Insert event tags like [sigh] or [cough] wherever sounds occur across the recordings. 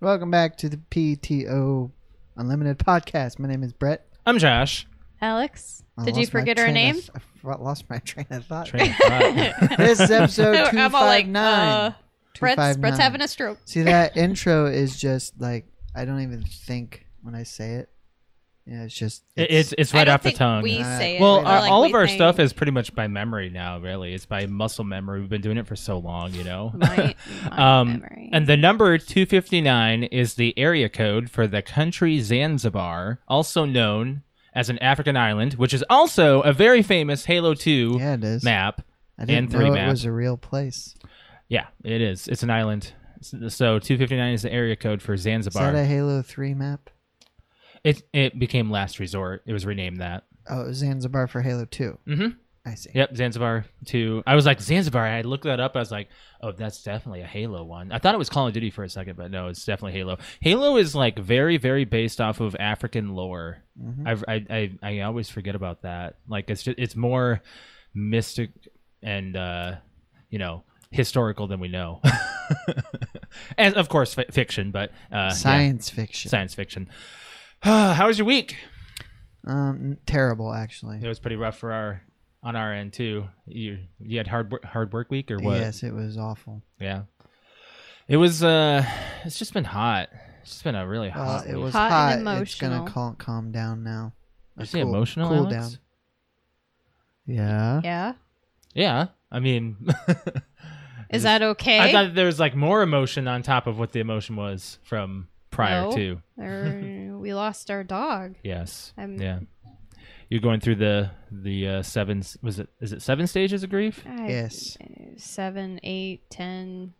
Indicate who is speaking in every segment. Speaker 1: Welcome back to the PTO Unlimited podcast. My name is Brett.
Speaker 2: I'm
Speaker 3: [laughs]
Speaker 2: Josh.
Speaker 3: Alex,
Speaker 1: I
Speaker 3: did you
Speaker 1: lost my
Speaker 3: forget her
Speaker 1: train
Speaker 3: name?
Speaker 1: of- I f- lost my train of thought.
Speaker 3: I'm
Speaker 1: this
Speaker 3: [laughs]
Speaker 1: is episode two
Speaker 3: all like,
Speaker 1: five
Speaker 3: uh,
Speaker 1: nine.
Speaker 3: Brett's, Brett's having a stroke.
Speaker 1: See that intro is just like I don't even think when I say it. Yeah, it's just
Speaker 2: it's, it's
Speaker 3: I
Speaker 2: right
Speaker 3: don't
Speaker 2: off the
Speaker 3: think
Speaker 2: tongue.
Speaker 3: We
Speaker 1: Alright.
Speaker 3: say it.
Speaker 2: Well,
Speaker 3: We're
Speaker 2: our,
Speaker 3: like,
Speaker 2: all
Speaker 3: we
Speaker 2: of our
Speaker 3: think.
Speaker 2: stuff is pretty much by memory now, really. It's by muscle memory. We've been doing it for so long, you know? [laughs]
Speaker 3: My- my
Speaker 2: um,
Speaker 3: memory.
Speaker 2: and the number 259 is the area code for the country Zanzibar, also known as an African island, which is also a very famous Halo 2
Speaker 1: yeah, it is.
Speaker 2: map.
Speaker 1: I didn't
Speaker 2: and three
Speaker 1: know
Speaker 2: map.
Speaker 1: it was a real place.
Speaker 2: Yeah, it is. It's an island. So 259 is the area code for
Speaker 1: Is that
Speaker 2: Zanzibar.
Speaker 1: a Halo Three map?
Speaker 2: it, it became Last Resort. It was renamed that.
Speaker 1: Oh, it was Zanzibar for Halo Two.
Speaker 2: hmm
Speaker 1: I see.
Speaker 2: Yep, Zanzibar too. I was like Zanzibar. I looked that up. I was like, oh, that's definitely a Halo one. I thought it was Call of Duty for a second, but no, it's definitely Halo. Halo is like very, very based off of African lore.
Speaker 1: Mhm.
Speaker 2: I've, I, I I always forget about that. Like it's just it's more mystic and uh, you know historical than we know, [laughs] and of course fi fiction, but uh, yeah,
Speaker 1: Science fiction.
Speaker 2: science fiction. [sighs] How was your week?
Speaker 1: Um, terrible actually.
Speaker 2: It was pretty rough for our on our end too. You you had hard wor- hard work week or what?
Speaker 1: Yes, it was awful.
Speaker 2: Yeah. It was uh it's just been hot. It's just been a really
Speaker 1: Well,
Speaker 2: hot
Speaker 1: Uh, it
Speaker 2: week.
Speaker 1: was hot.
Speaker 3: Hot and
Speaker 1: It's gonna
Speaker 3: emotional.
Speaker 1: cal- calm down now.
Speaker 2: Did
Speaker 1: Or
Speaker 2: you say emotional,
Speaker 1: Cool
Speaker 2: Alex?
Speaker 1: down. Yeah.
Speaker 3: yeah.
Speaker 2: Yeah. I mean [laughs]
Speaker 3: Is that okay?
Speaker 2: I thought there was like more emotion on top of what the emotion was from prior
Speaker 3: No.
Speaker 2: to.
Speaker 3: There- we lost our dog.
Speaker 2: Yes.
Speaker 3: I'm-
Speaker 2: Yeah. You're going through the the uh seven s- was it is it seven stages of grief?
Speaker 3: I-
Speaker 1: [laughs] Yes.
Speaker 3: Seven, eight, ten,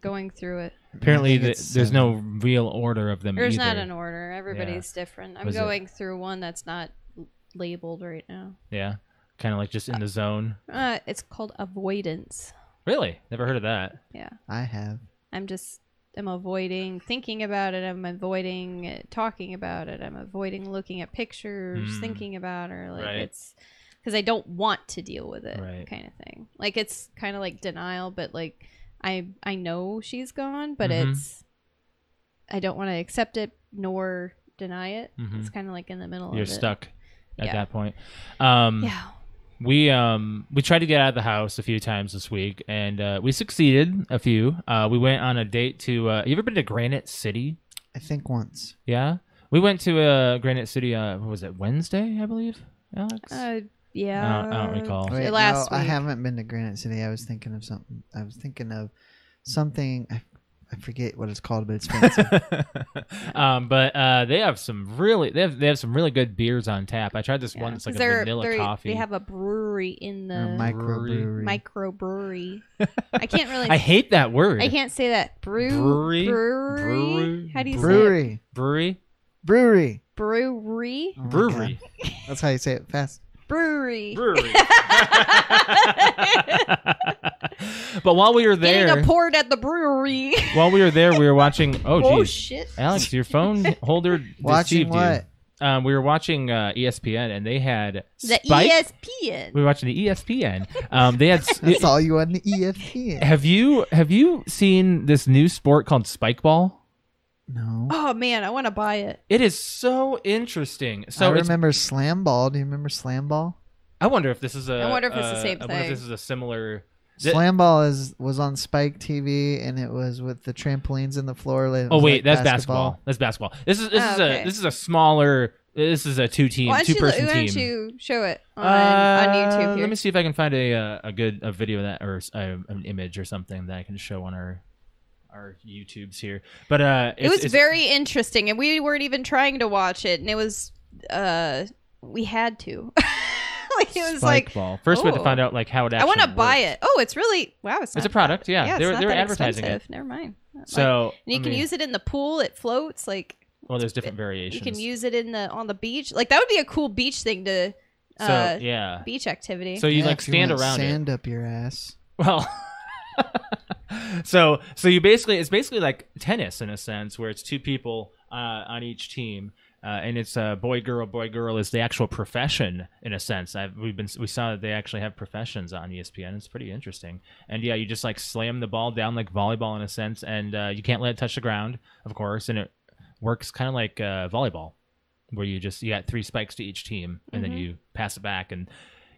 Speaker 3: going through it.
Speaker 2: Apparently
Speaker 1: think
Speaker 2: th
Speaker 1: it's,
Speaker 2: there's
Speaker 1: uh,
Speaker 2: no real order of them
Speaker 3: There's
Speaker 2: either.
Speaker 3: not an order. Everybody's different. I'm
Speaker 2: Was it-
Speaker 3: going through one that's not l- labeled right now.
Speaker 2: yeah. Kind of like just in the zone.
Speaker 3: Uh, it's called avoidance.
Speaker 2: Really? Never heard of that.
Speaker 3: Yeah.
Speaker 1: I have.
Speaker 3: I'm just I'm avoiding thinking about it. I'm avoiding uh, talking about it. I'm avoiding looking at pictures,
Speaker 2: Mm.
Speaker 3: thinking about her. Like
Speaker 2: Right.
Speaker 3: it's because I don't want to deal with it,
Speaker 2: Right.
Speaker 3: kind of thing. Like it's kind of like denial, but like I I know she's gone, but
Speaker 2: Mhm.
Speaker 3: it's I don't want to accept it nor deny it.
Speaker 2: Mhm.
Speaker 3: It's kind of like in the middle.
Speaker 2: You're
Speaker 3: of it.
Speaker 2: stuck at
Speaker 3: Yeah.
Speaker 2: that point. Um
Speaker 3: Yeah.
Speaker 2: we um we tried to get out of the house a few times this week and uh, we succeeded a few uh, we went on a date to uh, you ever been to granite city
Speaker 1: I think once.
Speaker 2: yeah we went to uh, granite city uh, what was it wednesday i believe alex
Speaker 3: Uh, yeah.
Speaker 2: I, don't, I don't recall
Speaker 3: Wait, last
Speaker 1: I
Speaker 3: week.
Speaker 1: haven't been to Granite City. I was thinking of something. I was thinking of something. I, I forget what it's called, but
Speaker 3: [laughs]
Speaker 1: it's fancy.
Speaker 2: [laughs] um, but uh, they have some really they have they have some really good beers on tap i tried this one that's like a
Speaker 3: 'Cause they're-
Speaker 2: vanilla
Speaker 3: they're-
Speaker 2: coffee
Speaker 3: They have a brewery in
Speaker 1: Or
Speaker 3: the
Speaker 1: microbrewery.
Speaker 2: [laughs]
Speaker 3: microbrewery. I can't really.
Speaker 2: i hate that word
Speaker 3: I can't say that. Brew,
Speaker 2: Brewery?
Speaker 3: Brewery.
Speaker 2: Brewery?
Speaker 3: How do you say it?
Speaker 1: brewery.
Speaker 2: brewery
Speaker 1: Brewery.
Speaker 3: Brewery.
Speaker 1: Oh my
Speaker 2: brewery
Speaker 1: God. That's how you say it fast.
Speaker 3: Brewery.
Speaker 2: brewery [laughs] but while we were there
Speaker 3: Getting a port at the brewery.
Speaker 2: While we were there, we were
Speaker 3: [laughs]
Speaker 2: watching. Oh,
Speaker 3: Oh,
Speaker 2: geez.
Speaker 3: shit.
Speaker 2: Alex, your
Speaker 3: [laughs]
Speaker 2: phone holder
Speaker 1: Watching
Speaker 2: deceived
Speaker 1: what?
Speaker 2: you. Um, we were watching uh, ESPN, and they had
Speaker 3: The E
Speaker 2: Spike.
Speaker 3: ESPN.
Speaker 2: we were watching the E ESPN. Um, they had.
Speaker 1: That's all you on the E
Speaker 2: [laughs]
Speaker 1: EFP.
Speaker 2: have you have you seen this new sport called spikeball?
Speaker 1: No.
Speaker 3: Oh man, I want to buy it.
Speaker 2: It is so interesting.
Speaker 1: So
Speaker 2: So
Speaker 1: I
Speaker 2: it's-
Speaker 1: remember Slam Ball. Do you remember Slam Ball?
Speaker 2: I wonder if this is a.
Speaker 3: I wonder if it's the
Speaker 2: uh,
Speaker 3: same
Speaker 2: I wonder if
Speaker 3: thing.
Speaker 2: this is a similar. Th-
Speaker 1: Slam Ball is was on Spike TV, and it was with the trampolines in the floor. and it
Speaker 2: Oh
Speaker 1: was
Speaker 2: wait,
Speaker 1: like
Speaker 2: that's basketball. That's basketball. This is this
Speaker 3: Oh,
Speaker 2: is
Speaker 3: okay.
Speaker 2: a this is a smaller. This is a two team,
Speaker 3: why don't
Speaker 2: two
Speaker 3: you, why
Speaker 2: person team.
Speaker 3: don't you show it on, on
Speaker 2: Uh,
Speaker 3: YouTube here?
Speaker 2: Let me see if I can find a uh, a good a video of that or s- uh, an image or something that I can show on our our YouTubes here. But uh,
Speaker 3: it was very interesting, and we weren't even trying to watch it, and it was uh we had to. [laughs] like it was
Speaker 2: Spike
Speaker 3: like
Speaker 2: ball. First, we had to
Speaker 3: oh,
Speaker 2: find out like how it.
Speaker 3: I
Speaker 2: Actually
Speaker 3: want to buy
Speaker 2: works.
Speaker 3: it. Oh, it's really wow. It's,
Speaker 2: It's
Speaker 3: not
Speaker 2: a product, yeah.
Speaker 3: it's
Speaker 2: They were-
Speaker 3: not
Speaker 2: they were
Speaker 3: that
Speaker 2: advertising it.
Speaker 3: expensive. Never mind. Not like-
Speaker 2: So
Speaker 3: and you
Speaker 2: I
Speaker 3: can
Speaker 2: mean,
Speaker 3: use it in the pool. It floats. Like
Speaker 2: well, there's different variations.
Speaker 3: you can use it in the on the beach. Like that would be a cool beach thing to
Speaker 2: so
Speaker 3: uh,
Speaker 2: yeah.
Speaker 3: beach activity.
Speaker 2: So you
Speaker 1: Yeah,
Speaker 2: like
Speaker 1: if you
Speaker 2: stand
Speaker 1: want
Speaker 2: around it.
Speaker 1: sand up your ass.
Speaker 2: Well, [laughs] so so you basically it's basically like tennis in a sense, where it's two people uh, on each team, uh, and it's uh, boy girl boy girl is the actual profession in a sense. I've, we've been we saw that they actually have professions on E ESPN. It's pretty interesting. And yeah, you just like slam the ball down like volleyball in a sense, and uh, you can't let it touch the ground, of course, and it works kind of like uh, volleyball, where you just you got three spikes to each team, and
Speaker 3: Mhm.
Speaker 2: then you pass it back, and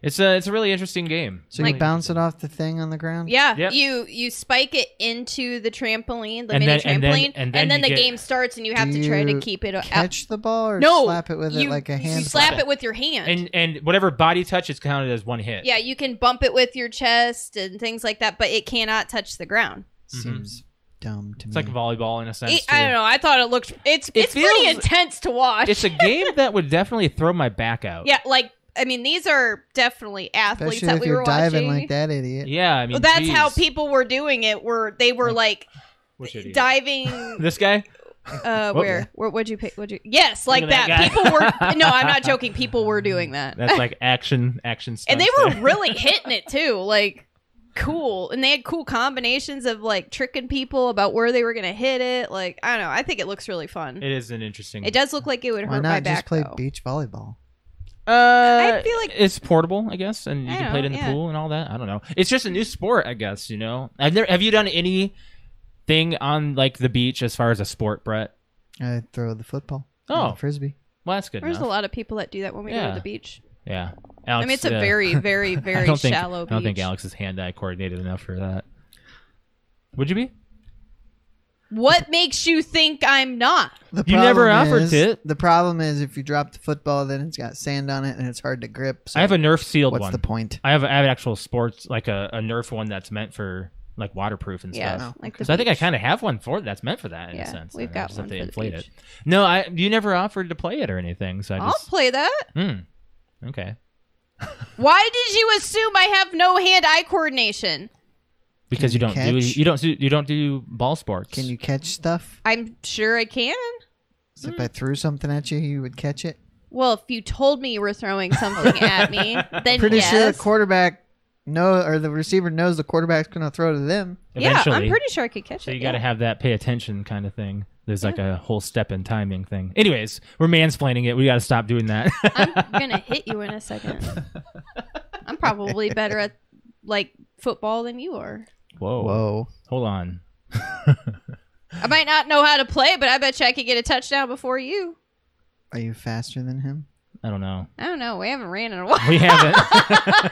Speaker 2: it's a it's a really interesting game.
Speaker 1: So
Speaker 2: Really
Speaker 1: you bounce
Speaker 2: interesting.
Speaker 1: it off the thing on the ground.
Speaker 3: yeah,
Speaker 2: Yep.
Speaker 3: you you spike it into the trampoline, the
Speaker 2: And
Speaker 3: mini
Speaker 2: then- and then-
Speaker 3: trampoline,
Speaker 2: and then you
Speaker 3: the
Speaker 2: get-
Speaker 3: game starts, and you have
Speaker 1: Do
Speaker 3: to try to
Speaker 1: you
Speaker 3: keep it out.
Speaker 1: Catch the ball or
Speaker 3: uh, No,
Speaker 1: slap it with
Speaker 3: you,
Speaker 1: it like a
Speaker 3: you
Speaker 1: hand.
Speaker 3: slap
Speaker 2: slap.
Speaker 3: it with your hand.
Speaker 2: and and whatever body touch is counted as one hit.
Speaker 3: yeah, you can bump it with your chest and things like that, but it cannot touch the ground.
Speaker 1: Seems dumb to
Speaker 2: Mm-hmm. it's like
Speaker 1: me.
Speaker 2: volleyball in a sense.
Speaker 3: It- E, I
Speaker 2: too.
Speaker 3: don't know. I thought it looked it's it's pretty
Speaker 2: feels-
Speaker 3: intense to watch.
Speaker 2: It's a game that would definitely throw my back out.
Speaker 3: [laughs] yeah, like I mean, these are definitely athletes
Speaker 1: Especially
Speaker 3: that
Speaker 1: if
Speaker 3: we
Speaker 1: you're
Speaker 3: were
Speaker 1: diving
Speaker 3: watching.
Speaker 1: like that idiot.
Speaker 2: yeah. I mean,
Speaker 3: Well, that's how
Speaker 2: geez.
Speaker 3: people were doing it. Were they were like
Speaker 2: Which idiot? [laughs]
Speaker 3: diving?
Speaker 2: This guy.
Speaker 3: Uh,
Speaker 1: yeah.
Speaker 3: where? Where? What'd you pick? What'd you? Yes,
Speaker 2: Look
Speaker 3: like
Speaker 2: at
Speaker 3: that.
Speaker 2: that
Speaker 3: People
Speaker 2: guy. [laughs]
Speaker 3: were. No, I'm not joking. People were doing that.
Speaker 2: That's
Speaker 3: [laughs]
Speaker 2: like action, action stuff.
Speaker 3: and they were really hitting it too like cool and they had cool combinations of like tricking people about where they were gonna hit it like i don't know i think it looks really fun it,
Speaker 2: It is an interesting.
Speaker 3: does look like it would
Speaker 1: Why
Speaker 3: hurt my
Speaker 1: not
Speaker 3: back
Speaker 1: just play
Speaker 3: though.
Speaker 1: beach volleyball?
Speaker 2: Uh,
Speaker 3: I feel like-
Speaker 2: it's portable, I guess, and you
Speaker 3: I
Speaker 2: can play it
Speaker 3: know,
Speaker 2: in the
Speaker 3: yeah.
Speaker 2: pool and all that. I don't know. It's just a new sport, I guess. You know, I've never. Have you done any thing on like the beach as far as a sport, Brett?
Speaker 1: I throw the football. or
Speaker 2: Oh.
Speaker 1: the frisbee.
Speaker 2: Well, that's good.
Speaker 3: there's
Speaker 2: enough.
Speaker 3: a lot of people that do that when we go
Speaker 2: Yeah.
Speaker 3: to the beach
Speaker 2: Yeah.
Speaker 3: i
Speaker 2: Alex,
Speaker 3: mean it's a
Speaker 2: uh, [laughs]
Speaker 3: very very
Speaker 2: I
Speaker 3: very
Speaker 2: don't think,
Speaker 3: shallow beach
Speaker 2: I don't think Alex's hand-eye coordinated enough for that. Would you be?
Speaker 3: what makes you think i'm not
Speaker 1: The
Speaker 2: You never
Speaker 1: problem
Speaker 2: offered
Speaker 1: is-
Speaker 2: it.
Speaker 1: The problem is if you drop the football, then it's got sand on it and it's hard to grip. So
Speaker 2: I have a Nerf sealed
Speaker 1: what's
Speaker 2: one.
Speaker 1: the point?
Speaker 2: I have I have an actual sports like a, a Nerf one that's meant for like waterproof and
Speaker 3: yeah
Speaker 2: stuff.
Speaker 3: like the
Speaker 2: So I think I
Speaker 3: beach.
Speaker 2: kind of have one for that's meant for that in a
Speaker 3: Yeah,
Speaker 2: sense.
Speaker 3: we've
Speaker 2: and I
Speaker 3: got
Speaker 2: just have
Speaker 3: one
Speaker 2: to
Speaker 3: for the
Speaker 2: inflate
Speaker 3: beach.
Speaker 2: it. No, I you never offered to play it or anything, so I
Speaker 3: i'll
Speaker 2: just
Speaker 3: play that
Speaker 2: mm, okay
Speaker 3: why did you assume i have no hand-eye coordination
Speaker 2: because you
Speaker 1: you
Speaker 2: don't do
Speaker 1: catch?
Speaker 2: you don't do you don't do ball sports.
Speaker 1: Can you catch stuff?
Speaker 3: i'm sure i can
Speaker 1: So if I threw something at you, you would catch it.
Speaker 3: Well, if you told me you were throwing something
Speaker 2: [laughs]
Speaker 3: at me, then
Speaker 1: Pretty
Speaker 3: yes.
Speaker 1: sure the quarterback know or the receiver knows the quarterback's going to throw to them.
Speaker 3: yeah,
Speaker 2: Eventually.
Speaker 3: I'm pretty sure I could catch
Speaker 2: So
Speaker 3: it.
Speaker 2: you got to
Speaker 3: yeah.
Speaker 2: have that pay attention kind of thing. There's like a whole step in timing thing. Anyways, we're mansplaining it. We got to stop doing that.
Speaker 3: [laughs] I'm gonna hit you in a second.
Speaker 2: [laughs]
Speaker 3: I'm probably better at like football than you are.
Speaker 2: Whoa.
Speaker 1: Whoa.
Speaker 2: Hold on.
Speaker 3: I might not know how to play, but I bet you I could get a touchdown before you.
Speaker 1: Are you faster than him?
Speaker 2: I don't know.
Speaker 3: I don't know. Oh, We haven't ran in
Speaker 2: [laughs]
Speaker 3: a [laughs] while.
Speaker 2: We haven't. [laughs]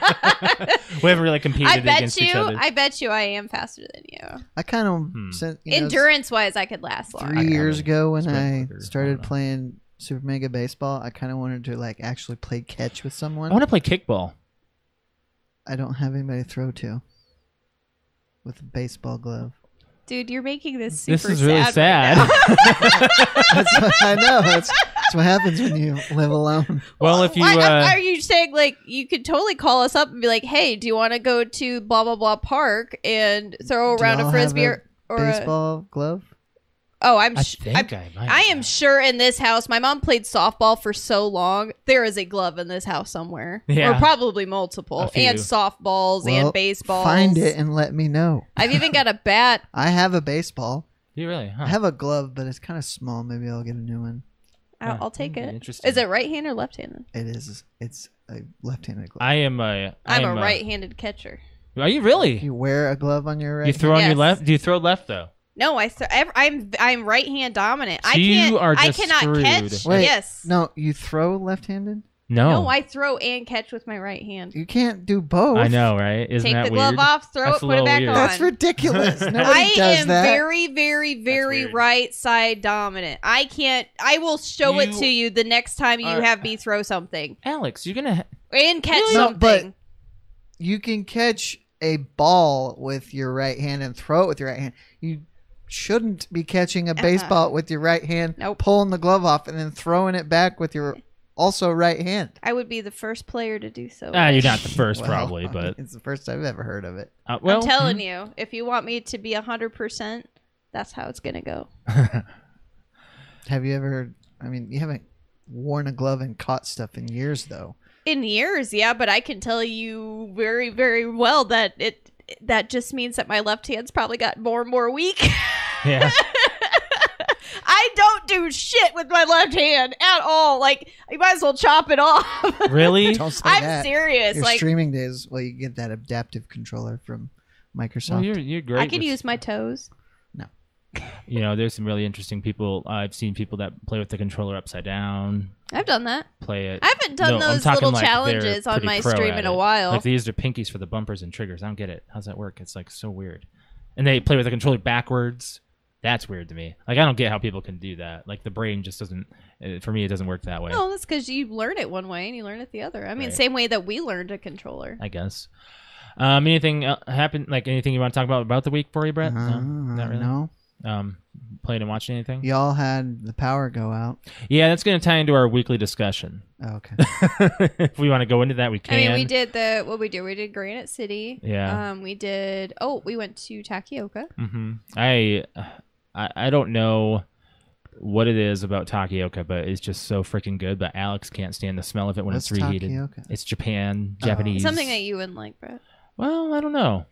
Speaker 2: we haven't
Speaker 3: [laughs]
Speaker 2: really competed
Speaker 3: I bet
Speaker 2: against
Speaker 3: you.
Speaker 2: each other.
Speaker 3: I bet you I am faster than you.
Speaker 1: I kind of
Speaker 2: Hmm.
Speaker 1: sent you know,
Speaker 3: Endurance wise, I could last long.
Speaker 2: I
Speaker 1: three years
Speaker 2: mean,
Speaker 1: ago when
Speaker 2: sprint
Speaker 1: I
Speaker 2: quicker, I don't
Speaker 1: started
Speaker 2: know.
Speaker 1: playing Super Mega Baseball, I kind of wanted to like actually play catch with
Speaker 2: I
Speaker 1: someone.
Speaker 2: want to play kickball.
Speaker 1: I don't have anybody to throw to with a baseball glove.
Speaker 3: Dude, you're making this super
Speaker 2: This is really
Speaker 3: sad.
Speaker 2: sad.
Speaker 3: right now. [laughs]
Speaker 1: That's what [laughs] I know. That's, that's what happens when you live alone.
Speaker 2: [laughs] well, if you
Speaker 3: What? I'm-
Speaker 2: uh,
Speaker 3: are you saying like you could totally call us up and be like, "Hey, do you want to go to blah blah blah park and throw
Speaker 1: Do
Speaker 3: around a
Speaker 1: y'all have
Speaker 3: frisbee
Speaker 1: a
Speaker 3: or, or a-
Speaker 1: baseball glove?
Speaker 3: oh, I'm
Speaker 2: I
Speaker 3: sh-
Speaker 2: think
Speaker 3: I,
Speaker 2: I, might.
Speaker 3: I am sure in this house. My mom played softball for so long. There is a glove in this house somewhere,
Speaker 2: Yeah.
Speaker 3: or probably
Speaker 2: A
Speaker 3: multiple,
Speaker 2: few.
Speaker 3: and softballs
Speaker 1: Well,
Speaker 3: and baseballs.
Speaker 1: Find it and let me know.
Speaker 3: I've even got a bat.
Speaker 1: I have a baseball.
Speaker 2: You really? Huh.
Speaker 1: I have a glove, but it's kind of small. Maybe I'll get a new one.
Speaker 3: I'll,
Speaker 2: Huh.
Speaker 3: I'll take
Speaker 2: Hmm,
Speaker 3: it.
Speaker 2: interesting.
Speaker 3: Is it right handed or left handed?
Speaker 1: It is. It's a left-handed glove.
Speaker 2: I am a.
Speaker 3: I'm
Speaker 2: am
Speaker 3: a right handed catcher.
Speaker 2: Are you really?
Speaker 1: you wear a glove on your right.
Speaker 2: You throw on your
Speaker 3: Yes.
Speaker 2: left. Do you throw left though?
Speaker 3: No, I th- I- I'm I'm right hand dominant. I
Speaker 2: So you
Speaker 3: can't.
Speaker 2: are
Speaker 3: I
Speaker 2: just
Speaker 3: cannot
Speaker 2: screwed.
Speaker 3: catch.
Speaker 1: Wait,
Speaker 3: yes.
Speaker 1: No, you throw left-handed.
Speaker 2: No.
Speaker 3: No, I throw and catch with my right hand.
Speaker 1: You can't do both.
Speaker 2: I know, right? Isn't
Speaker 3: Take
Speaker 2: that
Speaker 3: the
Speaker 2: weird?
Speaker 3: glove off, throw
Speaker 2: That's
Speaker 3: it,
Speaker 2: a
Speaker 3: put
Speaker 2: little
Speaker 3: it back
Speaker 2: weird.
Speaker 3: on.
Speaker 2: [laughs]
Speaker 1: That's ridiculous. Nobody
Speaker 3: I
Speaker 1: does
Speaker 3: am
Speaker 1: that.
Speaker 3: very, very, very
Speaker 2: weird.
Speaker 3: right side dominant. I can't. I will show it
Speaker 2: You
Speaker 3: to you the next time you
Speaker 2: are-
Speaker 3: have me throw something
Speaker 2: Alex, you're gonna. ha-
Speaker 3: and catch
Speaker 1: Really? No,
Speaker 3: something.
Speaker 1: but- you can catch a ball with your right hand and throw it with your right hand. You shouldn't be catching a baseball with your right hand,
Speaker 3: Uh-huh. Nope.
Speaker 1: pulling the glove off, and then throwing it back with your also right hand.
Speaker 3: I would be the first player to do so.
Speaker 2: Ah, you're not
Speaker 1: [laughs]
Speaker 2: the first,
Speaker 1: Oh, Well,
Speaker 2: probably,
Speaker 1: I mean,
Speaker 2: but
Speaker 1: it's the first I've ever heard of it.
Speaker 2: uh, well,
Speaker 3: I'm telling you, if you want me to be 100%, that's how it's going to go.
Speaker 1: Have you ever? I mean, you haven't worn a glove and caught stuff in years, though.
Speaker 3: In years, yeah, but I can tell you very, very well that it that just means that my left hand's probably got more and more weak.
Speaker 2: [laughs]
Speaker 3: [laughs]
Speaker 2: yeah,
Speaker 3: I don't do shit with my left hand at all. Like, you might as well chop it off. [laughs]
Speaker 1: [laughs]
Speaker 2: really.
Speaker 1: Don't say
Speaker 3: [laughs] I'm
Speaker 1: that.
Speaker 3: serious.
Speaker 1: Your
Speaker 3: like,
Speaker 1: streaming days, well, you get that adaptive controller from Microsoft.
Speaker 2: Well, you're you're great.
Speaker 3: I can
Speaker 2: with-
Speaker 3: use my toes.
Speaker 2: You know, there's some really interesting people. I've seen people that play with the controller upside down,
Speaker 3: I've done that.
Speaker 2: play it.
Speaker 3: I haven't
Speaker 2: No,
Speaker 3: done
Speaker 2: I'm
Speaker 3: those
Speaker 2: talking
Speaker 3: little
Speaker 2: like they're
Speaker 3: challenges on
Speaker 2: pretty
Speaker 3: my
Speaker 2: pro
Speaker 3: stream
Speaker 2: at
Speaker 3: in a
Speaker 2: it.
Speaker 3: while.
Speaker 2: Like they use their pinkies for the bumpers and triggers. I don't get it. How's that work? It's like so weird. And they play with the controller backwards. That's weird to me. Like I don't get how people can do that. Like the brain just doesn't. uh, For me, it doesn't work that way.
Speaker 3: no, that's because you learn it one way and you learn it the other. I mean,
Speaker 2: Right.
Speaker 3: same way that we learned a controller.
Speaker 2: I guess. Um, anything uh, happened? Like anything you want to talk about about the week for you, Brett?
Speaker 1: Uh,
Speaker 2: not really.
Speaker 1: No,
Speaker 2: Um, played and watched anything? Yeah.
Speaker 1: y'all had the power go out.
Speaker 2: that's gonna tie into our weekly discussion.
Speaker 1: Oh, okay.
Speaker 2: if we want to go into that, we can.
Speaker 3: I mean, we did the what we do. We did Granite City.
Speaker 2: Yeah.
Speaker 3: Um, we did. Oh, we went to Takioka.
Speaker 2: hmm I, I I don't know what it is about Takioka, but it's just so freaking good. But Alex can't stand the smell of it [laughs] when
Speaker 1: What's
Speaker 2: it's reheated.
Speaker 1: Takioka?
Speaker 2: It's Japan,
Speaker 1: Oh.
Speaker 2: Japanese.
Speaker 3: Something that you wouldn't like, Brett.
Speaker 2: well, I don't know.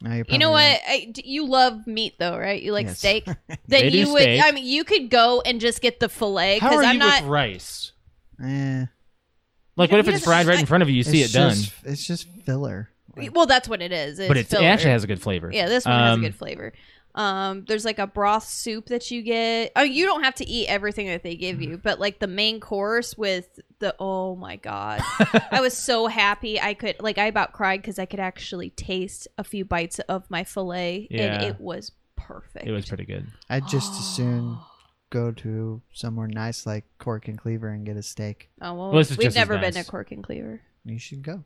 Speaker 1: No, you're
Speaker 3: You know
Speaker 1: probably
Speaker 3: what?
Speaker 1: right.
Speaker 3: I, d- you love meat though, right? You like
Speaker 1: Yes.
Speaker 2: [laughs]
Speaker 3: steak. That
Speaker 2: They do
Speaker 3: you would.
Speaker 2: steak.
Speaker 3: I mean, you could go and just get the fillet
Speaker 2: How
Speaker 3: because
Speaker 2: are
Speaker 3: I'm
Speaker 2: you
Speaker 3: not.
Speaker 2: with rice?
Speaker 1: Eh,
Speaker 2: Like, what if
Speaker 3: He
Speaker 2: it's
Speaker 3: doesn't-
Speaker 2: fried right in front of you? You see it
Speaker 1: it's
Speaker 2: done,
Speaker 1: just- It's just filler. Like,
Speaker 3: well, that's what it is. It's
Speaker 2: but it's, it
Speaker 3: filler.
Speaker 2: actually has a good flavor.
Speaker 3: Yeah, this one has a
Speaker 2: Um,
Speaker 3: good flavor. Um, there's like a broth soup that you get. Oh, you don't have to eat everything that they give you, but like the main course with the oh my god, I was
Speaker 2: [laughs]
Speaker 3: so happy I could like I about cried because I could actually taste a few bites of my fillet and
Speaker 2: Yeah.
Speaker 3: it was perfect.
Speaker 2: It was pretty good.
Speaker 1: I'd just as soon go to somewhere nice like Cork and Cleaver and get a steak.
Speaker 3: [gasps] Oh well,
Speaker 2: Well, this is
Speaker 3: we've
Speaker 2: just as
Speaker 3: never been
Speaker 2: nice.
Speaker 3: to Cork and Cleaver.
Speaker 1: You should go.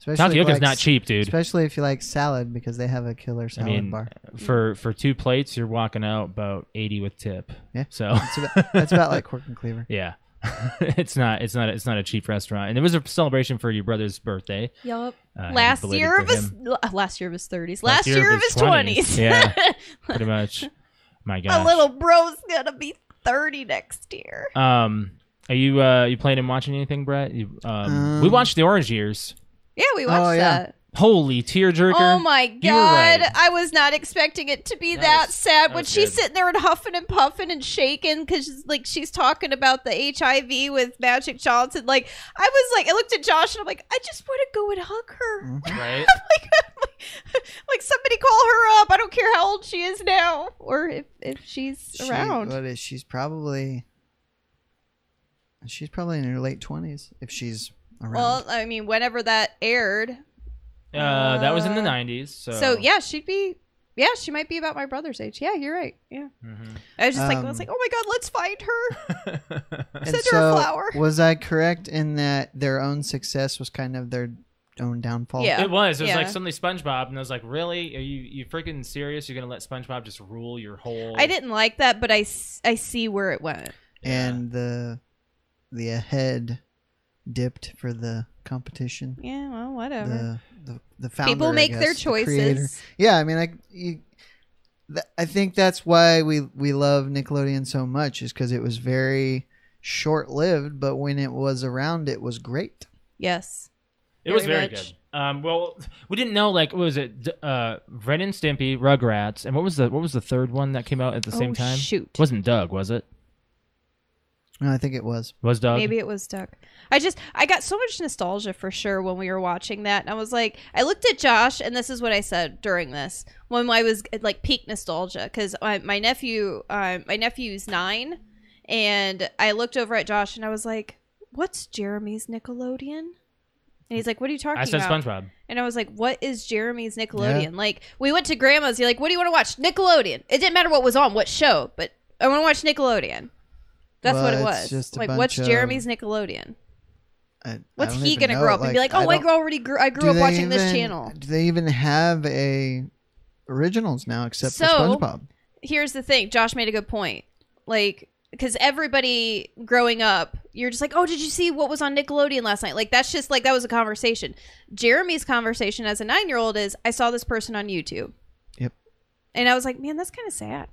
Speaker 1: Especially if you
Speaker 2: Takioka's
Speaker 1: like
Speaker 2: not
Speaker 1: s-
Speaker 2: cheap, dude.
Speaker 1: Especially if you like salad because they have a killer
Speaker 2: I
Speaker 1: salad
Speaker 2: mean, [laughs]
Speaker 1: bar.
Speaker 2: for for two plates, you're walking out about eighty with tip.
Speaker 1: Yeah.
Speaker 2: So
Speaker 1: That's about, that's about like Cork and Cleaver.
Speaker 3: [laughs]
Speaker 2: Yeah. [laughs] it's not it's not it's not a cheap restaurant. And it was a celebration for your brother's birthday.
Speaker 3: Yup.
Speaker 2: Uh, happy
Speaker 3: last
Speaker 2: belated
Speaker 3: year
Speaker 2: for
Speaker 3: of his
Speaker 2: him.
Speaker 3: la- last year of his thirties. Last, year of his
Speaker 2: 20s.
Speaker 3: twenties. [laughs]
Speaker 2: Yeah. Pretty much. My
Speaker 3: My [laughs]
Speaker 2: God.
Speaker 3: little bro's gonna be thirty next year.
Speaker 2: um are you uh you planning on watching anything, Brett? You, um,
Speaker 1: Um,
Speaker 2: we watched the Orange Years.
Speaker 3: Yeah, we watched
Speaker 1: Oh, yeah.
Speaker 3: that.
Speaker 2: Holy tearjerker.
Speaker 3: Oh my
Speaker 2: You were right.
Speaker 3: god. I was not expecting it to be
Speaker 2: That
Speaker 3: that,
Speaker 2: was-
Speaker 3: sad
Speaker 2: that
Speaker 3: when
Speaker 2: was
Speaker 3: she's
Speaker 2: good.
Speaker 3: sitting there and huffing and puffing and shaking because like she's talking about the HIV with Magic Johnson. Like I was like I looked at Josh and I'm like, I just want to go and hug her. [laughs]
Speaker 1: Mhm.
Speaker 2: [laughs] Right?
Speaker 3: like, like somebody call her up. I don't care how old she is now or if, if she's
Speaker 1: She-
Speaker 3: around.
Speaker 1: What is she's probably she's probably in her late twenties if she's around.
Speaker 3: Well, I mean, whenever that aired.
Speaker 2: Uh, that was in the
Speaker 3: Uh,
Speaker 2: 90s. So,
Speaker 3: So yeah, she'd be yeah, she might be about my brother's age. Yeah, you're right. Yeah.
Speaker 1: [laughs]
Speaker 2: Mhm.
Speaker 3: I was just like, I was
Speaker 1: Um,
Speaker 3: like, oh my god, let's find her.
Speaker 1: And
Speaker 3: send her a flower.
Speaker 1: Was I correct in that their own success was kind of their own downfall?
Speaker 3: Yeah.
Speaker 2: It was. It was
Speaker 3: Yeah.
Speaker 2: like suddenly SpongeBob, and I was like, "Really? Are you you freaking serious? You're gonna let SpongeBob just rule your whole?"
Speaker 3: I didn't like that, but I, s- I see where it went.
Speaker 1: And the the head dipped for the competition.
Speaker 3: Yeah, well, whatever.
Speaker 1: The, the the founder.
Speaker 3: People
Speaker 1: I
Speaker 3: make their
Speaker 1: guess, the creator.
Speaker 3: choices.
Speaker 1: yeah, I mean, like you, th- I think that's why we we love Nickelodeon so much is because it was very short lived, but when it was around, it was great.
Speaker 3: yes.
Speaker 2: It was very
Speaker 3: very
Speaker 2: good.
Speaker 3: much.
Speaker 2: Um, well, we didn't know like what was it? D- Uh, Ren and Stimpy, Rugrats, and what was the what was the third one that came out at the same
Speaker 3: oh,
Speaker 2: time?
Speaker 3: Shoot.
Speaker 2: It wasn't Doug? Was it?
Speaker 1: No, I think it was.
Speaker 2: Was Doug?
Speaker 3: Maybe it was Duck. I just I got so much nostalgia for sure when we were watching that, and I was like, I looked at Josh, and this is what I said during this when I was at, like peak nostalgia because my nephew, uh, my nephew's nine, and I looked over at Josh and I was like, "What's Jeremy's Nickelodeon?" And he's like, "What are you talking
Speaker 2: I said
Speaker 3: about?"
Speaker 2: SpongeBob.
Speaker 3: And I was like, what is Jeremy's Nickelodeon? Like, we went to grandma's. You're like, what do you want to watch? Nickelodeon. It didn't matter what was on, what show, but I want to watch Nickelodeon. That's
Speaker 1: Well,
Speaker 3: what it
Speaker 1: it's
Speaker 3: was.
Speaker 1: just a
Speaker 3: like,
Speaker 1: bunch
Speaker 3: what's
Speaker 1: of-
Speaker 3: Jeremy's Nickelodeon?
Speaker 1: I- I
Speaker 3: What's
Speaker 1: don't
Speaker 3: he
Speaker 1: even
Speaker 3: gonna
Speaker 1: know,
Speaker 3: grow up and be like? Oh, I,
Speaker 1: don't-
Speaker 3: grew- already grew. I
Speaker 1: do
Speaker 3: grew up
Speaker 1: they
Speaker 3: watching this
Speaker 1: even-
Speaker 3: channel.
Speaker 1: Do they even have a originals now except
Speaker 3: So-
Speaker 1: for SpongeBob?
Speaker 3: Here's the thing. Josh made a good point. Like, because everybody growing up, you're just like, oh, did you see what was on Nickelodeon last night? Like, that's just like, that was a conversation. Jeremy's conversation as a nine year old is, I saw this person on YouTube.
Speaker 1: Yep.
Speaker 3: And I was like, man, that's kind of sad.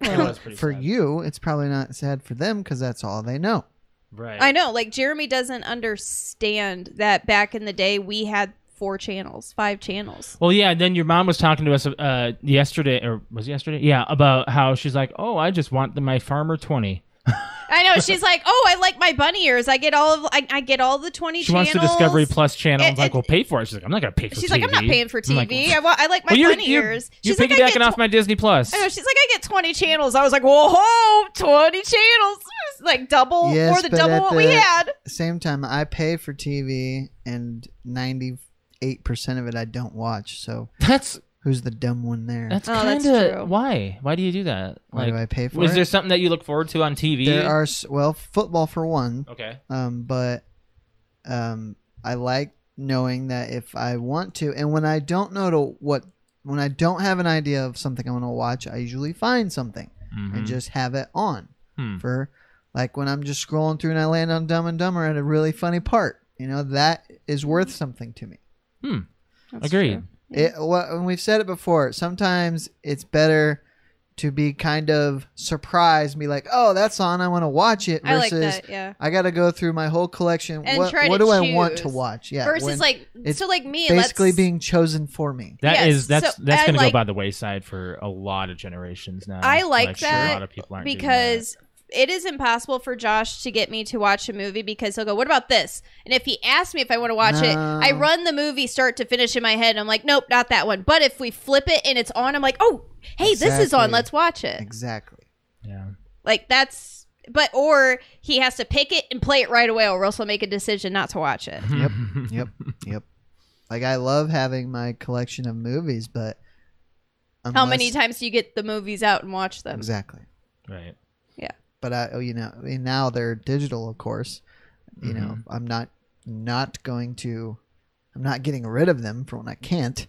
Speaker 4: It was pretty
Speaker 1: for
Speaker 4: sad.
Speaker 1: you, it's probably not sad for them because that's all they know.
Speaker 4: right?
Speaker 3: I know. Like, Jeremy doesn't understand that back in the day, we had four channels, five channels.
Speaker 2: Well, yeah. Then your mom was talking to us uh, yesterday, or was it yesterday? Yeah, about how she's like, "Oh, I just want the, my farmer twenty.
Speaker 3: I know. She's [laughs] like, oh, I like my bunny ears. I get all of, I, I get all the 20
Speaker 2: She
Speaker 3: channels.
Speaker 2: wants the Discovery Plus channel.
Speaker 3: It-
Speaker 2: I'm like,
Speaker 3: it-
Speaker 2: "Well, pay for it." She's like, "I'm not gonna pay for."
Speaker 3: She's
Speaker 2: TV.
Speaker 3: like, I'm not paying for
Speaker 2: I'm
Speaker 3: TV.
Speaker 2: like,
Speaker 3: I, want, I like my
Speaker 2: well, you're,
Speaker 3: bunny
Speaker 2: you're,
Speaker 3: ears.
Speaker 2: You're
Speaker 3: She's like, I
Speaker 2: piggybacking
Speaker 3: get
Speaker 2: off my Disney Plus.
Speaker 3: I know. She's like, I get 20 channels. I was like, whoa, 20 channels. It's like double,
Speaker 1: Yes,
Speaker 3: more than
Speaker 1: but
Speaker 3: double
Speaker 1: at
Speaker 3: what we
Speaker 1: the-
Speaker 3: had.
Speaker 1: Same time, I pay for TV, and ninety-eight percent of it I don't watch. So
Speaker 2: That's
Speaker 1: who's the dumb one there?
Speaker 2: that's
Speaker 3: Oh,
Speaker 2: kind
Speaker 3: that's true.
Speaker 2: of why. Why do you do that?
Speaker 1: Why do I pay for
Speaker 2: was
Speaker 1: it?
Speaker 2: there something that you look forward to on TV?
Speaker 1: there are s- well, football for one.
Speaker 2: okay.
Speaker 1: um, but um, I like knowing that if I want to, and when I don't know to what, when I don't have an idea of something I want to watch, I usually find something
Speaker 2: Mhm.
Speaker 1: and just have it on
Speaker 2: Hmm.
Speaker 1: for, like when I'm just scrolling through and I land on Dumb and Dumber at a really funny part. You know that is worth something to me.
Speaker 2: Agreed.
Speaker 1: It, well, and we've said it before. Sometimes it's better to be kind of surprised, and be like, "Oh, that's on. I want to watch it."
Speaker 3: I
Speaker 1: Versus,
Speaker 3: like that. Yeah.
Speaker 1: I got to go through my whole collection.
Speaker 3: And
Speaker 1: what
Speaker 3: try
Speaker 1: what
Speaker 3: to
Speaker 1: do I want to
Speaker 3: choose.
Speaker 1: watch? Yeah.
Speaker 3: Versus
Speaker 1: when
Speaker 3: like,
Speaker 1: it's
Speaker 3: so like me,
Speaker 1: basically
Speaker 3: let's,
Speaker 1: being chosen for me.
Speaker 2: That
Speaker 3: Yes,
Speaker 2: is that's
Speaker 3: so
Speaker 2: that's
Speaker 3: I
Speaker 2: going to
Speaker 3: like-
Speaker 2: go by the wayside for a lot of generations now.
Speaker 3: I like
Speaker 2: I'm sure
Speaker 3: that
Speaker 2: a lot of people aren't doing that.
Speaker 3: because it is impossible for Josh to get me to watch a movie because he'll go, what about this? And if he asks me if I want to watch it,
Speaker 1: No.
Speaker 3: I run the movie start to finish in my head. And I'm like, nope, not that one. But if we flip it and it's on, I'm like, oh, hey, this is on.
Speaker 1: Exactly.
Speaker 3: Let's watch it.
Speaker 1: Exactly.
Speaker 2: yeah.
Speaker 3: Like that's but or he has to pick it and play it right away or else he'll make a decision not to watch
Speaker 1: [laughs]
Speaker 3: it.
Speaker 2: [laughs]
Speaker 1: Yep. yep. Yep. Like I love having my collection of movies, but
Speaker 3: How
Speaker 1: unless-
Speaker 3: many times do you get the movies out and watch them?
Speaker 1: Exactly.
Speaker 2: Right.
Speaker 1: But I, oh, you know, I mean, now they're digital, of course. You know, I'm not not going to. I'm not getting rid of them for when I can't.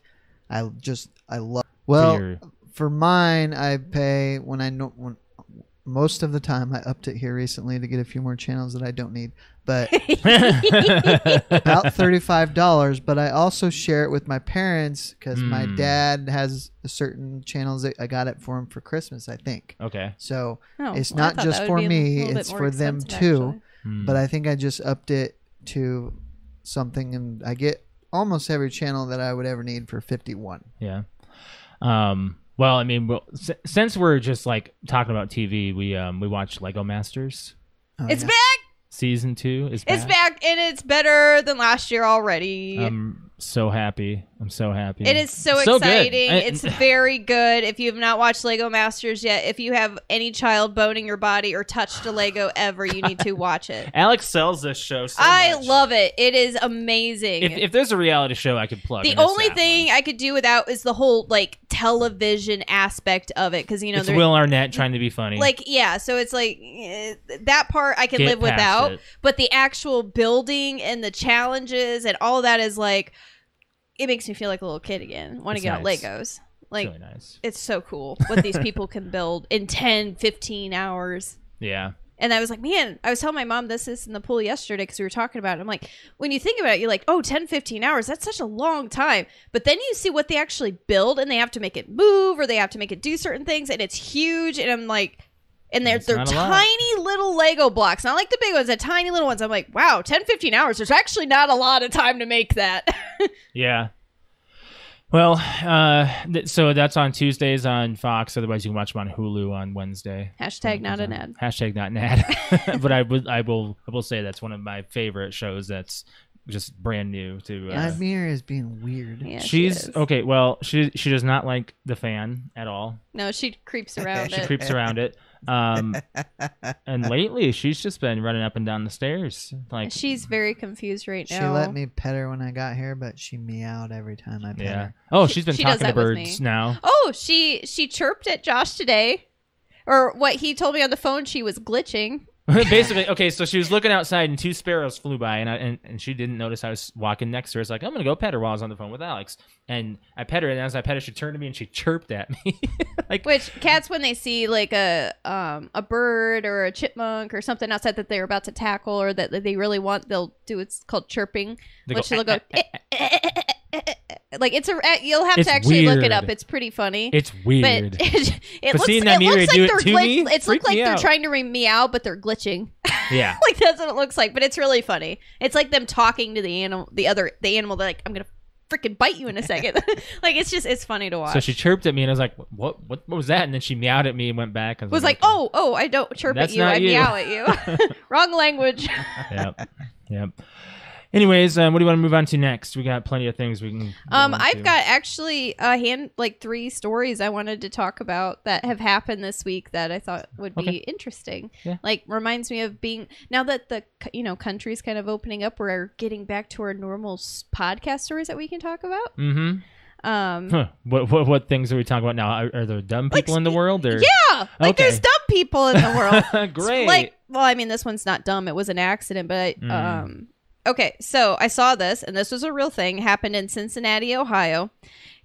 Speaker 1: I just I love. Well,
Speaker 2: your-
Speaker 1: for mine, I pay when I know when. Most of the time, I upped it here recently to get a few more channels that I don't need, but
Speaker 3: [laughs]
Speaker 1: [laughs]
Speaker 2: [laughs]
Speaker 1: about thirty-five dollars. But I also share it with my parents because my
Speaker 2: Mm.
Speaker 1: dad has certain channels that I got it for him for Christmas, I think.
Speaker 2: okay.
Speaker 1: So,
Speaker 3: Oh,
Speaker 1: It's
Speaker 3: well, I
Speaker 1: not
Speaker 3: thought
Speaker 1: just
Speaker 3: that would
Speaker 1: for
Speaker 3: be a
Speaker 1: me,
Speaker 3: little bit
Speaker 1: it's
Speaker 3: more
Speaker 1: for them
Speaker 3: expensive,
Speaker 1: too.
Speaker 3: actually.
Speaker 2: Hmm.
Speaker 1: but I think I just upped it to something, and I get almost every channel that I would ever need for fifty-one.
Speaker 2: Yeah. Um. Well, I mean, well, s- since we're just like talking about TV, we um we watched Lego Masters
Speaker 1: Oh,
Speaker 3: It's
Speaker 1: yeah.
Speaker 3: back.
Speaker 2: season two. Is
Speaker 3: It's back and it's better than last year already.
Speaker 2: I'm so happy. I'm so happy.
Speaker 3: It is so,
Speaker 2: good.
Speaker 3: exciting.
Speaker 2: I-
Speaker 1: [laughs]
Speaker 3: it's very good. If you have not watched Lego Masters yet, if you have any child boning your body or touched a Lego ever, you need to watch it.
Speaker 1: [laughs]
Speaker 2: Alex sells this show. So
Speaker 3: I
Speaker 2: much.
Speaker 3: love it. It is amazing.
Speaker 2: If, if there's a reality show I could plug,
Speaker 3: the
Speaker 2: in, it's
Speaker 3: only
Speaker 2: that
Speaker 3: thing I could do without is the whole like television aspect of it because you
Speaker 2: one.
Speaker 3: know
Speaker 2: it's
Speaker 3: they're-
Speaker 2: Will Arnett trying to be funny.
Speaker 3: like yeah, so it's like eh, that part I can
Speaker 2: Get
Speaker 3: live
Speaker 2: past
Speaker 3: without,
Speaker 2: it.
Speaker 3: but the actual building and the challenges and all that is like it makes me feel like a little kid again. Want to
Speaker 2: It's
Speaker 3: get
Speaker 2: nice.
Speaker 3: out Legos.
Speaker 2: It's
Speaker 3: Like
Speaker 2: really nice.
Speaker 3: it's
Speaker 2: [laughs]
Speaker 3: so cool what these people can build in 10, 15 hours.
Speaker 2: Yeah.
Speaker 3: And I was like, man, I was telling my mom this is in the pool yesterday because we were talking about it. I'm like, when you think about it, you're like, oh, 10, 15 hours, that's such a long time. But then you see what they actually build and they have to make it move or they have to make it do certain things and it's huge. And I'm like, and they're,
Speaker 2: It's
Speaker 3: they're
Speaker 2: not a lot.
Speaker 3: tiny little Lego blocks. Not like the big ones, the tiny little ones. I'm like, wow, 10, 15 hours. There's actually not a lot of time to make that. [laughs]
Speaker 2: Yeah. Well, uh, th- so that's on Tuesdays on Fox. Otherwise, you can watch them on Hulu on Wednesday.
Speaker 3: Hashtag not an ad.
Speaker 2: Hashtag not an ad. [laughs] but I would, I will, I will say that's one of my favorite shows. That's just brand new to. Uh,
Speaker 1: My mirror is being weird.
Speaker 3: Yeah, she
Speaker 2: she's
Speaker 3: is.
Speaker 2: okay. Well, she she does not like the fan at all.
Speaker 3: No, she
Speaker 2: [laughs]
Speaker 3: creeps around
Speaker 2: She
Speaker 3: it. [laughs]
Speaker 2: creeps around it. Um, and lately, she's just been running up and down the stairs. Like,
Speaker 3: She's very confused right
Speaker 1: She
Speaker 3: now.
Speaker 1: let me pet her when I got here, but she meowed every time I pet
Speaker 2: yeah.
Speaker 1: her.
Speaker 2: Oh,
Speaker 3: She-
Speaker 2: she's been
Speaker 3: she does
Speaker 2: talking to
Speaker 3: that with
Speaker 2: birds
Speaker 3: me.
Speaker 2: now. [laughs]
Speaker 3: Oh, she she chirped at Josh today, or what he told me on the phone. She was glitching.
Speaker 2: Basically, okay, so she was looking outside and two sparrows flew by, and, I, and and she didn't notice I was walking next to her. It's like I'm gonna go pet her while I was on the phone with Alex, and I pet her, and as I pet her, she turned to me and she chirped at me, [laughs] like
Speaker 3: Which cats, when they see like a um, a bird or a chipmunk or something outside that they're about to tackle or that that they really want, they'll do it's called chirping.
Speaker 2: They
Speaker 3: which
Speaker 2: go,
Speaker 3: they'll
Speaker 2: "Eh,
Speaker 3: go "Eh, eh, eh, eh, eh, eh, eh." like it's a eh, you'll have
Speaker 2: It's
Speaker 3: to actually look
Speaker 2: weird.
Speaker 3: it up. It's pretty funny.
Speaker 2: it's weird.
Speaker 3: But it, [laughs] it
Speaker 2: But
Speaker 3: looks,
Speaker 2: seeing that
Speaker 3: it
Speaker 2: mirror
Speaker 3: looks
Speaker 2: do
Speaker 3: like
Speaker 2: it
Speaker 3: they're
Speaker 2: to
Speaker 3: glitch-
Speaker 2: me
Speaker 3: it's look
Speaker 2: freaked
Speaker 3: like
Speaker 2: me
Speaker 3: they're
Speaker 2: out.
Speaker 3: trying to ring meow, but they're glitching.
Speaker 2: yeah,
Speaker 3: like that's what it looks like. But it's really funny. It's like them talking to the animal, the other, the animal. They're like, "I'm gonna freaking bite you in
Speaker 2: [laughs]
Speaker 3: a second. [laughs] like it's just it's funny to watch.
Speaker 2: so she chirped at me, and I was like, what, what, what was that? And then she meowed at me and went back. and
Speaker 3: was like, "Oh, oh, I don't chirp
Speaker 2: That's
Speaker 3: at you.
Speaker 2: not
Speaker 3: I
Speaker 2: you."
Speaker 3: meow
Speaker 2: [laughs]
Speaker 3: at you. [laughs] Wrong language."
Speaker 2: yep, yep. Anyways, um, what do you want to move on to next? We got plenty of things we can. go
Speaker 3: Um,
Speaker 2: on
Speaker 3: I've
Speaker 2: to.
Speaker 3: got actually a hand like three stories I wanted to talk about that have happened this week that I thought would be
Speaker 2: Okay.
Speaker 3: interesting.
Speaker 2: Yeah.
Speaker 3: Like reminds me of being now that the c- you know country's kind of opening up, we're getting back to our normal s- podcast stories that we can talk about.
Speaker 2: Mm-hmm.
Speaker 3: Um,
Speaker 2: Huh. What, what what things are we talking about now? Are, are there dumb
Speaker 3: Like,
Speaker 2: people in the world? Or [laughs]
Speaker 3: yeah, like
Speaker 2: Okay.
Speaker 3: there's dumb people in the
Speaker 2: [laughs]
Speaker 3: world.
Speaker 2: Great.
Speaker 3: Like, well, I mean, this one's not dumb. It was an accident, but I,
Speaker 2: Mm.
Speaker 3: um, okay. So I saw this, and this was a real thing. Happened in Cincinnati, Ohio,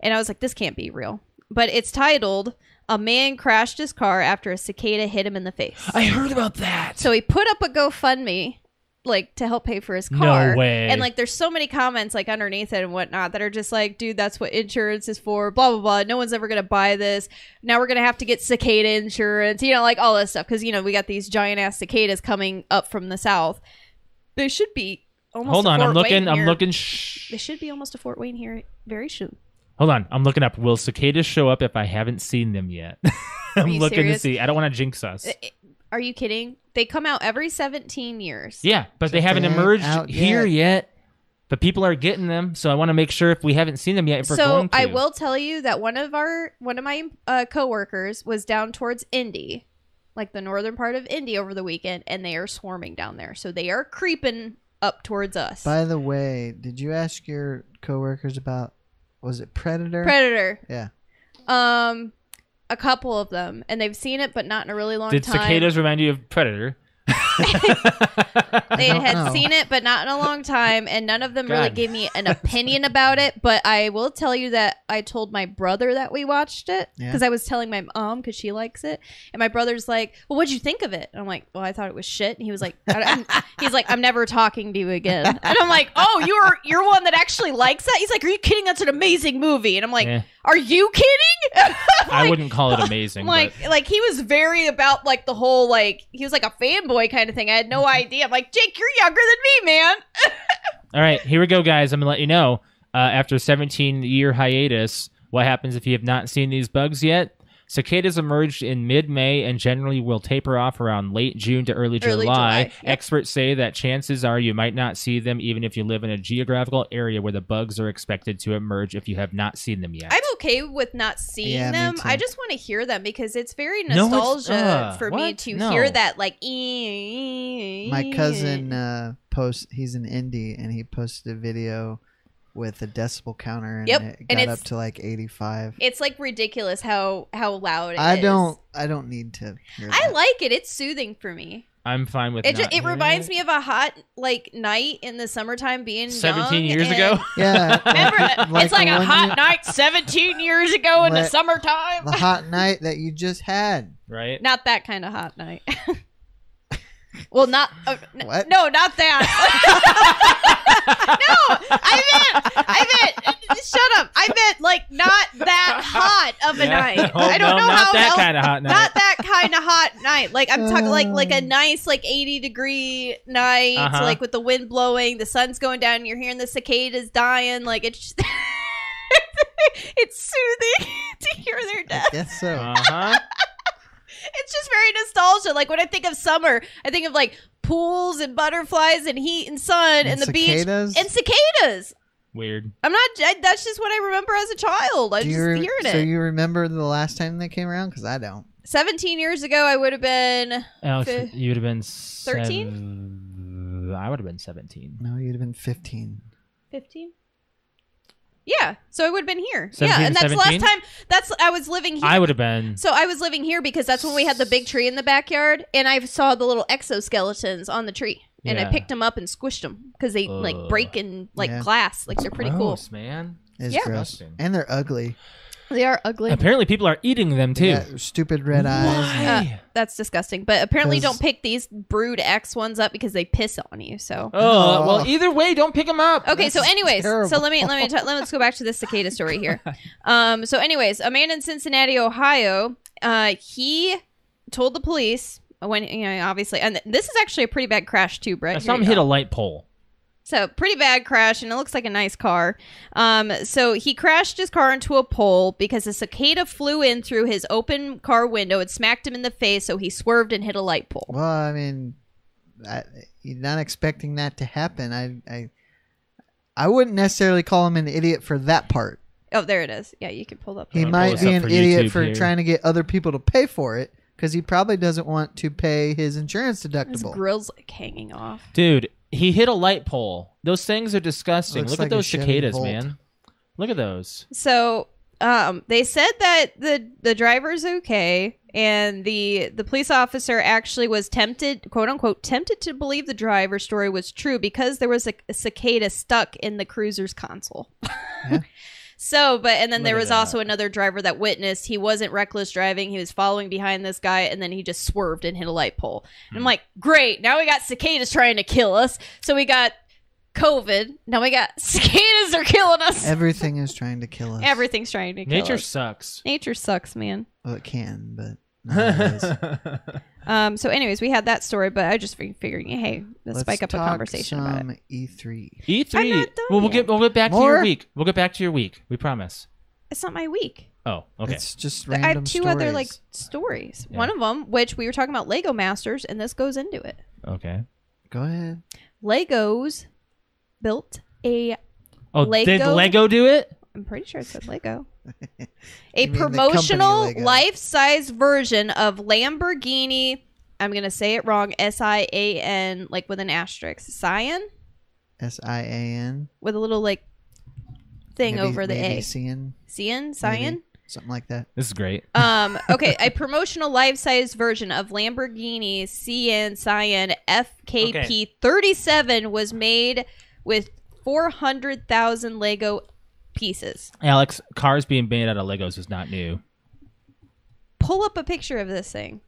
Speaker 3: and I was like, this can't be real. But it's titled "A Man Crashed His Car After a Cicada Hit Him in the Face."
Speaker 2: I heard about that.
Speaker 3: so he put up a GoFundMe, like to help pay for his
Speaker 2: No
Speaker 3: car.
Speaker 2: way.
Speaker 3: And like, there's so many comments like underneath it and whatnot that are just like, dude, that's what insurance is for. Blah blah blah. No one's ever gonna buy this. Now we're gonna have to get cicada insurance. You know, like all this stuff because you know we got these giant ass cicadas coming up from the south. They should be almost.
Speaker 2: Hold
Speaker 3: a
Speaker 2: on, I'm
Speaker 3: Fort
Speaker 2: looking.
Speaker 3: Wayne
Speaker 2: I'm
Speaker 3: here.
Speaker 2: looking. Shh.
Speaker 3: They should be almost a Fort Wayne here very soon.
Speaker 2: Hold on, I'm looking up. Will cicadas show up if I haven't seen them yet? [laughs] I'm
Speaker 3: you
Speaker 2: looking to
Speaker 3: serious?
Speaker 2: see. I don't want to jinx us.
Speaker 3: Are you kidding? They come out every 17 years.
Speaker 2: Yeah, but they haven't
Speaker 1: they ain't
Speaker 2: emerged
Speaker 1: out
Speaker 2: here yet. But people are getting them, so I want to make sure if we haven't seen them yet. If we're
Speaker 3: so
Speaker 2: going to.
Speaker 3: I will tell you that one of our one of my uh, coworkers was down towards Indy, like the northern part of Indy over the weekend, and they are swarming down there. So they are creeping up towards us.
Speaker 1: By the way, did you ask your coworkers about was it Predator?
Speaker 3: Predator.
Speaker 1: yeah.
Speaker 3: Um, a couple of them, and they've seen it, but not in a really long
Speaker 2: Did
Speaker 3: time.
Speaker 2: cicadas remind you of predator?
Speaker 3: they
Speaker 1: I don't
Speaker 3: had
Speaker 1: know.
Speaker 3: seen it, but not in a long time, and none of them really
Speaker 2: God.
Speaker 3: gave me an opinion about it. But I will tell you that I told my brother that we watched it
Speaker 1: Yeah.
Speaker 3: because I was telling my mom because she likes it, and my brother's like, "Well, what'd you think of it?" And I'm like, "Well, I thought it was shit." And he was like, I don't- [laughs] I'm- "He's like, I'm never talking to you again." And I'm like, "Oh, you're you're one that actually likes that." He's like, "Are you kidding? That's an amazing movie." And I'm like,
Speaker 2: Yeah.
Speaker 3: "Are you kidding?" [laughs]
Speaker 2: I
Speaker 3: Like-
Speaker 2: wouldn't call
Speaker 3: [laughs]
Speaker 2: it amazing.
Speaker 3: like
Speaker 2: but-
Speaker 3: like he was very about like the whole like he was like a fanboy kind of thing. I had no
Speaker 2: Mm-hmm.
Speaker 3: idea. I'm like, Jake, you're younger than me, man.
Speaker 2: All right, here we go, guys. I'm gonna let you know uh, after 17 year hiatus what happens if you have not seen these bugs yet. Cicadas emerged in mid-May and generally will taper off around late June to early July.
Speaker 3: Early July, yep.
Speaker 2: Experts say that chances are you might not see them even if you live in a geographical area where the bugs are expected to emerge if you have not seen them yet.
Speaker 3: I'm okay with not seeing
Speaker 1: Yeah, me
Speaker 3: them.
Speaker 1: too.
Speaker 3: I just want to hear them because it's very
Speaker 2: No, it's-
Speaker 3: nostalgia
Speaker 2: uh,
Speaker 3: for me
Speaker 2: what?
Speaker 3: to
Speaker 2: No.
Speaker 3: hear that like "Ee-
Speaker 1: My cousin uh post he's in indie and he posted a video with a decibel counter and
Speaker 3: Yep,
Speaker 1: it
Speaker 3: and
Speaker 1: got
Speaker 3: it's-
Speaker 1: up to like 85.
Speaker 3: It's like ridiculous how how loud it is.
Speaker 1: I don't I don't need to hear
Speaker 3: I
Speaker 1: that.
Speaker 3: like it. It's soothing for me.
Speaker 2: I'm fine with
Speaker 3: It ju-
Speaker 2: not
Speaker 3: it
Speaker 2: hearing
Speaker 3: reminds me of a hot like night in the summertime being
Speaker 2: 17
Speaker 3: young
Speaker 2: years
Speaker 3: and-
Speaker 2: ago.
Speaker 1: yeah.
Speaker 3: [laughs]
Speaker 1: [laughs]
Speaker 3: Remember
Speaker 1: like-
Speaker 3: that? it's like
Speaker 1: the
Speaker 3: a
Speaker 1: one
Speaker 3: hot
Speaker 1: you-
Speaker 3: night 17 years ago in the
Speaker 1: Like-
Speaker 3: summertime.
Speaker 1: the hot night that you just had.
Speaker 2: [laughs] right?
Speaker 3: Not that kind of hot night. [laughs] well, not uh, n-
Speaker 1: What?
Speaker 3: no, [laughs] not that. Oh, no, I meant, I meant. Shut up. I meant like not
Speaker 2: [laughs]
Speaker 3: that hot of a
Speaker 2: Yeah.
Speaker 3: night.
Speaker 2: [laughs] Oh,
Speaker 3: I don't
Speaker 2: no,
Speaker 3: know
Speaker 2: not
Speaker 3: how
Speaker 2: that
Speaker 3: else.
Speaker 2: kind of hot night.
Speaker 3: Not
Speaker 1: [laughs]
Speaker 3: that kind of hot night. Like I'm talking like like a
Speaker 1: Um.
Speaker 3: nice like 80 degree night,
Speaker 2: Uh-huh.
Speaker 3: like with the wind blowing, the sun's going down, you're hearing the cicadas dying. Like it's just, [laughs] it's soothing [laughs] to hear their death
Speaker 1: I guess so.
Speaker 2: uh-huh.
Speaker 3: it's just very nostalgia. Like when I think of summer, I think of like pools and butterflies and heat and sun and, the
Speaker 1: cicadas?
Speaker 3: beach and cicadas.
Speaker 2: Weird.
Speaker 3: I'm not. I, that's just what I remember as a child. I
Speaker 1: Do
Speaker 3: just
Speaker 1: you re-
Speaker 3: hearing it.
Speaker 1: so you remember the last time they came around? Because I don't.
Speaker 3: 17 years ago, I would have been.
Speaker 2: Alex,
Speaker 3: Fi-
Speaker 2: you would have been
Speaker 3: 13?
Speaker 2: sev- I would have been 17.
Speaker 1: No, you'd have been 15.
Speaker 3: 15? Yeah, so I would have been here.
Speaker 2: 17
Speaker 3: yeah, and
Speaker 2: to
Speaker 3: that's the last
Speaker 2: 17?
Speaker 3: time. That's I was living here.
Speaker 2: I would have been.
Speaker 3: so I was living here because that's when we had the big tree in the backyard, and I saw the little exoskeletons on the tree, and
Speaker 2: Yeah.
Speaker 3: I picked them up and squished them because they
Speaker 2: Ugh.
Speaker 3: like break in like
Speaker 1: Yeah.
Speaker 3: glass, like they're pretty cool.
Speaker 2: Gross, man.
Speaker 1: It's
Speaker 3: Yeah.
Speaker 1: gross.
Speaker 2: Disgusting.
Speaker 1: And they're ugly.
Speaker 3: They are ugly.
Speaker 2: Apparently, people are eating them too.
Speaker 1: Yeah, stupid red eyes.
Speaker 3: Uh,
Speaker 2: Why?
Speaker 3: that's disgusting. But apparently,
Speaker 1: 'Cause-
Speaker 3: don't pick these brood X ones up because they piss on you. So
Speaker 2: Oh,
Speaker 1: Oh.
Speaker 2: well, either way, don't pick them up.
Speaker 3: Okay, so
Speaker 1: That's
Speaker 3: anyways, so
Speaker 1: terrible.
Speaker 3: let me let me ta- let, let's go back to this cicada story
Speaker 1: [laughs]
Speaker 3: here. Um, so anyways, a man in Cincinnati, Ohio, uh, he told the police when you know obviously, and this is actually a pretty bad crash too, Brett.
Speaker 2: I
Speaker 3: Here
Speaker 2: saw him
Speaker 3: you
Speaker 2: hit a
Speaker 3: go.
Speaker 2: light pole.
Speaker 3: So pretty bad crash, and it looks like a nice car. Um, so he crashed his car into a pole because a cicada flew in through his open car window and smacked him in the face. So he swerved and hit a light pole.
Speaker 1: Well, I mean, I, you're not expecting that to happen. I, I, I wouldn't necessarily call him an idiot for that part.
Speaker 3: Oh, there it is. Yeah, you can pull up.
Speaker 1: He
Speaker 2: I'm gonna pull
Speaker 1: might
Speaker 2: this
Speaker 1: be
Speaker 2: up
Speaker 1: an
Speaker 2: for
Speaker 1: idiot
Speaker 2: YouTube
Speaker 1: for
Speaker 2: here.
Speaker 1: trying to get other people to pay for it because he probably doesn't want to pay his insurance
Speaker 3: His
Speaker 1: deductible.
Speaker 3: grill's like hanging off.
Speaker 2: Dude, he hit a light pole. Those things are disgusting.
Speaker 1: Looks
Speaker 2: Look
Speaker 1: like
Speaker 2: at
Speaker 1: a
Speaker 2: those
Speaker 1: Chevy
Speaker 2: cicadas,
Speaker 1: Volt.
Speaker 2: man. Look at those.
Speaker 3: So um, they said that the the driver's okay, and the the police officer actually was tempted, quote unquote, tempted to believe the driver's story was true because there was a, a cicada stuck in the cruiser's console. [laughs] So, but and then there
Speaker 2: Look at
Speaker 3: was
Speaker 2: that.
Speaker 3: also another driver that witnessed he wasn't reckless driving. He was following behind this guy, and then he just swerved and hit a light pole. And I'm
Speaker 2: Hmm.
Speaker 3: like, great! Now we got cicadas trying to kill us. So we got COVID. Now we got [laughs] cicadas are killing us.
Speaker 1: Everything is trying to kill us.
Speaker 3: Everything's trying to kill
Speaker 2: Nature
Speaker 3: us.
Speaker 2: sucks.
Speaker 3: Nature sucks, man.
Speaker 1: Well, it can,
Speaker 3: [laughs]
Speaker 1: but not always.
Speaker 3: Um. So, anyways, we had that story, but I just fi- figured, hey, let's
Speaker 1: Let's
Speaker 3: spike up a
Speaker 1: talk
Speaker 3: conversation about it.
Speaker 1: some E E3.
Speaker 2: E3.
Speaker 3: I'm not done
Speaker 2: E well, we'll
Speaker 3: yet.
Speaker 2: get we'll get back to your
Speaker 1: More?
Speaker 2: week. We'll get back to your week. We promise.
Speaker 3: It's not my week.
Speaker 2: Oh, okay.
Speaker 1: It's just
Speaker 3: Th-
Speaker 1: random
Speaker 3: I have two other like
Speaker 1: stories.
Speaker 3: stories.
Speaker 2: Yeah.
Speaker 3: One of them, which we were talking about Lego Masters, and this goes into it.
Speaker 2: okay.
Speaker 1: Go ahead.
Speaker 3: Legos built a.
Speaker 2: Oh, did
Speaker 3: Lego?
Speaker 2: Lego do it?
Speaker 3: I'm pretty sure it said Lego.
Speaker 1: [laughs] You
Speaker 3: a
Speaker 1: mean the company
Speaker 3: promotional
Speaker 1: Lego.
Speaker 3: life-size version of Lamborghini. I'm gonna say it wrong. S I A N, like with an asterisk. Cyan
Speaker 1: S I A N.
Speaker 3: with a little like thing
Speaker 1: Maybe-
Speaker 3: over the
Speaker 1: maybe
Speaker 3: A.
Speaker 1: Cian,
Speaker 3: Cyan,
Speaker 1: maybe.
Speaker 3: Cyan.
Speaker 1: Something like that.
Speaker 2: This is great.
Speaker 3: Um, okay, a promotional life-size version of Lamborghini CN Cyan FKP 37 was made with 400,000 Lego pieces.
Speaker 2: Alex, cars being made out of Legos is not new.
Speaker 3: Pull up a picture of this thing.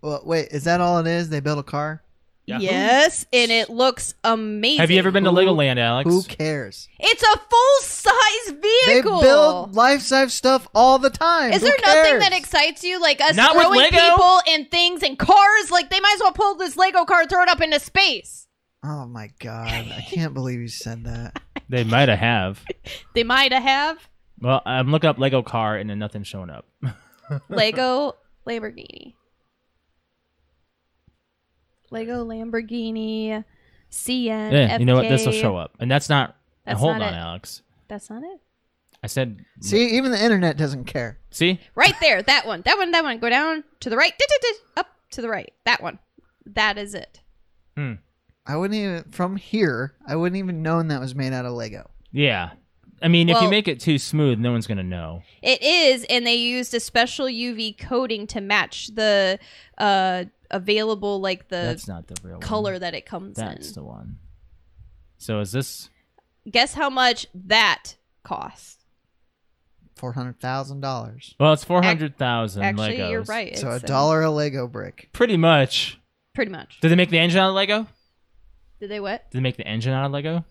Speaker 1: Well, wait, is that all it is? They built a car?
Speaker 2: Yahoo.
Speaker 3: Yes, and it looks amazing.
Speaker 2: Have you ever been to
Speaker 1: Who-
Speaker 2: Legoland, Alex?
Speaker 1: Who cares?
Speaker 3: It's a full-size vehicle.
Speaker 1: They build life-size stuff all the time.
Speaker 3: Is
Speaker 1: Who
Speaker 3: there nothing
Speaker 1: cares?
Speaker 3: that excites you like us
Speaker 2: Not with
Speaker 3: throwing
Speaker 2: Lego.
Speaker 3: people and things and cars? Like they might as well pull this Lego car and throw it up into space.
Speaker 1: Oh my
Speaker 3: [laughs]
Speaker 1: god! I can't believe you said that.
Speaker 2: [laughs] They might have have.
Speaker 3: They might have.
Speaker 1: [laughs]
Speaker 2: Well, I'm looking up Lego car and then nothing's showing up.
Speaker 3: Lego Lamborghini. Lego Lamborghini CN.
Speaker 2: Yeah, [laughs] you know what? This will show up, and that's not.
Speaker 3: That's
Speaker 2: hold
Speaker 3: not
Speaker 2: on,
Speaker 3: it.
Speaker 2: Alex.
Speaker 3: That's not it.
Speaker 2: I said.
Speaker 1: See, even the internet doesn't care.
Speaker 2: See,
Speaker 3: Right there. That one. That one. That one. Go down to the right. Dit-dit-dit. Up to the right. That one. That is it.
Speaker 1: I wouldn't even from here. I wouldn't even known that was made out of Lego.
Speaker 2: yeah. I mean, if you
Speaker 3: Well-
Speaker 2: make it too smooth, no one's gonna know.
Speaker 3: It is, and they used a special UV coating to match the uh, available, like the
Speaker 2: that's not the real
Speaker 3: color
Speaker 2: One.
Speaker 3: that it comes
Speaker 2: That's
Speaker 3: in.
Speaker 2: the one. So is this?
Speaker 3: Guess how much that costs?
Speaker 1: Four hundred thousand dollars.
Speaker 2: Well, it's four hundred thousand.
Speaker 3: Actually,
Speaker 2: Legos.
Speaker 3: you're right.
Speaker 1: So a
Speaker 3: It's, uh,
Speaker 1: dollar a Lego brick.
Speaker 2: Pretty much.
Speaker 3: Pretty much.
Speaker 2: Did they make the engine out of Lego?
Speaker 3: Did they what?
Speaker 2: Did they make the engine out of Lego?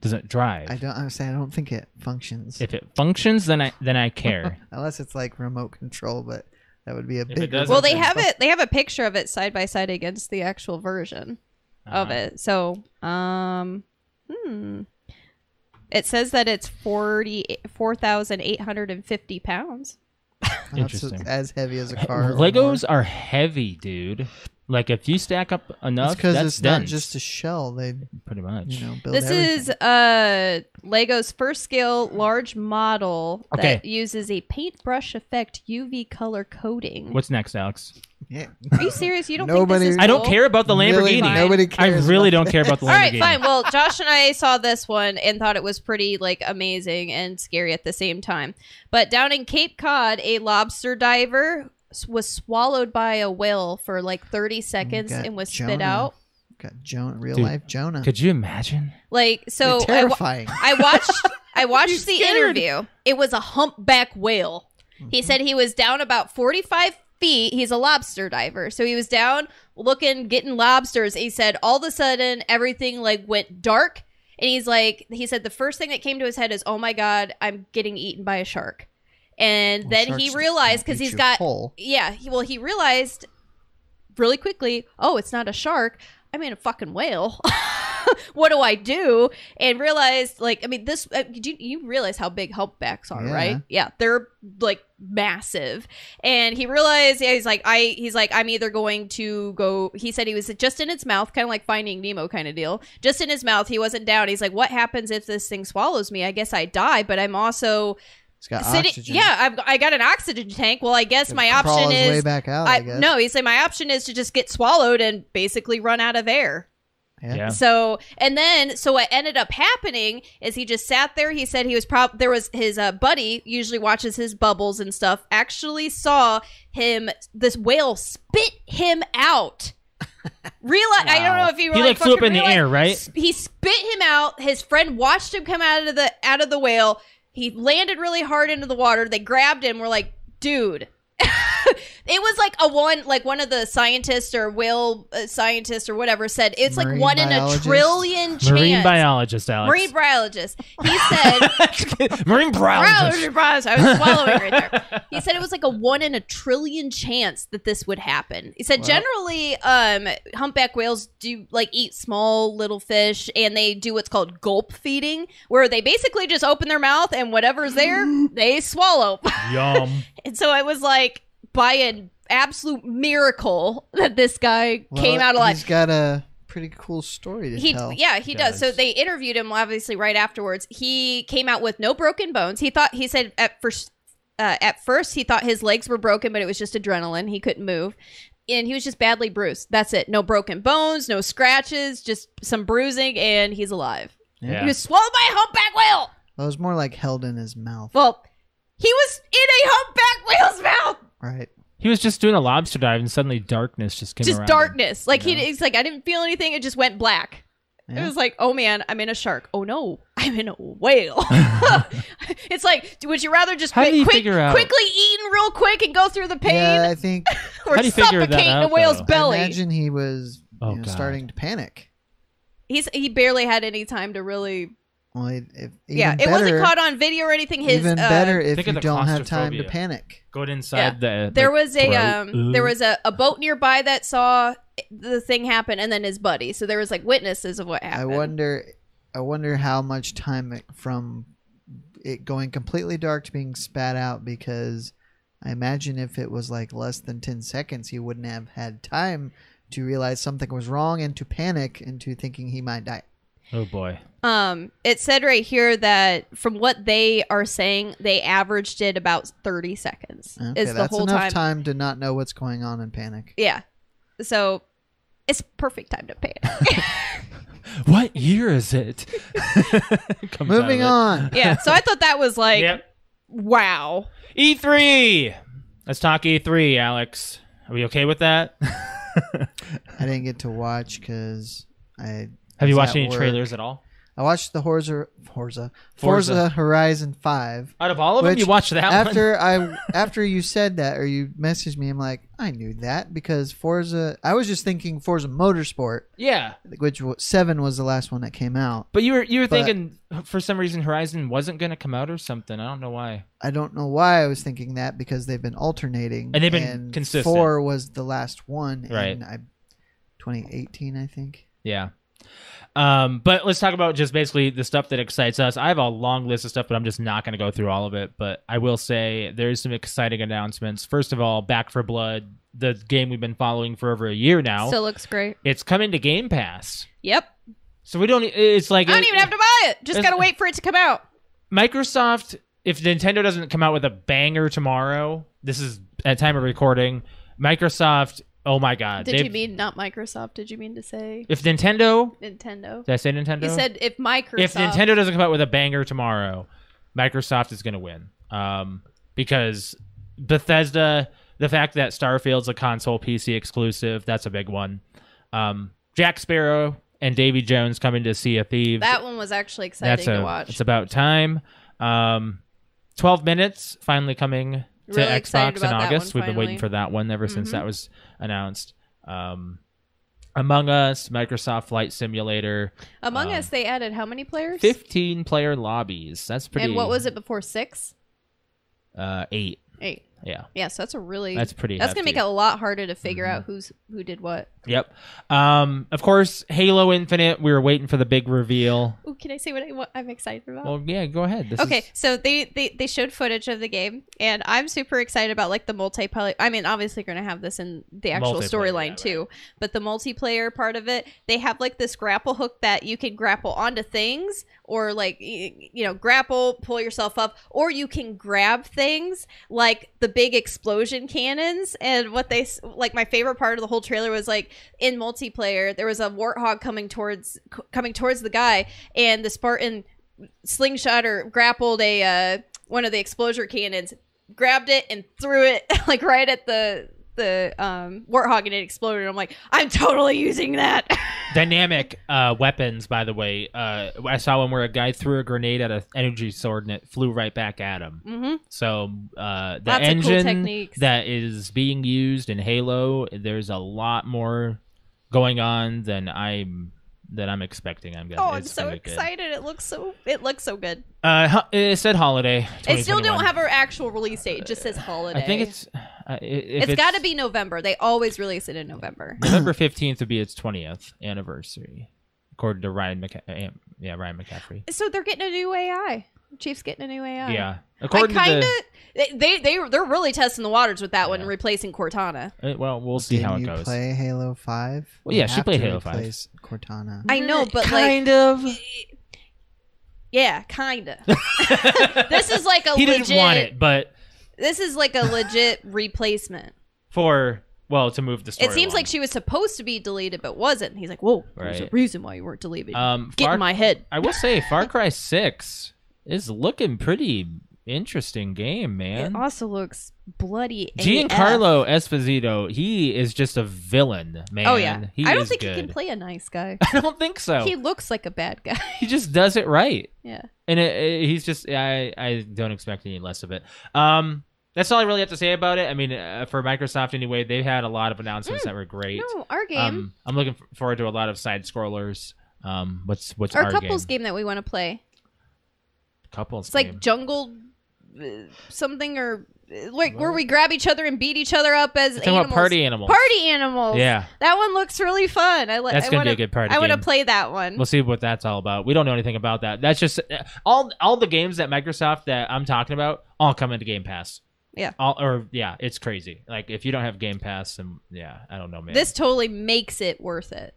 Speaker 2: Does it drive?
Speaker 1: I don't. I say I don't think it functions
Speaker 2: if it functions, then I then I care.
Speaker 1: unless it's like remote control, but that would be a
Speaker 2: it
Speaker 1: big.
Speaker 2: doesn't-
Speaker 3: Well, they have it. They have a picture of it side by side against the actual version [laughs] of
Speaker 2: Uh-huh.
Speaker 3: it. So, um, hmm. It says that it's 40 4,850 pounds.
Speaker 1: That's
Speaker 2: Interesting.
Speaker 1: as heavy as a car. or
Speaker 2: Legos are heavy, dude. Like if you stack up enough,
Speaker 1: That's because
Speaker 2: that's
Speaker 1: it's
Speaker 2: done.
Speaker 1: not just a shell. They
Speaker 2: pretty much.
Speaker 1: you know build.
Speaker 3: This
Speaker 1: everything.
Speaker 3: is uh Lego's first scale large model
Speaker 2: Okay.
Speaker 3: that uses a paintbrush effect UV color coding.
Speaker 2: What's next, Alex?
Speaker 1: yeah. [laughs]
Speaker 3: Are you serious? You don't
Speaker 1: Nobody-
Speaker 3: think this is
Speaker 2: I don't
Speaker 3: cool?
Speaker 2: care about the
Speaker 1: Really,
Speaker 2: Lamborghini.
Speaker 1: nobody
Speaker 2: I
Speaker 1: cares.
Speaker 2: really
Speaker 1: about
Speaker 2: don't care about the Lamborghini.
Speaker 3: All right, fine. Well, Josh and I saw this one and thought it was pretty like amazing and scary at the same time. But down in Cape Cod, a lobster diver s- was swallowed by a whale for like 30 seconds
Speaker 1: got
Speaker 3: and was spit
Speaker 1: Jonah.
Speaker 3: out.
Speaker 1: Got Jonah, real
Speaker 2: Dude,
Speaker 1: life Jonah.
Speaker 2: Could you imagine?
Speaker 3: Like so
Speaker 1: They're
Speaker 3: I wa-
Speaker 1: terrifying.
Speaker 3: I watched I watched the
Speaker 2: scared.
Speaker 3: interview. It was a humpback whale. He said he was down about 45 feet. He's a lobster diver. So he was down looking getting lobsters. He said all of a sudden everything like went dark and he's like he said the first thing that came to his head is, "Oh my god, I'm getting eaten by a shark." And [laughs]
Speaker 1: Well,
Speaker 3: then
Speaker 1: sharks
Speaker 3: he
Speaker 1: don't
Speaker 3: realized cuz
Speaker 1: eat
Speaker 3: he's
Speaker 1: you
Speaker 3: got
Speaker 1: whole.
Speaker 3: yeah, he, well he realized really quickly, "Oh, it's not a shark. I'm in a fucking whale." [laughs] what do I do? And realized, like, I mean, this, uh, do you, you realize how big humpbacks are,
Speaker 1: Yeah.
Speaker 3: right? Yeah, they're like massive. And he realized, yeah, he's like, I, he's like, I'm either going to go, he said he was just in its mouth, kind of like finding Nemo kind of deal, just in his mouth. He wasn't down. He's like, what happens if this thing swallows me? I guess I die, but I'm also
Speaker 1: It's got
Speaker 3: sitting,
Speaker 1: oxygen.
Speaker 3: yeah, I've, I got an oxygen tank. Well, I guess
Speaker 1: Could
Speaker 3: my
Speaker 1: crawl
Speaker 3: option
Speaker 1: his way
Speaker 3: is.
Speaker 1: back out. I,
Speaker 3: I,
Speaker 1: guess.
Speaker 3: no, he said my option is to just get swallowed and basically run out of air.
Speaker 1: Yeah.
Speaker 2: Yeah.
Speaker 3: So and then so what ended up happening is he just sat there. He said he was prob there was his uh, buddy usually watches his bubbles and stuff. Actually saw him this whale spit him
Speaker 2: [laughs]
Speaker 3: out. Realize I don't know if he,
Speaker 2: He like flew up in
Speaker 3: fucking
Speaker 2: the
Speaker 3: realized-
Speaker 2: air, right?
Speaker 3: s- He spit him out. His friend watched him come out of the out of the whale. He landed really hard into the water. They grabbed him. We're like, dude. It was like a one, like one of the scientists or whale uh, scientists or whatever said it's like
Speaker 1: Marine
Speaker 3: one in a
Speaker 1: biologist?
Speaker 3: trillion chance.
Speaker 2: Marine biologist, Alex. [laughs]
Speaker 3: Marine biologist. He said,
Speaker 2: Marine
Speaker 3: [laughs]
Speaker 2: biologist.
Speaker 3: Biologist, biologist. I was swallowing right
Speaker 2: [laughs]
Speaker 3: there. He said it was like a one in a trillion chance that this would happen. He said
Speaker 1: Wow.
Speaker 3: generally, um, humpback whales do like eat small little fish, and they do what's called gulp feeding, where they basically just open their mouth and whatever's
Speaker 1: [laughs]
Speaker 3: there, they swallow.
Speaker 2: Yum.
Speaker 3: And so I was like, by an absolute miracle that this guy
Speaker 1: Well,
Speaker 3: came out alive.
Speaker 1: He's got a pretty cool story to
Speaker 3: He
Speaker 1: tell.
Speaker 3: yeah, he does. So
Speaker 2: Does.
Speaker 3: they interviewed him obviously right afterwards. He came out with no broken bones. He thought he said at first uh, at first he thought his legs were broken, but it was just adrenaline. He couldn't move. And he was just badly bruised. That's it. No broken bones, no scratches, just some bruising, and he's alive.
Speaker 2: Yeah.
Speaker 3: He was swallowed by a humpback whale.
Speaker 1: Well, it was more like held in his mouth,
Speaker 3: Well, he was in a humpback whale's mouth.
Speaker 1: right?
Speaker 2: He was just doing a lobster dive and suddenly darkness just came
Speaker 3: just
Speaker 2: around. him.
Speaker 3: darkness. Like
Speaker 2: Yeah.
Speaker 3: he, it's like I didn't feel anything. It just went black.
Speaker 1: Yeah.
Speaker 3: It was like, oh man, I'm in a shark. Oh no, I'm in a
Speaker 2: [laughs]
Speaker 3: whale. [laughs] it's like, would you rather just
Speaker 2: How do
Speaker 3: quit,
Speaker 2: you
Speaker 3: quick,
Speaker 2: figure out-
Speaker 3: quickly eaten real quick and go through the pain,
Speaker 1: Yeah, I think.
Speaker 3: or
Speaker 2: How do you figure that
Speaker 3: suffocate in a
Speaker 2: out,
Speaker 3: whale's
Speaker 2: though?
Speaker 3: belly?
Speaker 1: I imagine he was you
Speaker 2: Oh,
Speaker 1: know,
Speaker 2: God.
Speaker 1: starting to panic.
Speaker 3: He's he barely had any time to really.
Speaker 1: Well, it, if, even
Speaker 3: yeah, it
Speaker 1: better,
Speaker 3: wasn't caught on video or anything. His
Speaker 1: even
Speaker 3: uh,
Speaker 1: better if
Speaker 2: Think of the
Speaker 1: you don't have time to
Speaker 2: claustrophobia.
Speaker 1: panic.
Speaker 2: Go inside the.
Speaker 3: There
Speaker 2: like,
Speaker 3: was a
Speaker 2: throat.
Speaker 3: um, there was a, a boat nearby that saw the thing happen, and then his buddy. So there was like witnesses of what
Speaker 1: I
Speaker 3: happened.
Speaker 1: wonder. I wonder how much time it, from it going completely dark to being spat out because I imagine if it was like less than ten seconds, he wouldn't have had time to realize something was wrong and to panic and to thinking he might die.
Speaker 2: Oh boy.
Speaker 3: Um, it said right here that from what they are saying, they averaged it about 30 seconds
Speaker 1: Okay,
Speaker 3: is the
Speaker 1: that's
Speaker 3: whole
Speaker 1: enough
Speaker 3: time.
Speaker 1: time to not know what's going on and panic.
Speaker 3: Yeah. So it's perfect time to pay
Speaker 1: [laughs]
Speaker 3: it.
Speaker 2: What year is it? [laughs] Comes out of it.
Speaker 1: Moving on.
Speaker 3: yeah. So I thought that was like,
Speaker 2: Yep.
Speaker 3: wow.
Speaker 2: E3. Let's talk E3, Alex. Are we okay with
Speaker 1: [laughs]
Speaker 2: that?
Speaker 1: I didn't get to watch because I
Speaker 2: Have you
Speaker 1: was
Speaker 2: watched
Speaker 1: at
Speaker 2: any
Speaker 1: work.
Speaker 2: trailers at all?
Speaker 1: I watched the Horza Forza
Speaker 2: Forza.
Speaker 1: Forza, Horizon Five.
Speaker 2: Out of all of them,
Speaker 1: Which,
Speaker 2: you watched that one.
Speaker 1: after I after you said that or you messaged me, I'm like, I knew that because Forza. I was just thinking Forza Motorsport,
Speaker 2: [laughs] Yeah,
Speaker 1: which wa- seven was the last one that came out.
Speaker 2: but you were you were
Speaker 1: But-
Speaker 2: thinking for some reason Horizon wasn't going to come out or something. I don't know why.
Speaker 1: I don't know why I was thinking that because they've been alternating
Speaker 2: And they've been consistent.
Speaker 1: Four was the last one,
Speaker 2: Right.
Speaker 1: In I, 2018, I think.
Speaker 2: Yeah. Um, but let's talk about just basically the stuff that excites us. I have a long list of stuff, but I'm just not going to go through all of it. But I will say there's some exciting announcements. First of all, Back for Blood, the game we've been following for over a year now,
Speaker 3: Still looks great.
Speaker 2: it's coming to Game Pass.
Speaker 3: Yep.
Speaker 2: So we don't. e, It's like
Speaker 3: I don't even have to buy it. Just
Speaker 2: It's-
Speaker 3: gotta wait for it to come out.
Speaker 2: Microsoft, if Nintendo doesn't come out with a banger tomorrow, this is at time of recording. Microsoft, oh my god!
Speaker 3: Did you
Speaker 2: they've-
Speaker 3: mean not Microsoft? Did you mean to say
Speaker 2: if Nintendo?
Speaker 3: Nintendo?
Speaker 2: Did I say Nintendo?
Speaker 3: You said if Microsoft.
Speaker 2: if Nintendo doesn't come out with a banger tomorrow, Microsoft is going to win. Um, because Bethesda, the fact that Starfield's a console PC exclusive, that's a big one. Um, Jack Sparrow and Davy Jones coming to see a Thieves.
Speaker 3: that one was actually exciting
Speaker 2: that's a,
Speaker 3: to watch.
Speaker 2: It's about time. Um, 12 minutes finally coming to
Speaker 3: Really excited
Speaker 2: Xbox in
Speaker 3: about that
Speaker 2: August.
Speaker 3: one,
Speaker 2: We've been waiting
Speaker 3: finally.
Speaker 2: for that one ever since
Speaker 3: Mhm.
Speaker 2: that was announced. Um, Among Us, Microsoft Flight Simulator,
Speaker 3: Among
Speaker 2: um,
Speaker 3: Us, they added how many players?
Speaker 2: 15 player lobbies. That's pretty.
Speaker 3: And what was it before? Six,
Speaker 2: Uh, eight.
Speaker 3: eight.
Speaker 2: Yeah.
Speaker 3: Yeah, so that's a really
Speaker 2: That's pretty.
Speaker 3: that's gonna
Speaker 2: hefty.
Speaker 3: make it a lot harder to figure
Speaker 2: Mhm.
Speaker 3: out who's who did what.
Speaker 2: Yep. Um, of course, Halo Infinite. We were waiting for the big reveal.
Speaker 3: Oh, can I say what, I, what I'm excited about?
Speaker 2: Well, yeah, go ahead. This
Speaker 3: Oh. okay
Speaker 2: is-
Speaker 3: so they, they they showed footage of the game and i'm super excited about like the multiplayer i mean obviously you're gonna have this in the actual
Speaker 2: Multiplayer,
Speaker 3: storyline
Speaker 2: yeah,
Speaker 3: too but the multiplayer part of it they have like this grapple hook that you can grapple onto things or like y- you know grapple pull yourself up or you can grab things like the big explosion cannons and what they s- like my favorite part of the whole trailer was like in multiplayer there was a warthog coming towards c- coming towards the guy and the spartan slingshot or grappled a uh, one of the explosion cannons, grabbed it and threw it [laughs] like right at the the um, warthog and it exploded. I'm like, I'm totally using that. [laughs]
Speaker 2: Dynamic uh, weapons, by the way. Uh, I saw one where a guy threw a grenade at an energy sword and it flew right back at him.
Speaker 3: mm-hmm.
Speaker 2: So uh, the
Speaker 3: Lots of cool
Speaker 2: engine
Speaker 3: techniques.
Speaker 2: that is being used in Halo, there's a lot more going on than I'm than I'm expecting. I'm gonna.
Speaker 3: Oh, I'm
Speaker 2: it's
Speaker 3: so
Speaker 2: gonna be good.
Speaker 3: excited! It looks so it looks so good.
Speaker 2: Uh, ho- it said holiday.
Speaker 3: It still don't
Speaker 2: 2021.
Speaker 3: have our actual release date. It just says holiday.
Speaker 2: I think it's. Uh, i- if
Speaker 3: it's got to be November. They always release it in November.
Speaker 2: November fifteenth would be its twentieth anniversary, according to Ryan McCa- am- yeah Ryan McCaffrey.
Speaker 3: so they're getting a new AI. Chief's getting a new AI.
Speaker 2: Yeah,
Speaker 3: I
Speaker 2: according
Speaker 3: kind
Speaker 2: to
Speaker 3: of they they they're really testing the waters with that one,
Speaker 2: Yeah.
Speaker 3: replacing Cortana.
Speaker 2: the uh, well, we'll see
Speaker 1: Did
Speaker 2: how it
Speaker 1: you
Speaker 2: goes.
Speaker 1: play Halo Five?
Speaker 2: Well,
Speaker 1: You
Speaker 2: yeah, she
Speaker 1: have
Speaker 2: played
Speaker 1: to
Speaker 2: Halo 5.
Speaker 1: replace Cortana.
Speaker 3: I know, but like
Speaker 2: kind of.
Speaker 3: Yeah, kinda. this is like
Speaker 2: [laughs] [laughs]
Speaker 3: a
Speaker 2: he
Speaker 3: legit.
Speaker 2: didn't want it, but
Speaker 3: This is like [laughs] a legit replacement.
Speaker 2: for well to move the story.
Speaker 3: It seems like
Speaker 2: along.
Speaker 3: she was supposed to be deleted, but wasn't. He's like, "Whoa, there's a
Speaker 2: Right.
Speaker 3: reason why you weren't deleted.
Speaker 2: Um,
Speaker 3: Get
Speaker 2: Far-
Speaker 3: in my head."
Speaker 2: I will
Speaker 3: [laughs]
Speaker 2: say, Far Cry Six is looking pretty interesting game, man.
Speaker 3: It also looks bloody.
Speaker 2: Giancarlo Esposito, he is just a villain, man.
Speaker 3: AF. Oh yeah,
Speaker 2: he
Speaker 3: I don't
Speaker 2: is
Speaker 3: think
Speaker 2: good. Oh.
Speaker 3: he can play a nice guy.
Speaker 2: [laughs] I don't think so.
Speaker 3: he looks like a bad guy.
Speaker 2: he just does it right.
Speaker 3: yeah.
Speaker 2: and it, it- he's just I I don't expect any less of it. Um, that's all I really have to say about it. I mean, uh, for Microsoft anyway, they've had a lot of announcements that were great.
Speaker 3: [laughs] Mm, No, our game.
Speaker 2: um, I'm looking f- forward to a lot of side scrollers. Um, what's what's
Speaker 3: our,
Speaker 2: our,
Speaker 3: couples
Speaker 2: game?
Speaker 3: game. that we want to play.
Speaker 2: Couples
Speaker 3: It's like
Speaker 2: game.
Speaker 3: jungle uh, something or uh, like where we grab each other and beat each other up as
Speaker 2: Talking about
Speaker 3: animals.
Speaker 2: party animals.
Speaker 3: Party animals.
Speaker 2: Yeah,
Speaker 3: That one looks really fun. I like.
Speaker 2: that's
Speaker 3: I
Speaker 2: gonna
Speaker 3: wanna,
Speaker 2: be a good party.
Speaker 3: I want to
Speaker 2: game.
Speaker 3: play that one.
Speaker 2: We'll see what that's all about. We don't know anything about that. That's just uh, all all the games that Microsoft that I'm talking about all come into Game Pass.
Speaker 3: Yeah.
Speaker 2: All or yeah, it's crazy. Like if you don't have Game Pass, then yeah, I don't know, man.
Speaker 3: This totally makes it worth it.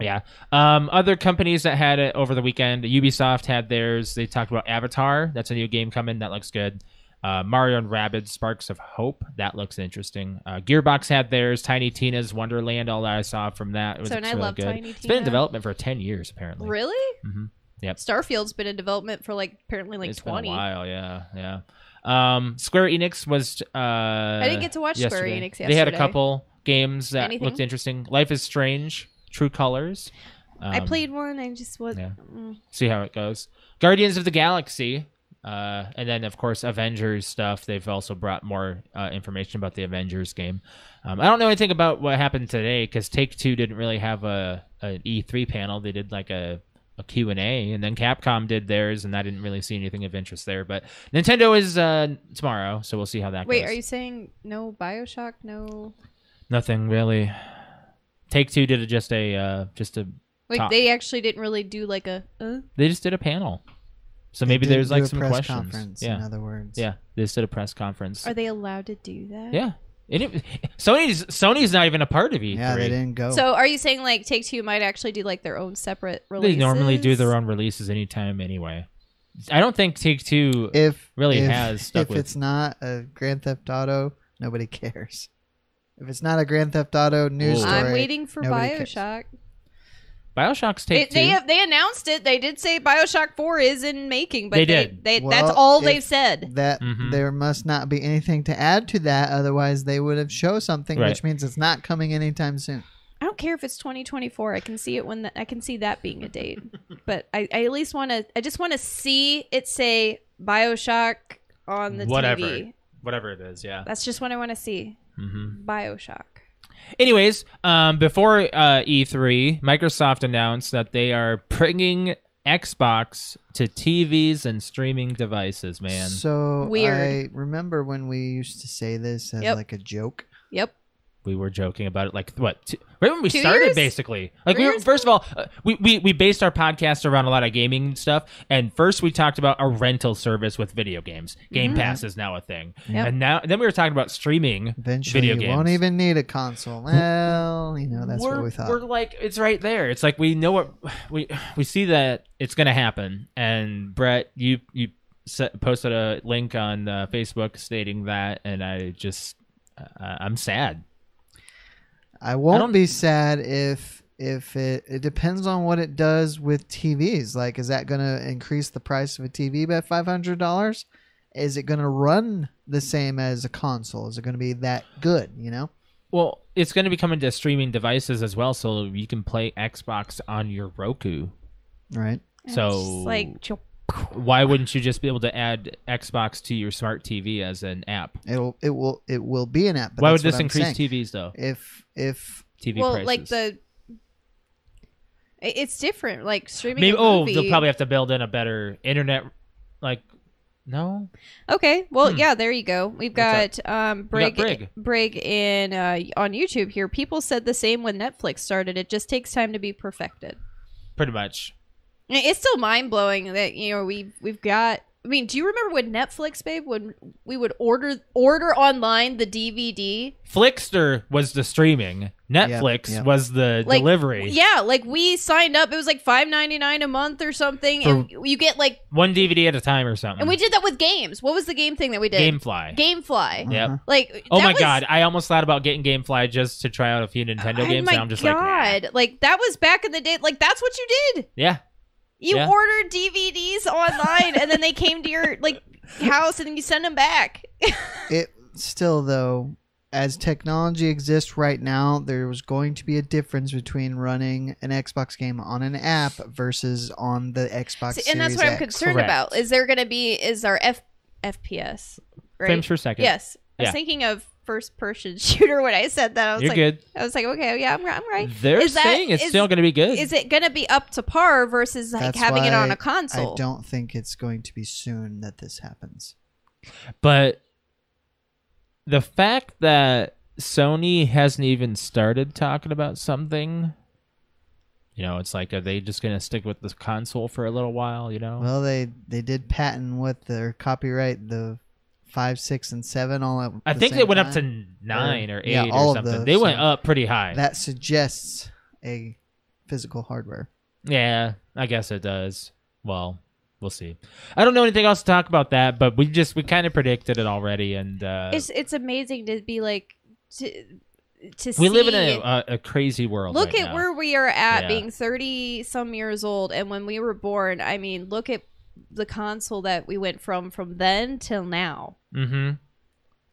Speaker 2: Yeah. Um, other companies that had it over the weekend, Ubisoft had theirs. They talked about Avatar. That's a new game coming. That looks good. Uh, Mario and Rabbids Sparks of Hope. That looks interesting. Uh, Gearbox had theirs. Tiny Tina's Wonderland. All that I saw from that was
Speaker 3: So, and I
Speaker 2: really
Speaker 3: love
Speaker 2: good.
Speaker 3: Tiny
Speaker 2: It's been in
Speaker 3: Tina.
Speaker 2: development for ten years apparently.
Speaker 3: Really?
Speaker 2: hmm Yep.
Speaker 3: Starfield's been in development for like apparently like
Speaker 2: It's
Speaker 3: twenty.
Speaker 2: been a while. Yeah. Yeah. Um, Square Enix was. Uh, I
Speaker 3: didn't get to watch Square Enix
Speaker 2: They had a
Speaker 3: yesterday.
Speaker 2: couple games that
Speaker 3: Anything?
Speaker 2: looked interesting. Life is Strange. True Colors.
Speaker 3: I
Speaker 2: Um,
Speaker 3: played one. I just was.
Speaker 2: yeah.
Speaker 3: mm.
Speaker 2: see how it goes. Guardians of the Galaxy, uh, and then of course Avengers stuff. They've also brought more uh, information about the Avengers game. Um, I don't know anything about what happened today because Take Two didn't really have a an E3 panel. They did like a a Q and A, and then Capcom did theirs, and I didn't really see anything of interest there. But Nintendo is uh, tomorrow, so we'll see how that
Speaker 3: Wait,
Speaker 2: goes.
Speaker 3: are you saying no Bioshock? No.
Speaker 2: Nothing really. Take Two did a, just a uh, just a
Speaker 3: Like
Speaker 2: talk.
Speaker 3: they actually didn't really do like a. Uh?
Speaker 2: They just did a panel, so
Speaker 1: They
Speaker 2: maybe
Speaker 1: didn't
Speaker 2: there's
Speaker 1: do
Speaker 2: like
Speaker 1: a
Speaker 2: some
Speaker 1: press
Speaker 2: questions.
Speaker 1: Conference,
Speaker 2: yeah,
Speaker 1: In other words,
Speaker 2: yeah. They just did a press conference.
Speaker 3: Are they allowed to do that?
Speaker 2: yeah, and it, Sony's Sony's not even a part of E E3.
Speaker 1: yeah. They didn't go.
Speaker 3: So are you saying like Take Two might actually do like their own separate
Speaker 2: They
Speaker 3: releases?
Speaker 2: normally do their own releases anytime anyway. I don't think Take Two.
Speaker 1: if
Speaker 2: really
Speaker 1: if,
Speaker 2: has stuck
Speaker 1: if
Speaker 2: with-
Speaker 1: it's not a Grand Theft Auto, nobody cares. If it's not a Grand Theft Auto news
Speaker 2: Ooh.
Speaker 1: story,
Speaker 3: I'm waiting for
Speaker 1: nobody cares.
Speaker 3: Bioshock.
Speaker 2: Bioshock's
Speaker 3: They,
Speaker 2: Take Two.
Speaker 3: they have they announced it. They did say Bioshock Four is in making, but
Speaker 2: They
Speaker 3: they,
Speaker 2: did.
Speaker 3: They,
Speaker 1: Well,
Speaker 3: that's all
Speaker 1: if-
Speaker 3: they've said.
Speaker 1: That
Speaker 2: Mhm.
Speaker 1: there must not be anything to add to that, otherwise they would have show something,
Speaker 2: Right.
Speaker 1: which means it's not coming anytime soon.
Speaker 3: I don't care if it's 2024. I can see it when the, I can see that being
Speaker 2: [laughs]
Speaker 3: a date, but I, I at least want to. I just want to see it say Bioshock on the
Speaker 2: Whatever.
Speaker 3: TV.
Speaker 2: whatever it is. Yeah.
Speaker 3: That's just what I want to see.
Speaker 2: Mm-hmm.
Speaker 3: Bioshock.
Speaker 2: Anyways, um, before uh, E3, Microsoft announced that they are bringing Xbox to TVs and streaming devices. Man,
Speaker 1: So
Speaker 3: Weird.
Speaker 1: I remember when we used to say this as
Speaker 3: Yep.
Speaker 1: like a joke.
Speaker 3: Yep.
Speaker 2: we were joking about it. Like what? Two, right when we
Speaker 3: Two
Speaker 2: started,
Speaker 3: years?
Speaker 2: basically. Like
Speaker 3: Three
Speaker 2: we were,
Speaker 3: years
Speaker 2: first of all, uh, we, we we based our podcast around a lot of gaming stuff, and first we talked about a rental service with video games. Game Pass is now a thing,
Speaker 3: Mm. Yep.
Speaker 2: and now then we were talking about streaming.
Speaker 1: Eventually,
Speaker 2: Video
Speaker 1: you won't
Speaker 2: games.
Speaker 1: even need a console. Well, you know that's
Speaker 2: we're,
Speaker 1: what we thought.
Speaker 2: We're like, it's right there. It's like we know what we we see that it's gonna happen. And Brett, you you set, posted a link on uh, Facebook stating that, and I just uh, I'm sad.
Speaker 1: I
Speaker 2: don't-
Speaker 1: won't be sad if if it it depends on what it does with TVs. Like, is that going to increase the price of a TV by five hundred dollars? Is it going to run the same as a console? Is it going to be that good? You know,
Speaker 2: Well, it's gonna be coming to streaming devices as well, so you can play Xbox on your Roku.
Speaker 1: right?
Speaker 3: And
Speaker 2: So-
Speaker 3: it's just like chop.
Speaker 2: Why wouldn't you just be able to add Xbox to your smart TV as an app?
Speaker 1: It'll it will it will be an app. But
Speaker 2: Why would
Speaker 1: that's what
Speaker 2: this
Speaker 1: I'm
Speaker 2: increase
Speaker 1: saying.
Speaker 2: TVs though?
Speaker 1: If if
Speaker 2: TV
Speaker 3: well,
Speaker 2: prices.
Speaker 3: like the. it- It's different, like streaming.
Speaker 2: maybe
Speaker 3: a
Speaker 2: oh
Speaker 3: movie.
Speaker 2: they'll probably have to build in a better internet like no
Speaker 3: Okay. Well,
Speaker 2: Hmm.
Speaker 3: yeah, there you go. We've
Speaker 2: What's
Speaker 3: got um
Speaker 2: We got
Speaker 3: Brig
Speaker 2: Brig.
Speaker 3: Brig, in uh, on YouTube here. People said the same when Netflix started. It just takes time to be perfected.
Speaker 2: pretty much
Speaker 3: I- It's still mind blowing that you know we we've got. I mean, do you remember when Netflix, babe, when we would order order online the DVD?
Speaker 2: Flickster was the streaming. Netflix
Speaker 1: Yeah, yeah.
Speaker 2: was the
Speaker 3: Like,
Speaker 2: delivery.
Speaker 3: Yeah, like we signed up. It was like five ninety nine a month or something, and you get like.
Speaker 2: One DVD at a time or something.
Speaker 3: And we did that with games. What was the game thing that we did?
Speaker 2: GameFly.
Speaker 3: GameFly.
Speaker 2: Yep.
Speaker 1: Uh-huh.
Speaker 3: Like
Speaker 2: Oh
Speaker 3: that
Speaker 2: my
Speaker 3: was-
Speaker 2: god, I almost thought about getting GameFly just to try out a few Nintendo games and I'm just like nah.
Speaker 3: Oh god! Like that was back in the day. Like that's what you did.
Speaker 2: Yeah.
Speaker 3: You
Speaker 2: Yeah.
Speaker 3: ordered DVDs online, and then they came to your like house, and you send them back.
Speaker 1: it still though as technology exists right now there was going to be a difference between running an xbox game on an app versus on the xbox
Speaker 3: See, and that's what
Speaker 1: Series
Speaker 3: I'm
Speaker 1: X.
Speaker 3: concerned
Speaker 2: Correct.
Speaker 3: about. Is there going to be is our F FPS? Right.
Speaker 2: Frames per second.
Speaker 3: Yes. I
Speaker 2: Yeah.
Speaker 3: was thinking of first person [laughs] shooter when I said that. I was
Speaker 2: You're
Speaker 3: like,
Speaker 2: good.
Speaker 3: I was like, okay, yeah, I'm, I'm right.
Speaker 2: They're
Speaker 3: Is that-
Speaker 2: saying it's
Speaker 3: is-
Speaker 2: still gonna be good.
Speaker 3: Is it going to be up to par versus like
Speaker 1: That's
Speaker 3: having it on
Speaker 1: why
Speaker 3: a console?
Speaker 1: i don't think it's going to be soon that this happens
Speaker 2: but the fact that Sony hasn't even started talking about something you know, it's like are they just gonna stick with this console for a little while, you know?
Speaker 1: well they they did patent what their copyright the five six and seven all at
Speaker 2: I
Speaker 1: the
Speaker 2: think they
Speaker 1: same
Speaker 2: went up
Speaker 1: time.
Speaker 2: to nine or eight
Speaker 1: yeah, all
Speaker 2: or
Speaker 1: of
Speaker 2: something.
Speaker 1: those,
Speaker 2: They went
Speaker 1: so-
Speaker 2: up pretty high.
Speaker 1: that suggests a physical hardware
Speaker 2: yeah, I guess it does. Well, we'll see. I don't know anything else to talk about that, but we just we kind of predicted it already, and uh,
Speaker 3: it's it's amazing to be like to to
Speaker 2: we
Speaker 3: see
Speaker 2: live in a, a, a crazy world.
Speaker 3: look
Speaker 2: right
Speaker 3: at
Speaker 2: now.
Speaker 3: where we are at
Speaker 2: Yeah.
Speaker 3: being 30 some years old and when we were born i mean look at the console that we went from from then till now
Speaker 2: hmm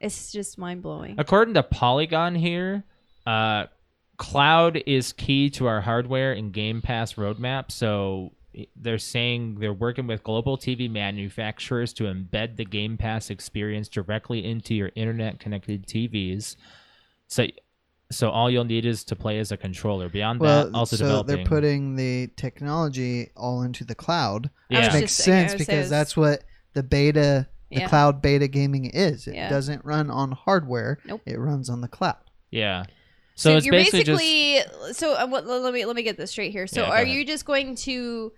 Speaker 3: it's just mind-blowing
Speaker 2: According to Polygon here, uh, cloud is key to our hardware and Game Pass roadmap. So they're saying they're working with global TV manufacturers to embed the Game Pass experience directly into your internet connected TVs. So so all you'll need is to play as a controller. Beyond
Speaker 1: well
Speaker 2: that, also
Speaker 1: so
Speaker 2: developing.
Speaker 1: they're putting the technology all into the
Speaker 3: I
Speaker 1: cloud
Speaker 2: yeah.
Speaker 3: was
Speaker 1: which makes
Speaker 3: just thinking- I
Speaker 1: sense
Speaker 3: was
Speaker 1: because
Speaker 3: saying it's-
Speaker 1: that's what the beta, the
Speaker 3: Yeah.
Speaker 1: cloud beta gaming is. It
Speaker 3: Yeah.
Speaker 1: doesn't run on hardware.
Speaker 3: Nope.
Speaker 1: It runs on the cloud.
Speaker 2: yeah. So, it's
Speaker 3: you're
Speaker 2: basically, just
Speaker 3: basically so. Uh, what, let me let me get this straight here. So
Speaker 2: Yeah, go
Speaker 3: are
Speaker 2: ahead.
Speaker 3: you just going to?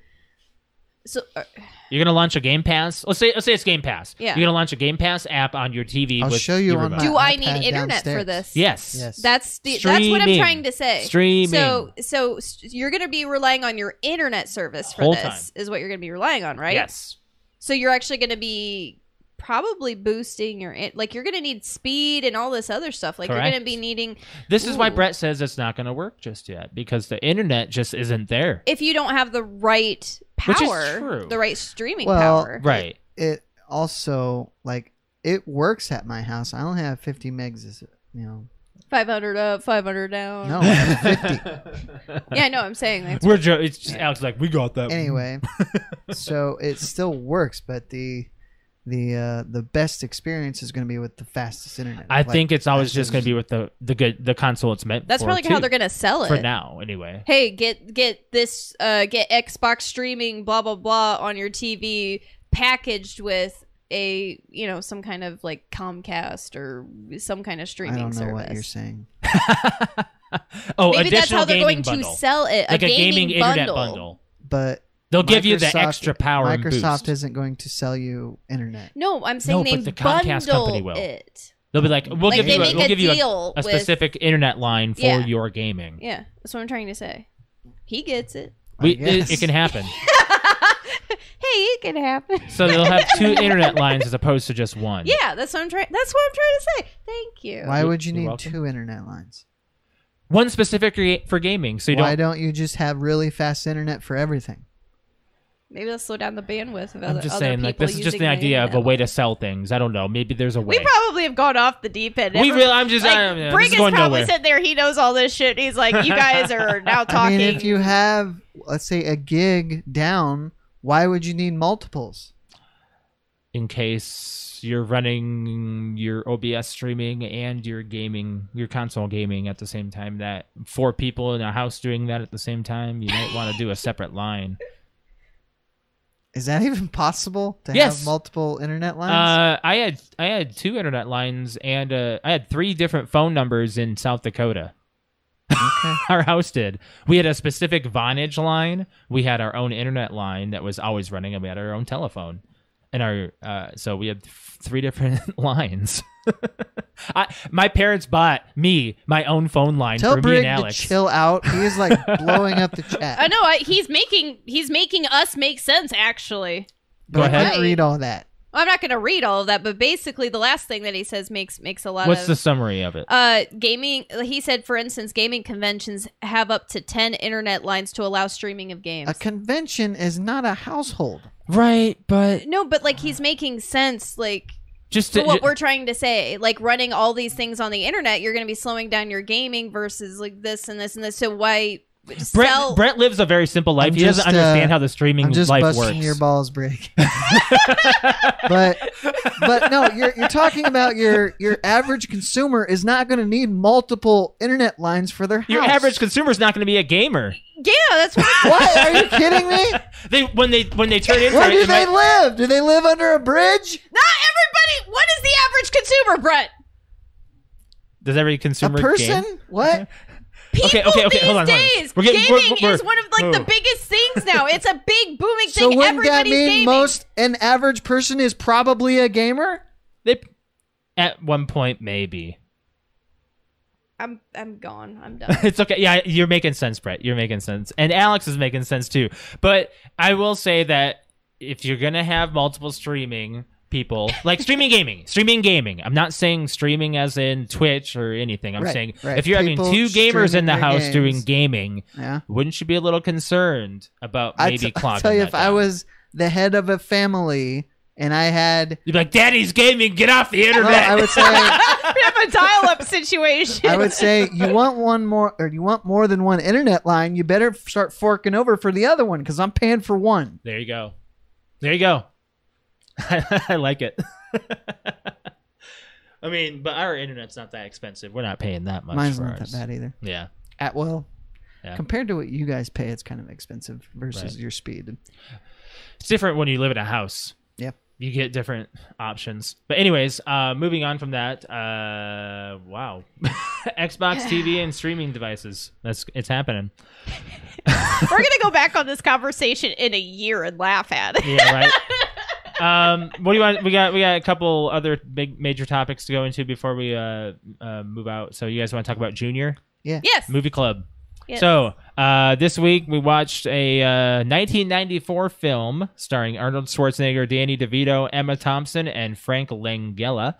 Speaker 3: So uh,
Speaker 2: you're gonna launch a Game Pass. Let's say let's say it's Game Pass.
Speaker 3: Yeah.
Speaker 2: You're gonna launch a Game Pass app on your TV.
Speaker 1: I'll
Speaker 2: with
Speaker 1: show you
Speaker 2: your
Speaker 1: on
Speaker 2: remote.
Speaker 1: my
Speaker 3: do I need
Speaker 1: Uh, iPad
Speaker 3: internet for
Speaker 1: downstairs.
Speaker 3: this?
Speaker 2: yes.
Speaker 1: Yes.
Speaker 3: That's the that's what I'm
Speaker 2: Streaming.
Speaker 3: trying to say.
Speaker 2: Streaming.
Speaker 3: So so st- you're going to be relying on your internet service for
Speaker 2: Whole
Speaker 3: this
Speaker 2: time.
Speaker 3: is what you're going to be relying on, right?
Speaker 2: Yes.
Speaker 3: So you're actually going to be probably boosting your in- like you're going to need speed and all this other stuff. Like you're
Speaker 2: Correct.
Speaker 3: going to be needing
Speaker 2: This is why
Speaker 3: Ooh.
Speaker 2: Brett says it's not gonna work just yet because the internet just isn't there.
Speaker 3: if you don't have the right power,
Speaker 2: Which is true.
Speaker 3: the right streaming
Speaker 1: Well,
Speaker 3: power.
Speaker 1: [laughs]
Speaker 2: Right.
Speaker 1: It also like it works at my house. I only have 50 megs. is it, You know,
Speaker 3: 500 up, 500 down.
Speaker 1: no,
Speaker 2: [laughs]
Speaker 1: I have 50.
Speaker 3: Yeah, I know I'm saying that.
Speaker 2: We're jo- it's just Alex is like we got that.
Speaker 1: anyway so it still works but the the uh the best experience is going to be with the fastest internet
Speaker 2: I
Speaker 1: Like,
Speaker 2: think it's always
Speaker 1: that's
Speaker 2: just going to be with the the good the console it's meant
Speaker 3: That's
Speaker 2: for.
Speaker 3: probably how
Speaker 2: too,
Speaker 3: they're going to sell it.
Speaker 2: for now anyway.
Speaker 3: hey get get this uh get xbox streaming blah blah blah on your tv packaged with a you know some kind of like comcast or some kind of
Speaker 1: i
Speaker 3: streaming
Speaker 1: don't know
Speaker 3: service
Speaker 1: what you're saying
Speaker 2: Oh,
Speaker 3: maybe that's
Speaker 2: additional
Speaker 3: how they're
Speaker 2: gaming
Speaker 3: going
Speaker 2: bundle.
Speaker 3: to sell it
Speaker 2: like
Speaker 3: a gaming, bundle.
Speaker 2: internet bundle.
Speaker 1: but
Speaker 2: They'll give you the
Speaker 1: Microsoft-
Speaker 2: extra power and boost.
Speaker 1: microsoft isn't going to sell you internet
Speaker 3: no i'm saying
Speaker 2: No,
Speaker 3: they
Speaker 2: but the
Speaker 3: bundle
Speaker 2: Comcast company will.
Speaker 3: it
Speaker 2: They'll be like, we'll
Speaker 3: like
Speaker 2: give
Speaker 3: they
Speaker 2: you
Speaker 3: make
Speaker 2: a, we'll
Speaker 3: a
Speaker 2: give you a,
Speaker 3: deal
Speaker 2: a specific internet line for
Speaker 3: Yeah.
Speaker 2: your gaming.
Speaker 3: with yeah that's what i'm trying to say he gets it [laughs]
Speaker 2: We,
Speaker 1: I
Speaker 2: it,
Speaker 1: guess.
Speaker 2: it can happen.
Speaker 3: hey it can happen
Speaker 2: So they'll have two internet lines as opposed to just one.
Speaker 3: yeah that's what i'm trying that's what i'm trying to say thank you
Speaker 1: why would you
Speaker 2: You're
Speaker 1: need
Speaker 2: welcome.
Speaker 1: two internet lines
Speaker 2: One specific re- for gaming. So you
Speaker 1: why
Speaker 2: don't.
Speaker 1: don't you just have really fast internet for everything
Speaker 3: maybe they'll slow down the bandwidth of other,
Speaker 2: I'm just
Speaker 3: other
Speaker 2: saying, like
Speaker 3: people
Speaker 2: this is just
Speaker 3: using
Speaker 2: an idea of a
Speaker 3: internet.
Speaker 2: way to sell things. I don't know. Maybe there's a way.
Speaker 3: We probably have gone off the deep end.
Speaker 2: We
Speaker 3: Every-
Speaker 2: really- I'm just-
Speaker 3: like,
Speaker 2: I don't know. This
Speaker 3: Briggs
Speaker 2: is going
Speaker 3: probably
Speaker 2: nowhere.
Speaker 3: sitting there. He knows all this shit. He's like,
Speaker 2: [laughs]
Speaker 3: you guys are now
Speaker 1: i
Speaker 3: talking.
Speaker 1: mean if you have let's say a gig down why would you need multiples
Speaker 2: in case you're running your OBS streaming and your gaming, your console gaming at the same time. That four people in a house doing that at the same time, you might want to do a separate line.
Speaker 1: is that [laughs] even possible to
Speaker 2: Yes.
Speaker 1: have multiple internet lines
Speaker 2: Uh, I had I had two internet lines and uh, I had three different phone numbers in South Dakota.
Speaker 1: okay
Speaker 2: [laughs] Our house did. We had a specific Vonage line. We had our own internet line that was always running, and we had our own telephone. And our uh, so we had th- three [laughs] different lines. [laughs] I, my parents bought me my own phone line
Speaker 1: Tell
Speaker 2: for
Speaker 1: Brig
Speaker 2: me and Alex.
Speaker 1: to chill out. He
Speaker 2: [laughs]
Speaker 1: is like blowing up the chat.
Speaker 3: I know Uh, I, he's making he's making us make sense. Actually,
Speaker 1: but
Speaker 2: Go
Speaker 1: I can't
Speaker 3: ahead.
Speaker 1: read all that.
Speaker 3: I'm not going to read all of that, but basically, the last thing that he says makes makes a lot
Speaker 2: What's
Speaker 3: of
Speaker 2: the summary of it?
Speaker 3: Uh, gaming. He said, for instance, gaming conventions have up to ten internet lines to allow streaming of games.
Speaker 1: A convention is not a household.
Speaker 2: right, but
Speaker 3: No, but like
Speaker 2: Uh-huh.
Speaker 3: he's making sense. Like
Speaker 2: just
Speaker 3: to
Speaker 2: to,
Speaker 3: what we're trying to say like running all these things on the internet you're going to be slowing down your gaming versus like this and this and this so why
Speaker 2: Brett,
Speaker 3: sell
Speaker 2: Brett lives a very simple life.
Speaker 1: I'm
Speaker 2: he doesn't
Speaker 1: just,
Speaker 2: understand
Speaker 1: uh,
Speaker 2: how the streaming
Speaker 1: I'm just
Speaker 2: life
Speaker 1: busting
Speaker 2: works.
Speaker 1: your balls,
Speaker 2: [laughs]
Speaker 1: Brig. but but no, you're you're talking about your your average consumer is not going to need multiple internet lines for their house.
Speaker 2: Your average consumer is not going to be a gamer.
Speaker 3: yeah
Speaker 2: [laughs]
Speaker 3: that's what
Speaker 1: What? Are you kidding me?
Speaker 2: They when they when they turn into
Speaker 1: Where
Speaker 2: it,
Speaker 1: do
Speaker 2: it might-
Speaker 1: they live? Do they live under a bridge?
Speaker 3: not everybody what is the average consumer brett
Speaker 2: does every
Speaker 1: A
Speaker 2: consumer
Speaker 1: person?
Speaker 2: game?
Speaker 1: What?
Speaker 3: People
Speaker 2: Okay, okay, okay,
Speaker 3: these
Speaker 2: hold on, hold on.
Speaker 3: days,
Speaker 2: We're getting- we're-
Speaker 3: gaming
Speaker 2: we're-
Speaker 3: is one of like the
Speaker 2: oh.
Speaker 3: biggest
Speaker 2: [laughs]
Speaker 3: things now. It's a big booming
Speaker 1: So
Speaker 3: thing.
Speaker 1: wouldn't
Speaker 3: Everybody's
Speaker 1: that mean
Speaker 3: gaming.
Speaker 1: most an average person is probably a gamer?
Speaker 2: They at one point maybe. [laughs]
Speaker 3: I'm I'm gone. I'm
Speaker 1: [laughs]
Speaker 3: done.
Speaker 2: It's okay. Yeah, you're making sense, Brett. You're making sense, and Alex is making sense too. But I will say that if you're gonna have multiple streaming people, like streaming gaming, streaming gaming. I'm not saying streaming as in Twitch or anything. I'm
Speaker 1: Right,
Speaker 2: saying
Speaker 1: right.
Speaker 2: if you're
Speaker 1: People
Speaker 2: having two gamers in
Speaker 1: streaming
Speaker 2: the
Speaker 1: their
Speaker 2: house doing
Speaker 1: games.
Speaker 2: gaming,
Speaker 1: Yeah.
Speaker 2: wouldn't you be a little concerned about
Speaker 1: I
Speaker 2: maybe
Speaker 1: t-
Speaker 2: clogging?
Speaker 1: I tell you,
Speaker 2: that
Speaker 1: if I
Speaker 2: down?
Speaker 1: was the head of a family and I had,
Speaker 2: You'd be like, "Daddy's gaming, get off the
Speaker 1: no,
Speaker 2: internet."
Speaker 1: I would say, I
Speaker 3: we have a dial-up situation.
Speaker 1: would say, you want one more, or you want more than one internet line, you better f- start forking over for the other one because I'm paying for one.
Speaker 2: [laughs] There you go. There you go. [laughs] I like it. [laughs] I mean, but our internet's not that expensive. We're not paying that much.
Speaker 1: Mine's
Speaker 2: for
Speaker 1: not
Speaker 2: ours.
Speaker 1: that bad either.
Speaker 2: Yeah.
Speaker 1: At well,
Speaker 2: Yeah.
Speaker 1: compared to what you guys pay, it's kind of expensive versus
Speaker 2: Right.
Speaker 1: your speed.
Speaker 2: It's different when you live in a house.
Speaker 1: Yeah.
Speaker 2: you get different options. But anyways, uh, moving on from that, uh, wow, [laughs] Xbox TV and streaming devices. That's it's happening.
Speaker 3: [laughs] We're gonna go back on this conversation in a year and laugh
Speaker 2: [laughs]
Speaker 3: at it.
Speaker 2: Yeah, right. um, what do you want? We got we got a couple other big major topics to go into before we uh, uh move out. So you guys want to talk about Junior
Speaker 3: Yes.
Speaker 2: Movie Club?
Speaker 3: Yes.
Speaker 2: So uh, this week we watched a uh, 1994 film starring Arnold Schwarzenegger, Danny DeVito, Emma Thompson, and Frank Langella.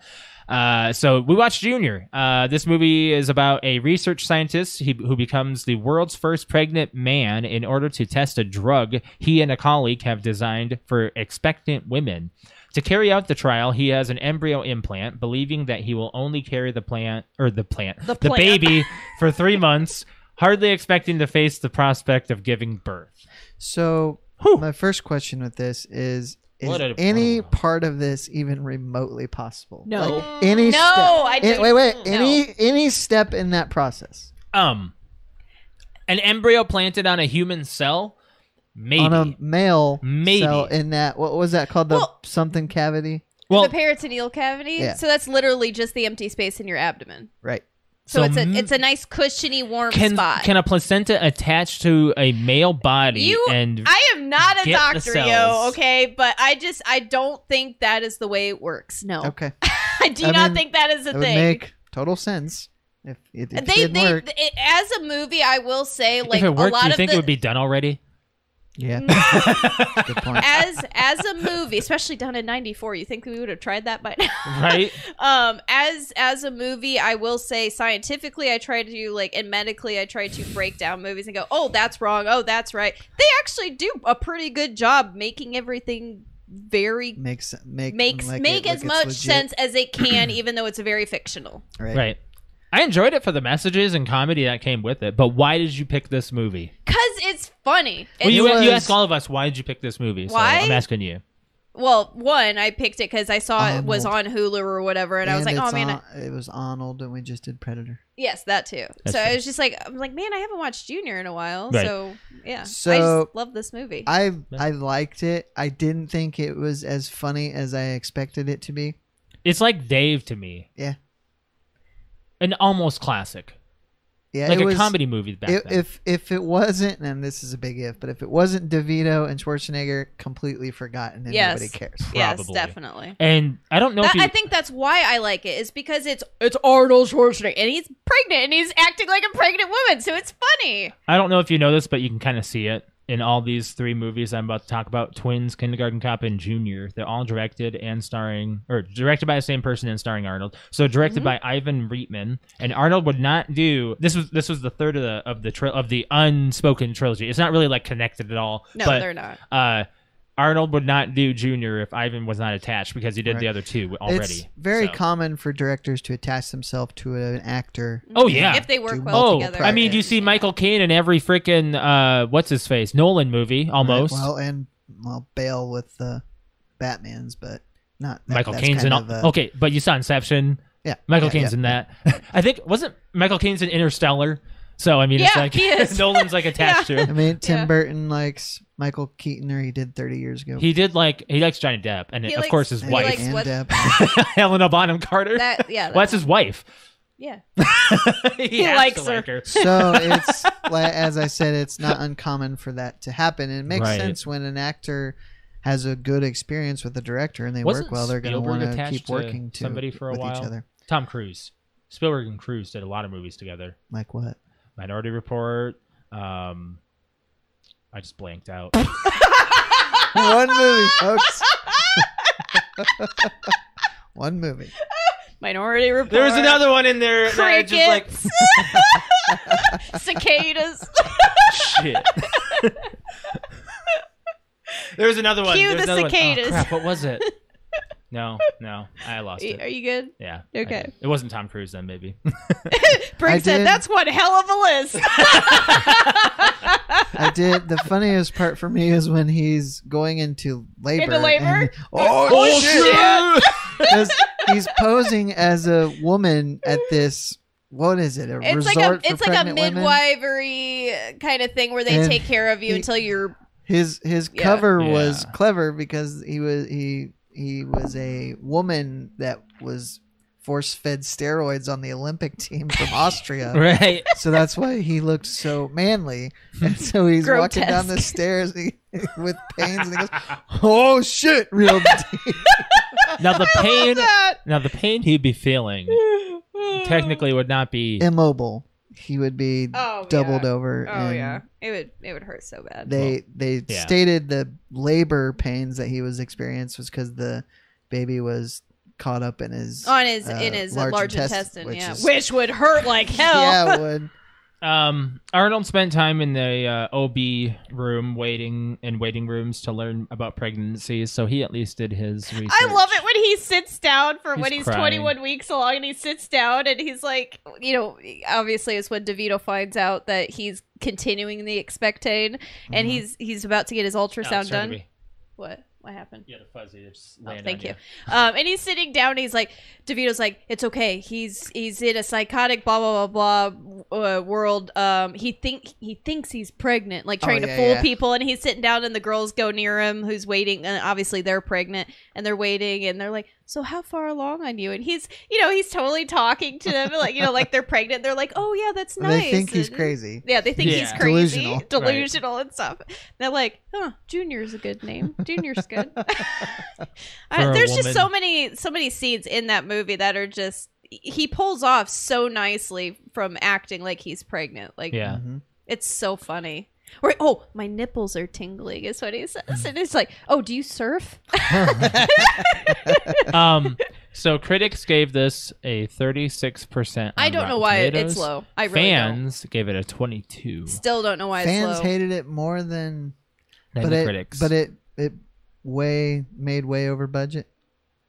Speaker 2: Uh, so we watched Junior. Uh, this movie is about a research scientist he, who becomes the world's first pregnant man in order to test a drug he and a colleague have designed for expectant women. To carry out the trial, he has an embryo implant, believing that he will only carry the plant or the plant,
Speaker 3: The
Speaker 2: the
Speaker 3: plant.
Speaker 2: baby for three months, hardly expecting to face the prospect of giving birth.
Speaker 1: So
Speaker 2: Whew.
Speaker 1: my first question with this is: Is
Speaker 2: What a-
Speaker 1: any
Speaker 2: what a-
Speaker 1: part of this even remotely possible?
Speaker 3: No.
Speaker 1: Like, any
Speaker 3: Mm, No,
Speaker 1: step.
Speaker 3: I
Speaker 1: an-
Speaker 3: don't-
Speaker 1: wait, wait.
Speaker 3: no.
Speaker 1: Any any step in that process
Speaker 2: Um, an embryo planted on a human cell, maybe.
Speaker 1: on a male
Speaker 2: Maybe.
Speaker 1: cell in that what was that called the
Speaker 3: Well-
Speaker 1: something cavity?
Speaker 2: well,
Speaker 3: the peritoneal cavity.
Speaker 1: Yeah.
Speaker 3: So that's literally just the empty space in your abdomen.
Speaker 1: Right.
Speaker 3: So,
Speaker 2: So
Speaker 3: it's
Speaker 2: m-
Speaker 3: a it's a nice cushiony warm
Speaker 2: can
Speaker 3: spot.
Speaker 2: can a placenta attach to a male body
Speaker 3: You-
Speaker 2: and
Speaker 3: I am not
Speaker 2: Get
Speaker 3: a
Speaker 2: the
Speaker 3: doctor, yo,
Speaker 2: cells.
Speaker 3: okay? But I just I don't think that is the way it works. No.
Speaker 1: Okay.
Speaker 3: [laughs] I do
Speaker 1: I
Speaker 3: not
Speaker 1: mean,
Speaker 3: think that is a
Speaker 1: It would
Speaker 3: oh, thing.
Speaker 1: make total sense if it, if it
Speaker 3: they
Speaker 1: didn't
Speaker 3: they
Speaker 1: work.
Speaker 3: it- as a movie, I will say like
Speaker 2: if it worked,
Speaker 3: a lot
Speaker 2: do you
Speaker 3: of
Speaker 2: think
Speaker 3: the
Speaker 2: it would be done already?
Speaker 1: yeah.
Speaker 3: mm.
Speaker 1: [laughs] Good point.
Speaker 3: [laughs] as as a movie, especially done in '94, you think we would have tried that by now?
Speaker 2: Right?
Speaker 3: um as as a movie i will say scientifically i try to like and medically i try to break down movies and go oh that's wrong oh that's right they actually do a pretty good job making everything very
Speaker 1: Makes make
Speaker 3: makes
Speaker 1: like it
Speaker 3: make
Speaker 1: look
Speaker 3: as
Speaker 1: it's
Speaker 3: much
Speaker 1: legit.
Speaker 3: sense as they
Speaker 1: [clears throat]
Speaker 3: can even though it's very fictional
Speaker 1: Right.
Speaker 2: right. I enjoyed it for the messages and comedy that came with it, but why did you pick this movie?
Speaker 3: because it's funny
Speaker 2: Well,
Speaker 3: It's-
Speaker 2: you,
Speaker 1: was-
Speaker 2: you ask all of us, why did you pick this movie? So
Speaker 3: Why?
Speaker 2: I'm asking you.
Speaker 3: well one i picked it because i saw it was on
Speaker 1: Arnold.
Speaker 3: hulu or whatever and, i was like oh
Speaker 1: Oh, And it's
Speaker 3: man I-
Speaker 1: on- it was Arnold, and we just did Predator.
Speaker 3: yes that too
Speaker 2: That's
Speaker 3: so
Speaker 2: fair.
Speaker 3: i was just like i'm like man i haven't watched junior in a while
Speaker 2: Right.
Speaker 3: so yeah i
Speaker 1: So-
Speaker 3: just love this movie
Speaker 1: I
Speaker 2: Yeah.
Speaker 1: I liked it. I didn't think it was as funny as I expected it to be.
Speaker 2: It's like Dave to me.
Speaker 1: Yeah.
Speaker 2: An almost classic.
Speaker 1: Yeah,
Speaker 2: like
Speaker 1: it
Speaker 2: a
Speaker 1: was,
Speaker 2: comedy movie back
Speaker 1: If,
Speaker 2: then.
Speaker 1: if if it wasn't, and this is a big if, but if it wasn't DeVito and Schwarzenegger, completely forgotten and
Speaker 3: Yes.
Speaker 1: nobody cares.
Speaker 3: Yes,
Speaker 2: Probably.
Speaker 3: definitely.
Speaker 2: and I don't know
Speaker 3: That,
Speaker 2: if you,
Speaker 3: I think that's why I like it is because it's it's Arnold Schwarzenegger and he's pregnant and he's acting like a pregnant woman, so it's funny.
Speaker 2: I don't know if you know this, but you can kind of see it in all these three movies I'm about to talk about: Twins, Kindergarten Cop, and Junior. They're all directed and starring, or directed by the same person and starring Arnold. So directed by Ivan Reitman, and Arnold would not do this. Was this was the third of the of the tri- of the unspoken trilogy? It's not really like connected at all.
Speaker 3: No,
Speaker 2: but,
Speaker 3: they're not.
Speaker 2: Uh, Arnold would not do Junior if Ivan was not attached because he did the
Speaker 1: Right.
Speaker 2: other two already.
Speaker 1: It's very
Speaker 2: So-
Speaker 1: common for directors to attach themselves to an actor.
Speaker 2: Oh yeah.
Speaker 3: If they work
Speaker 1: Do
Speaker 3: well
Speaker 2: Oh,
Speaker 1: multiple
Speaker 3: together.
Speaker 2: I mean, you see Michael Caine in every freaking uh, what's his face Nolan movie almost.
Speaker 1: Well, and well, Bale with the Batman's, but not that,
Speaker 2: Michael
Speaker 1: that's
Speaker 2: Caine's in all.
Speaker 1: kind of a-
Speaker 2: okay, but you saw Inception.
Speaker 1: Yeah,
Speaker 2: Michael
Speaker 1: yeah,
Speaker 2: Caine's
Speaker 1: yeah.
Speaker 2: in that. I think wasn't Michael Caine's in Interstellar. So I mean, it's
Speaker 3: Yeah,
Speaker 2: like [laughs]
Speaker 3: he is.
Speaker 2: Nolan's like attached to
Speaker 1: I [laughs]
Speaker 2: him.
Speaker 1: mean, Tim
Speaker 3: Yeah.
Speaker 1: Burton likes Michael Keaton, or he did 30 years ago.
Speaker 2: He did like he likes Johnny Depp, and
Speaker 3: He
Speaker 2: of
Speaker 3: likes-
Speaker 2: course his
Speaker 3: he
Speaker 1: And-
Speaker 2: wife, [laughs]
Speaker 3: likes-
Speaker 1: and
Speaker 3: what-
Speaker 1: Deb-
Speaker 2: Helena Bonham Carter.
Speaker 3: that yeah, that,
Speaker 2: well, that's his wife. [laughs]
Speaker 3: yeah.
Speaker 2: he
Speaker 3: He
Speaker 2: has to
Speaker 3: likes her.
Speaker 2: like her. [laughs]
Speaker 1: so it's like as I said, it's not uncommon for that to happen, and it makes
Speaker 2: Right.
Speaker 1: sense when an actor has a good experience with a director and they
Speaker 2: Wasn't
Speaker 1: work well. They're going to
Speaker 2: Spielberg
Speaker 1: want to
Speaker 2: attached
Speaker 1: keep
Speaker 2: to
Speaker 1: working to
Speaker 2: somebody for a
Speaker 1: with
Speaker 2: while?
Speaker 1: each other.
Speaker 2: Tom Cruise, Spielberg, and Cruise did a lot of movies together. [laughs]
Speaker 1: Like what?
Speaker 2: Minority Report. Um, I just blanked out.
Speaker 1: One movie,
Speaker 2: [laughs]
Speaker 1: folks. One movie.
Speaker 3: Minority report.
Speaker 2: there was another one in there. that I
Speaker 3: crickets.
Speaker 2: just like
Speaker 3: [laughs] cicadas.
Speaker 2: [laughs] shit. there was another one.
Speaker 3: Cue
Speaker 2: There was
Speaker 3: the
Speaker 2: another one. Oh,
Speaker 3: cicadas.
Speaker 2: crap, what was
Speaker 3: [laughs]
Speaker 2: it? No, no, I lost
Speaker 3: Are
Speaker 2: it.
Speaker 3: you good?
Speaker 2: Yeah. I
Speaker 3: Okay.
Speaker 2: did. It wasn't Tom Cruise then, [laughs] maybe.
Speaker 3: Brink
Speaker 1: I
Speaker 3: said
Speaker 1: did-
Speaker 3: that's one hell of a list.
Speaker 1: I did. The funniest part for me is when he's going into labor.
Speaker 3: labor?
Speaker 1: and- oh,
Speaker 2: oh
Speaker 3: [laughs]
Speaker 1: shit! Because he's posing as a woman at this. What is it? A
Speaker 3: it's like
Speaker 1: resort
Speaker 3: a
Speaker 1: for
Speaker 3: it's like a
Speaker 1: pregnant women?
Speaker 3: midwifery kind of thing where they
Speaker 1: And
Speaker 3: take care of you
Speaker 1: he-
Speaker 3: until you're
Speaker 1: His his
Speaker 3: Yeah.
Speaker 1: cover
Speaker 2: Yeah.
Speaker 1: was clever because he was he he was a woman that was force fed steroids on the Olympic team
Speaker 3: [laughs]
Speaker 1: from Austria.
Speaker 2: [laughs] Right.
Speaker 1: So that's why he looked so manly. And so he's walking down the
Speaker 3: Grotesque.
Speaker 1: stairs and he, [laughs] with pains and
Speaker 3: [laughs]
Speaker 1: he goes, Oh shit, real deep.
Speaker 2: Now the pain
Speaker 3: that.
Speaker 2: now the pain he'd be feeling technically would not be
Speaker 1: immobile. He would be
Speaker 3: Oh,
Speaker 1: doubled
Speaker 3: yeah.
Speaker 1: over.
Speaker 3: Oh
Speaker 1: and
Speaker 3: yeah, it would it would hurt so bad.
Speaker 1: They they
Speaker 2: yeah.
Speaker 1: stated the labor pains that he was experienced was because the baby was caught up in his
Speaker 3: on Oh, his
Speaker 1: uh,
Speaker 3: in his large,
Speaker 1: large
Speaker 3: intestine,
Speaker 1: intestine, which
Speaker 3: yeah,
Speaker 1: is-
Speaker 3: which would hurt like hell.
Speaker 1: [laughs]
Speaker 3: [laughs]
Speaker 1: yeah it would
Speaker 2: Um, Arnold spent time in the uh, OB room waiting in waiting rooms to learn about pregnancies, so he at least did his research.
Speaker 3: I love it when he sits down for when
Speaker 2: He's
Speaker 3: he's
Speaker 2: crying.
Speaker 3: 21 weeks along and he sits down and he's like, you know, obviously it's when DeVito finds out that he's continuing the expectane and
Speaker 2: Mm-hmm.
Speaker 1: Mhm.
Speaker 3: he's he's about to get his
Speaker 2: Oh,
Speaker 3: ultrasound
Speaker 2: sorry to
Speaker 3: done.
Speaker 2: be-
Speaker 3: What? What happened?
Speaker 2: You had a fuzzy that just
Speaker 3: Oh,
Speaker 2: landed
Speaker 3: thank
Speaker 2: on
Speaker 3: you. Um, and he's sitting down. And he's like, DeVito's like, it's okay. He's he's in a psychotic blah blah blah blah uh, world. Um, he think he thinks he's pregnant, like
Speaker 1: Oh,
Speaker 3: trying to
Speaker 1: yeah,
Speaker 3: fool
Speaker 1: yeah.
Speaker 3: people. And he's sitting down, and the girls go near him, who's waiting. And obviously they're pregnant, and they're waiting, and they're like, so how far along on you? And he's you know he's totally talking to them, like you know like they're pregnant. They're like, oh yeah, that's nice.
Speaker 1: they think he's
Speaker 3: and-
Speaker 1: crazy
Speaker 3: yeah, they think he's
Speaker 2: Yeah.
Speaker 3: crazy,
Speaker 1: Delusional.
Speaker 3: [laughs] delusional,
Speaker 1: Right.
Speaker 3: and stuff. They're like, "Huh, Junior's a good name. Junior's
Speaker 1: [laughs]
Speaker 3: good." [laughs]
Speaker 2: For
Speaker 3: I,
Speaker 2: a
Speaker 3: there's just
Speaker 2: woman.
Speaker 3: so many, so many scenes in that movie that are just he pulls off so nicely from acting like he's pregnant. Like,
Speaker 2: Yeah.
Speaker 1: Mhm.
Speaker 3: it's so funny. Or oh, my nipples are tingling is what he
Speaker 2: Mm.
Speaker 3: says, and it's like, oh, do you surf?
Speaker 2: you. um, so critics gave this a thirty-six percent.
Speaker 3: I don't know why it- it's low. I really
Speaker 2: Fans gave it a twenty-two.
Speaker 3: don't. Still don't know why
Speaker 1: fans
Speaker 3: it's low.
Speaker 1: hated it more than
Speaker 2: than
Speaker 1: but
Speaker 2: the
Speaker 1: it
Speaker 2: critics. [laughs]
Speaker 1: but it it way made way over budget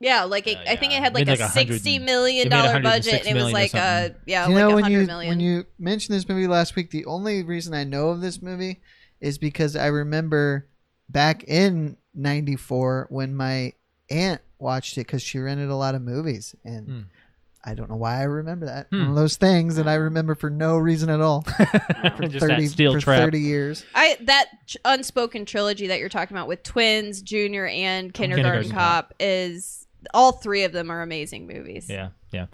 Speaker 3: yeah, like it,
Speaker 2: Yeah,
Speaker 3: I think
Speaker 2: Uh, yeah.
Speaker 3: it had
Speaker 2: Made
Speaker 3: like a
Speaker 2: like a hundred
Speaker 3: sixty
Speaker 2: and-
Speaker 3: million
Speaker 2: it made a
Speaker 3: dollar
Speaker 2: hundred and
Speaker 3: budget,
Speaker 2: six
Speaker 3: and it was
Speaker 2: million or
Speaker 3: like uh
Speaker 2: something.
Speaker 3: yeah,
Speaker 1: you
Speaker 3: like
Speaker 1: know
Speaker 3: a
Speaker 1: when you
Speaker 3: hundred million.
Speaker 1: when you mentioned this movie last week the only reason i know of this movie is because i remember back in 94 when my aunt watched it because she rented a lot of movies and
Speaker 2: Hmm.
Speaker 1: i don't know why i remember that
Speaker 2: Hmm.
Speaker 1: one of those things that i
Speaker 3: Oh.
Speaker 1: remember for no reason
Speaker 2: [laughs]
Speaker 1: at all for,
Speaker 2: Just
Speaker 1: 30,
Speaker 2: that steel
Speaker 1: for
Speaker 2: trap.
Speaker 1: 30 years
Speaker 3: I that tr- unspoken trilogy that you're talking about with twins, junior, and kindergarten,
Speaker 2: Oh, Kindergarten Cop.
Speaker 3: cop, is all three of them are amazing movies.
Speaker 2: Yeah, yeah.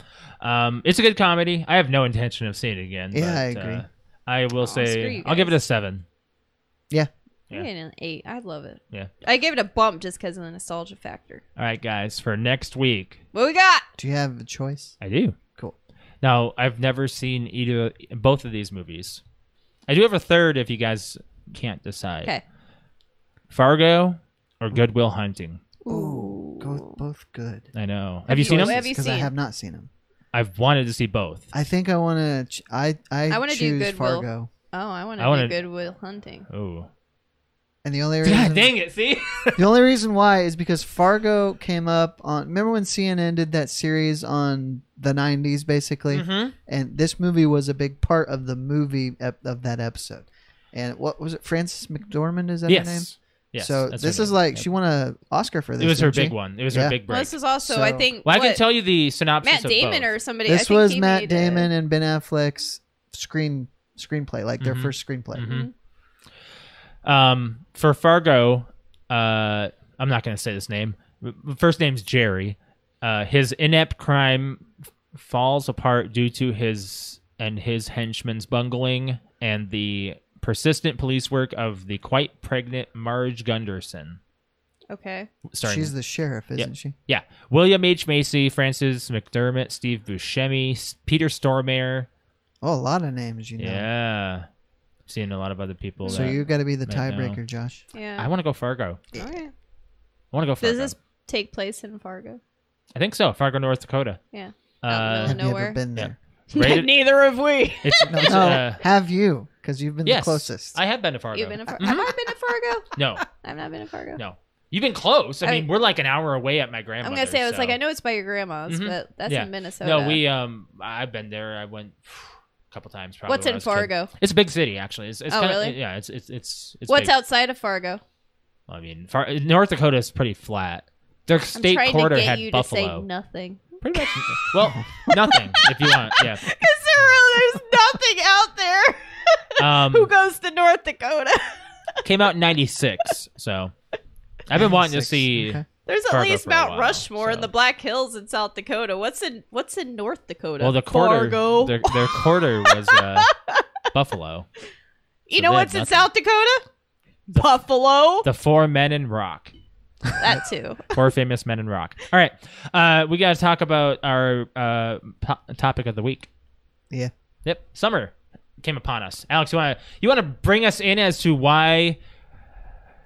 Speaker 2: Um, it's a good comedy. I have no intention of seeing it again.
Speaker 1: Yeah,
Speaker 2: but,
Speaker 1: I agree.
Speaker 2: uh, I will
Speaker 3: Aw, screw
Speaker 2: say
Speaker 3: you
Speaker 2: I'll give it
Speaker 3: guys.
Speaker 2: a seven.
Speaker 3: I gave it an eight. I love it.
Speaker 2: Yeah.
Speaker 3: I gave it a bump just because of the nostalgia factor.
Speaker 2: All right, guys, for next week,
Speaker 3: What we got?
Speaker 1: do you have a choice
Speaker 2: I do.
Speaker 1: Cool.
Speaker 2: Now, I've never seen either both of these movies. I do have a third if you guys can't decide.
Speaker 3: Okay.
Speaker 2: Fargo or Goodwill Hunting.
Speaker 1: Ooh, both, both good.
Speaker 2: I know. Have, you seen
Speaker 3: you-
Speaker 2: them?
Speaker 3: have you
Speaker 1: Because I
Speaker 3: seen-
Speaker 1: have not seen them.
Speaker 2: I've wanted to see both.
Speaker 1: I think I want to. Ch- I I,
Speaker 3: I wanna do
Speaker 1: choose
Speaker 3: Goodwill.
Speaker 1: Fargo.
Speaker 3: Oh, I want
Speaker 2: I
Speaker 3: to
Speaker 2: wanna-
Speaker 3: do Goodwill Hunting.
Speaker 2: Oh.
Speaker 1: And
Speaker 2: [laughs]
Speaker 1: the only reason
Speaker 2: God dang it,
Speaker 1: [laughs]
Speaker 2: see?
Speaker 1: the only reason why is because Fargo came up on. Remember when CNN did that series on the '90s, basically,
Speaker 2: Mm-hmm.
Speaker 1: and this movie was a big part of the movie ep- of that episode. And what was it? Frances McDormand is that her name?
Speaker 2: yes. Yes.
Speaker 1: so
Speaker 2: that's her
Speaker 1: this is
Speaker 2: name.
Speaker 1: like
Speaker 2: Yep.
Speaker 1: she won an Oscar for this.
Speaker 2: It was her
Speaker 1: didn't she?
Speaker 2: big one. It was her
Speaker 1: Yeah.
Speaker 2: big
Speaker 3: Well,
Speaker 2: break.
Speaker 3: this is also, I
Speaker 1: So-
Speaker 3: think,
Speaker 2: Well, I can
Speaker 3: what,
Speaker 2: tell you the synopsis
Speaker 3: Matt
Speaker 2: of
Speaker 3: Damon
Speaker 2: both.
Speaker 3: or somebody. I
Speaker 1: This
Speaker 3: think
Speaker 1: was
Speaker 3: he
Speaker 1: Matt
Speaker 3: made a-
Speaker 1: Damon and Ben Affleck's screen screenplay, like their
Speaker 2: Mhm.
Speaker 1: first screenplay.
Speaker 2: Mhm. Um, for Fargo, uh, I'm not going to say this name. The First name's Jerry. Uh, his inept crime f- falls apart due to his and his henchmen's bungling and the persistent police work of the quite pregnant Marge Gunderson.
Speaker 3: Okay.
Speaker 2: Starring,
Speaker 1: She's the sheriff, isn't she?
Speaker 2: yeah, William H. Macy, Francis McDermott, Steve Buscemi, S- Peter Stormare.
Speaker 1: Oh, a lot of names, you know.
Speaker 2: Yeah, seeing a lot of other people.
Speaker 1: So
Speaker 2: that-
Speaker 1: you got to be the
Speaker 2: Right now.
Speaker 1: tiebreaker, Josh.
Speaker 2: I
Speaker 3: Yeah.
Speaker 2: want to go Fargo.
Speaker 3: Okay.
Speaker 2: I want to go Fargo.
Speaker 3: Does this take place in Fargo?
Speaker 2: I think so. Fargo, North Dakota.
Speaker 3: Yeah.
Speaker 2: [laughs] Uh,
Speaker 1: Have you ever
Speaker 3: nowhere.
Speaker 1: been
Speaker 2: Yeah.
Speaker 1: there?
Speaker 2: rated,
Speaker 3: [laughs] Neither have we.
Speaker 2: [laughs] it's,
Speaker 1: No,
Speaker 2: it's,
Speaker 1: no,
Speaker 2: uh,
Speaker 1: have you? Because you've been
Speaker 2: yes,
Speaker 1: the closest.
Speaker 2: I have been to Fargo. Mm-hmm.
Speaker 3: You've been to Fargo. Have I been to Fargo?
Speaker 2: no,
Speaker 3: I've not been to Fargo.
Speaker 2: no, you've been close. I,
Speaker 3: I-
Speaker 2: mean, we're like an hour away at my
Speaker 3: I'm
Speaker 2: grandmother's.
Speaker 3: gonna say I was
Speaker 2: so-
Speaker 3: like, I know it's by your grandma's,
Speaker 2: Mhm.
Speaker 3: but that's
Speaker 2: Yeah.
Speaker 3: in Minnesota.
Speaker 2: No, we um, I've been there. I went [sighs] a couple times. Probably
Speaker 3: What's
Speaker 2: when I
Speaker 3: in
Speaker 2: was a kid.
Speaker 3: Fargo?
Speaker 2: It's a big city, actually. It's, it's
Speaker 3: Oh,
Speaker 2: kinda,
Speaker 3: really?
Speaker 2: Yeah, it's it's it's. it's
Speaker 3: What's
Speaker 2: big.
Speaker 3: outside of Fargo?
Speaker 2: I mean, Far- North Dakota is pretty flat. Their
Speaker 3: I'm
Speaker 2: state
Speaker 3: trying
Speaker 2: quarter
Speaker 3: to get
Speaker 2: had
Speaker 3: you to say
Speaker 2: buffalo. [laughs]
Speaker 3: nothing.
Speaker 2: pretty much. well, nothing if you want.
Speaker 3: [laughs]
Speaker 2: Yeah. [laughs]
Speaker 3: there's nothing out there.
Speaker 2: Um,
Speaker 3: goes to North Dakota? [laughs]
Speaker 2: came out in '96, so I've been wanting to
Speaker 1: 96,
Speaker 2: see
Speaker 1: okay.
Speaker 3: There's at
Speaker 2: Fargo
Speaker 3: least
Speaker 2: for a
Speaker 3: Mount
Speaker 2: while,
Speaker 3: Rushmore
Speaker 2: so.
Speaker 3: in the Black Hills in South Dakota. What's in What's in North Dakota?
Speaker 2: Well, the quarter,
Speaker 3: Fargo.
Speaker 2: their, their quarter was
Speaker 3: [laughs]
Speaker 2: uh, Buffalo.
Speaker 3: you
Speaker 2: so
Speaker 3: know
Speaker 2: they had
Speaker 3: what's in
Speaker 2: nothing.
Speaker 3: South
Speaker 2: [laughs]
Speaker 3: Dakota? Buffalo.
Speaker 2: The Four Men in Rock.
Speaker 3: that too.
Speaker 2: Four famous men in rock. All right, uh, we got to talk about our uh, po- topic of the week.
Speaker 1: Yeah.
Speaker 2: Yep, summer came upon us. Alex, you want to you want to bring us in as to why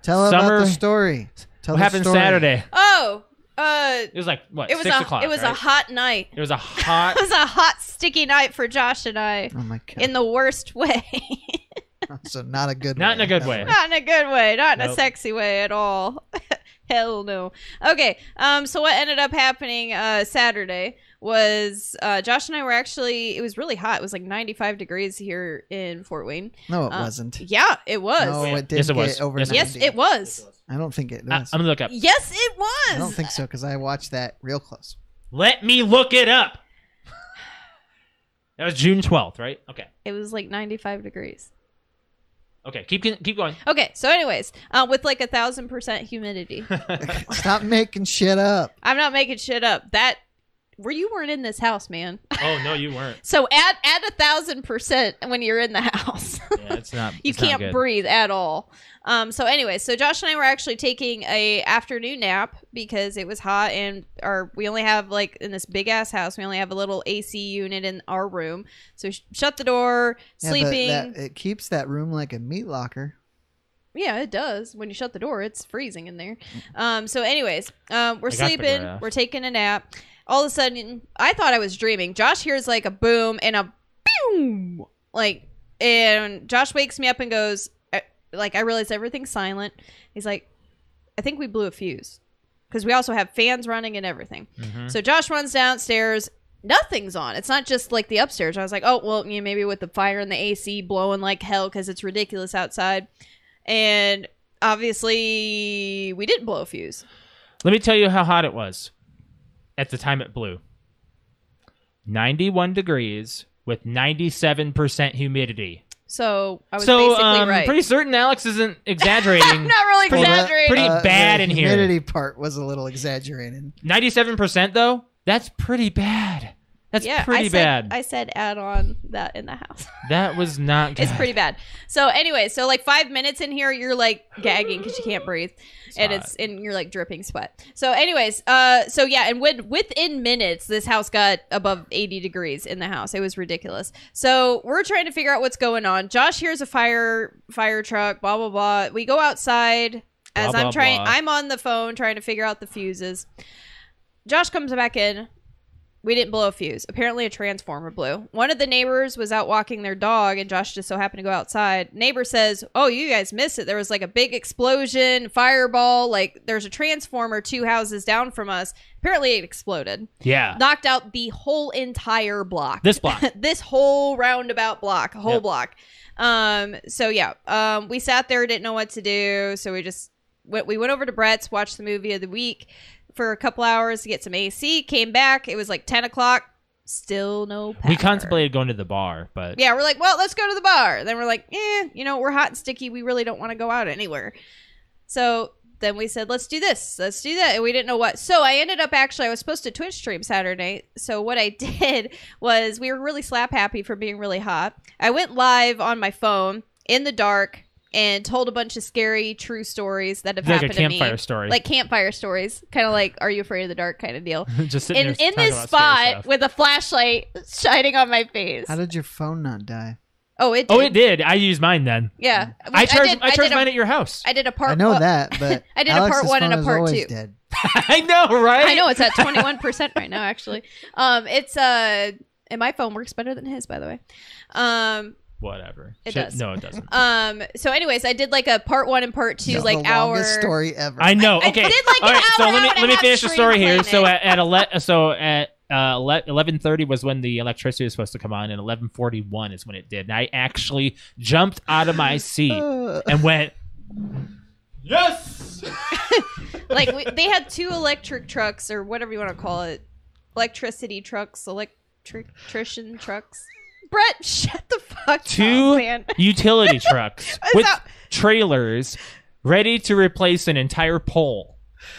Speaker 1: Tell about
Speaker 2: Summer-
Speaker 1: the story. Tell
Speaker 2: what
Speaker 1: the
Speaker 2: happened
Speaker 1: story.
Speaker 2: Saturday?
Speaker 3: Oh, uh,
Speaker 2: It was like what
Speaker 3: it was
Speaker 2: six
Speaker 3: a
Speaker 2: o'clock.
Speaker 3: it was a
Speaker 2: right?
Speaker 3: hot night.
Speaker 2: It was a
Speaker 3: It
Speaker 2: hot.
Speaker 3: was a hot sticky night for Josh and I
Speaker 1: Oh my god!
Speaker 3: in the worst [laughs] way.
Speaker 1: [laughs] so not a good.
Speaker 2: Not in
Speaker 1: way.
Speaker 2: a good
Speaker 1: That's
Speaker 2: way.
Speaker 1: right.
Speaker 3: not in a good way, not in a
Speaker 2: Nope.
Speaker 3: sexy way at all. [laughs] Hell no. Okay, um, so what ended up happening uh, Saturday was uh, Josh and I were actually, it was really hot. It was like 95 degrees here in Fort Wayne.
Speaker 1: No, it
Speaker 3: Uh,
Speaker 1: wasn't.
Speaker 3: Yeah, it was.
Speaker 1: No, it didn't
Speaker 2: Yes, it
Speaker 1: get
Speaker 2: was.
Speaker 1: over
Speaker 2: Yes, it was.
Speaker 1: 90.
Speaker 3: [laughs] yes, it was.
Speaker 1: I don't think it
Speaker 2: I, am
Speaker 1: was. I,
Speaker 2: gonna look up.
Speaker 3: Yes, it was.
Speaker 1: don't think so because I watched that real close. [laughs]
Speaker 2: Let me look it up. That was June 12th, right? Okay.
Speaker 3: it was like 95 degrees.
Speaker 2: Okay. Keep keep going.
Speaker 3: Okay, so, anyways, uh, with like a thousand percent humidity.
Speaker 1: Stop making shit up.
Speaker 3: I'm not making shit up. That, where you weren't in this house, man.
Speaker 2: [laughs]
Speaker 3: [laughs]
Speaker 2: Oh no, you weren't.
Speaker 3: So add add a thousand percent when you're in the house. [laughs]
Speaker 2: Yeah, it's not.
Speaker 3: you
Speaker 2: it's not
Speaker 3: can't
Speaker 2: good.
Speaker 3: breathe at all. Um, so anyway, so Josh and I were actually taking a afternoon nap because it was hot and our we only have like in this big ass house we only have a little AC unit in our room. So we sh- shut the door,
Speaker 1: Yeah, but
Speaker 3: sleeping.
Speaker 1: that- it keeps that room like a meat locker.
Speaker 3: Yeah, it does. When you shut the door, it's freezing in there. Um, so, anyways, um, we're
Speaker 2: I got the
Speaker 3: sleeping.
Speaker 2: graph.
Speaker 3: We're taking a nap. All of a sudden, I thought I was dreaming. Josh hears like a boom and a boom, like, and Josh wakes me up and goes, I, like, I realize everything's silent. He's like, I think we blew a fuse because we also have fans running and everything.
Speaker 2: Mhm.
Speaker 3: So Josh runs downstairs. Nothing's on. It's not just like the upstairs. I was like, oh well, you know, maybe with the fire and the AC blowing like hell because it's ridiculous outside. And obviously, we didn't blow a fuse.
Speaker 2: Let me tell you how hot it was at the time it blew. 91 degrees with 97% humidity.
Speaker 3: So I was
Speaker 2: So
Speaker 3: basically
Speaker 2: um,
Speaker 3: right.
Speaker 2: pretty certain Alex isn't exaggerating.
Speaker 3: [laughs] I'm not really
Speaker 2: Pretty-
Speaker 3: exaggerating.
Speaker 2: pretty- bad
Speaker 1: Uh, the
Speaker 2: in here.
Speaker 1: Humidity part was a little exaggerated.
Speaker 2: 97% though? That's pretty bad. That's
Speaker 3: yeah,
Speaker 2: pretty
Speaker 3: I said,
Speaker 2: bad.
Speaker 3: I said add on that in the house. [laughs]
Speaker 2: that was not good.
Speaker 3: It's pretty bad. So anyway, so like five minutes in here, you're like gagging because you can't breathe, and
Speaker 2: hot.
Speaker 3: it's and you're like dripping sweat. So anyways, uh, so yeah, and when within minutes, this house got above 80 degrees in the house. It was ridiculous. So we're trying to figure out what's going on. Josh hears a fire fire truck. Blah blah blah. We go outside as
Speaker 2: Blah,
Speaker 3: I'm
Speaker 2: blah,
Speaker 3: trying.
Speaker 2: blah.
Speaker 3: I'm on the phone trying to figure out the fuses. Josh comes back in. We didn't blow a fuse. Apparently, a transformer blew. One of the neighbors was out walking their dog, and Josh just so happened to go outside. Neighbor says, "Oh, you guys missed it. There was like a big explosion, fireball. Like there's a transformer two houses down from us. Apparently, it exploded, [laughs]
Speaker 2: yeah.
Speaker 3: knocked out the whole entire block.
Speaker 2: Ah. This block.
Speaker 3: [laughs] this whole roundabout block, whole
Speaker 2: Yep.
Speaker 3: block. Um. So yeah. Um. We sat there, didn't know what to do, so we just went. We went over to Brett's, watched the movie of the week for a couple hours to get some AC. Came back. It was like ten o'clock. Still no. Power.
Speaker 2: we contemplated going to the bar, but
Speaker 3: Yeah, we're like, well, let's go to the bar. Then we're like, eh, you know, we're hot and sticky. We really don't want to go out anywhere. So then we said, let's do this, let's do that. And we didn't know what. So I ended up actually, I was supposed to Twitch stream Saturday. So what I [laughs] did was we were really slap happy for being really hot. I went live on my phone in the dark and told a bunch of scary true stories that have
Speaker 2: Like a
Speaker 3: happened to
Speaker 2: campfire
Speaker 3: me.
Speaker 2: story.
Speaker 3: Like campfire stories, kind of like Are You Afraid of the Dark kind of deal.
Speaker 2: [laughs] just sitting
Speaker 3: And
Speaker 2: there
Speaker 3: in
Speaker 2: talking
Speaker 3: this
Speaker 2: about scary
Speaker 3: spot
Speaker 2: stuff.
Speaker 3: with a flashlight shining on my face.
Speaker 1: How did your phone not die?
Speaker 3: Oh, it did.
Speaker 2: Oh, it did. I used mine then.
Speaker 3: Yeah,
Speaker 2: I charged
Speaker 3: did-
Speaker 2: I charged
Speaker 3: did a-
Speaker 2: mine at your house.
Speaker 3: I did a part.
Speaker 1: Mm. I know
Speaker 3: one- [laughs]
Speaker 1: that, but
Speaker 3: I did a
Speaker 1: Alex's
Speaker 3: part one and a
Speaker 1: phone is
Speaker 3: part
Speaker 1: always
Speaker 3: two.
Speaker 1: Dead.
Speaker 2: [laughs] I know, right?
Speaker 3: I know it's at twenty one percent right now. Actually, um, it's uh, and my phone works better than his, by the way. Um,
Speaker 2: Whatever.
Speaker 3: It
Speaker 2: Shit,
Speaker 3: does.
Speaker 2: No, it
Speaker 3: [laughs]
Speaker 2: doesn't.
Speaker 3: um. So, anyways, I did like a part one and part two,
Speaker 1: It's
Speaker 3: like
Speaker 1: the
Speaker 3: our
Speaker 1: longest story ever.
Speaker 2: I know.
Speaker 3: I
Speaker 2: Oh, Okay.
Speaker 3: did like an
Speaker 2: All right. so
Speaker 3: hour
Speaker 2: let me
Speaker 3: out and
Speaker 2: let me
Speaker 3: half
Speaker 2: finish the
Speaker 3: stream
Speaker 2: story here.
Speaker 3: planning.
Speaker 2: So at, at ele- [laughs] so at uh, eleven thirty was when the electricity was supposed to come on, and eleven forty one is when it did. And I actually jumped out of
Speaker 3: [laughs]
Speaker 2: my seat
Speaker 1: Uh,
Speaker 2: and went, "Yes!" uh,
Speaker 3: like we, they had two electric trucks or whatever you want to call it, electricity trucks, electrician trucks. Brett, shut the fuck
Speaker 2: Two
Speaker 3: up, man. [laughs]
Speaker 2: utility trucks
Speaker 3: It's
Speaker 2: with
Speaker 3: not-
Speaker 2: trailers ready to replace an entire pole.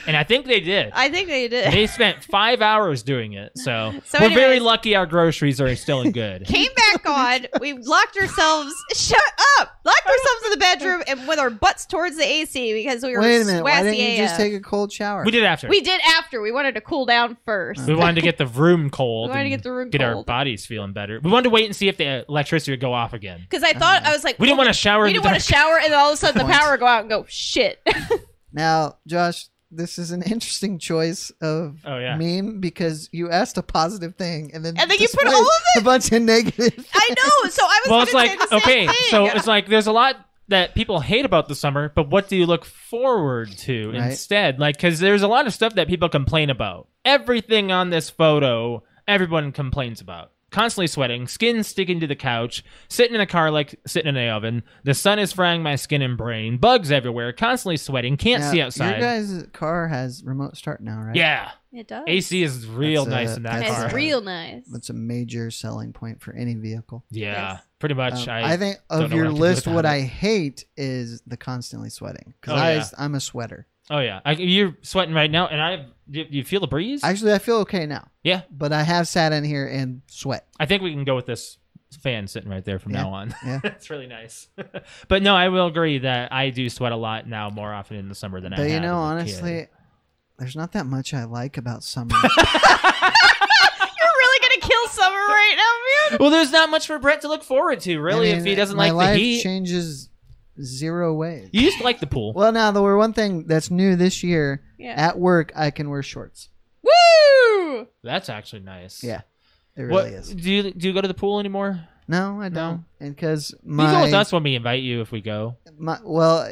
Speaker 2: And I think they did.
Speaker 3: I think they did.
Speaker 2: they spent five hours doing it. So,
Speaker 3: [laughs] So
Speaker 2: we're very
Speaker 3: anyways-
Speaker 2: lucky our groceries are still
Speaker 3: [laughs]
Speaker 2: good.
Speaker 3: Came back
Speaker 1: [laughs]
Speaker 3: on. We locked ourselves. Shut up! Locked ourselves in the bedroom and with our butts towards the AC because we were
Speaker 1: Wait a minute. Why
Speaker 3: swassy
Speaker 1: didn't you just
Speaker 3: AF.
Speaker 1: take a cold shower?
Speaker 2: we did after.
Speaker 3: We did after. We wanted to cool down first.
Speaker 2: We wanted to get the room cold.
Speaker 3: [laughs] We wanted to
Speaker 2: and
Speaker 3: get the room
Speaker 2: Get our
Speaker 3: cold.
Speaker 2: bodies feeling better. We wanted to wait and see if the electricity would go off again.
Speaker 3: Because I thought I was like, oh,
Speaker 2: We didn't want to shower.
Speaker 3: We
Speaker 2: in the
Speaker 3: didn't want to
Speaker 2: dark.
Speaker 3: shower, and all of a sudden the
Speaker 1: Point.
Speaker 3: power go out and go shit.
Speaker 1: [laughs] Now, Josh, this is an interesting choice of
Speaker 2: Oh, yeah.
Speaker 1: meme because you asked a positive thing and then
Speaker 3: And then you put
Speaker 1: displayed
Speaker 3: all of
Speaker 1: a bunch of negative.
Speaker 3: I know. So I was.
Speaker 2: Well,
Speaker 3: gonna
Speaker 2: it's like
Speaker 3: say the same
Speaker 2: okay,
Speaker 3: thing.
Speaker 2: so it's like there's a lot that people hate about the summer, but what do you look forward to
Speaker 1: Right.
Speaker 2: instead? Like, because there's a lot of stuff that people complain about. Everything on this photo, everyone complains about. Constantly sweating, skin sticking to the couch, sitting in a car like sitting in an oven. The sun is frying my skin and brain. Bugs everywhere. Constantly sweating. [laughs] Can't
Speaker 1: Now,
Speaker 2: see outside.
Speaker 1: Your guys' car has remote start now, right?
Speaker 2: yeah.
Speaker 3: it does.
Speaker 2: AC is real
Speaker 1: That's, uh,
Speaker 2: nice in that
Speaker 1: that's,
Speaker 2: car.
Speaker 3: It's
Speaker 1: Sorry.
Speaker 3: real nice.
Speaker 1: That's a major selling point for any vehicle.
Speaker 2: Yeah,
Speaker 3: Yes.
Speaker 2: pretty much.
Speaker 1: Um,
Speaker 2: I,
Speaker 1: I, think
Speaker 2: don't
Speaker 1: of
Speaker 2: know what I
Speaker 1: your
Speaker 2: have to do
Speaker 1: list,
Speaker 2: without
Speaker 1: what
Speaker 2: it.
Speaker 1: I hate is the constantly sweating because
Speaker 2: Oh,
Speaker 1: I
Speaker 2: yeah.
Speaker 1: I'm a sweater.
Speaker 2: oh yeah, I, you're sweating right now, and I you, you feel the breeze.
Speaker 1: Actually, I feel okay now,
Speaker 2: yeah,
Speaker 1: but I have sat in here and sweat.
Speaker 2: I think we can go with this fan sitting right there from
Speaker 1: Yeah,
Speaker 2: now on. [laughs]
Speaker 1: yeah.
Speaker 2: it's really nice. but no, I will agree that I do sweat a lot now, more often in the summer than I.
Speaker 1: But you
Speaker 2: have
Speaker 1: know,
Speaker 2: as a kid.
Speaker 1: honestly, there's not that much I like about summer.
Speaker 3: You're really gonna kill summer right now, man.
Speaker 2: Well, there's not much for Brett to look forward to, [laughs] really,
Speaker 1: I mean,
Speaker 2: if he doesn't
Speaker 1: my
Speaker 2: like
Speaker 1: life
Speaker 2: the heat.
Speaker 1: changes zero ways.
Speaker 2: You used to like the pool.
Speaker 1: Well, now the one thing that's new this year
Speaker 3: Yeah.
Speaker 1: at work, I can wear shorts.
Speaker 3: [laughs] Woo!
Speaker 2: That's actually nice.
Speaker 1: Yeah, it
Speaker 2: What
Speaker 1: really is.
Speaker 2: do you do you go to the pool anymore?
Speaker 1: No, I don't.
Speaker 2: No.
Speaker 1: And because
Speaker 2: you go with
Speaker 1: my,
Speaker 2: us when we invite you if we go.
Speaker 1: my well,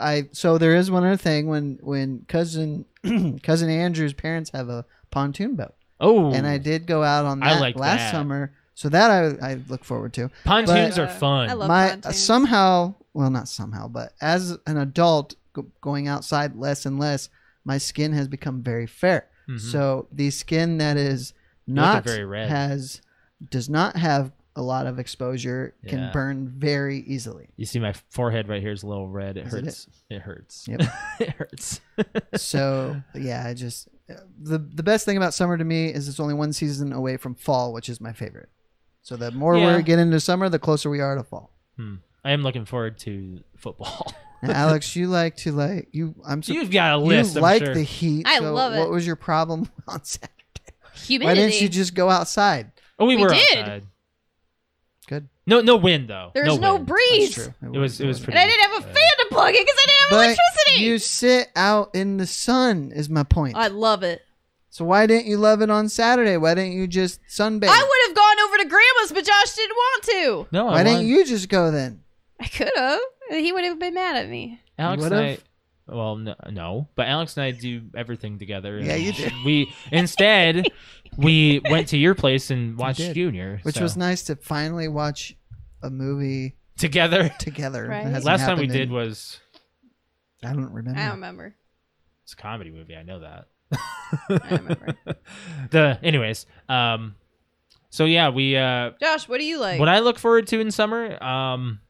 Speaker 1: I so there is one other thing when when cousin [clears throat] cousin Andrew's parents have a pontoon boat,
Speaker 2: Oh,
Speaker 1: and I did go out on
Speaker 2: I
Speaker 1: that
Speaker 2: like
Speaker 1: last
Speaker 2: that.
Speaker 1: summer. So that I I look forward to.
Speaker 2: pontoons
Speaker 1: but-
Speaker 2: are fun.
Speaker 3: I love
Speaker 1: my uh,
Speaker 3: pontoons.
Speaker 1: somehow well not somehow but as an adult go, going outside less and less my skin has become very fair
Speaker 2: Mhm.
Speaker 1: so the skin that is
Speaker 2: You look
Speaker 1: not
Speaker 2: very red.
Speaker 1: has does not have a lot of exposure
Speaker 2: Yeah.
Speaker 1: can burn very easily
Speaker 2: You see my forehead right here is a little red. It
Speaker 1: Is it
Speaker 2: hurts. It, hurts.
Speaker 1: Yep.
Speaker 2: [laughs] it hurts. [laughs]
Speaker 1: so yeah i just uh, the the best thing about summer to me is it's only one season away from fall which is my favorite so the more
Speaker 2: Yeah.
Speaker 1: we get into summer the closer we are to fall
Speaker 2: I am looking forward to football.
Speaker 1: now, alex you like to like you i'm so
Speaker 2: You've got a list.
Speaker 1: you
Speaker 2: I'm
Speaker 1: like
Speaker 2: sure.
Speaker 1: the heat.
Speaker 3: I
Speaker 1: so
Speaker 3: love it.
Speaker 1: What was your problem [laughs] on Saturday?
Speaker 3: Humidity.
Speaker 1: Why didn't you just go outside?
Speaker 2: Oh, we,
Speaker 3: We
Speaker 2: were
Speaker 3: did.
Speaker 2: outside.
Speaker 1: Good.
Speaker 2: No, no wind though.
Speaker 3: There's no,
Speaker 2: wind.
Speaker 3: breeze,
Speaker 1: That's true.
Speaker 2: It was- it was
Speaker 3: and I didn't have a fan to plug in because I didn't have
Speaker 1: But
Speaker 3: electricity.
Speaker 1: you sit out in the sun is my point.
Speaker 3: I love it.
Speaker 1: so why didn't you love it on Saturday? Why didn't you just sunbathe?
Speaker 3: I would have gone over to grandma's, but Josh didn't want to.
Speaker 2: No,
Speaker 1: Why
Speaker 2: I
Speaker 1: didn't
Speaker 2: won.
Speaker 1: you just go then?
Speaker 3: I could have. He would have been mad at me.
Speaker 2: Alex
Speaker 1: You
Speaker 2: and I.
Speaker 1: would've?
Speaker 2: Well, no, no, but Alex and I do everything together.
Speaker 1: Yeah, you do.
Speaker 2: We
Speaker 1: [laughs]
Speaker 2: instead we went to your place and watched
Speaker 1: did.
Speaker 2: Junior,
Speaker 1: Which
Speaker 2: so-
Speaker 1: was nice to finally watch a movie
Speaker 2: together.
Speaker 1: together.
Speaker 3: Right.
Speaker 1: That [laughs] hasn't
Speaker 2: Last time we
Speaker 1: happened
Speaker 2: did
Speaker 1: in-
Speaker 2: was
Speaker 1: I don't remember.
Speaker 3: I don't remember.
Speaker 2: it's a comedy movie. I know that.
Speaker 3: I don't remember.
Speaker 2: [laughs] the anyways, um, so yeah, we uh,
Speaker 3: Josh, what do you like?
Speaker 2: what I look forward to in summer, um,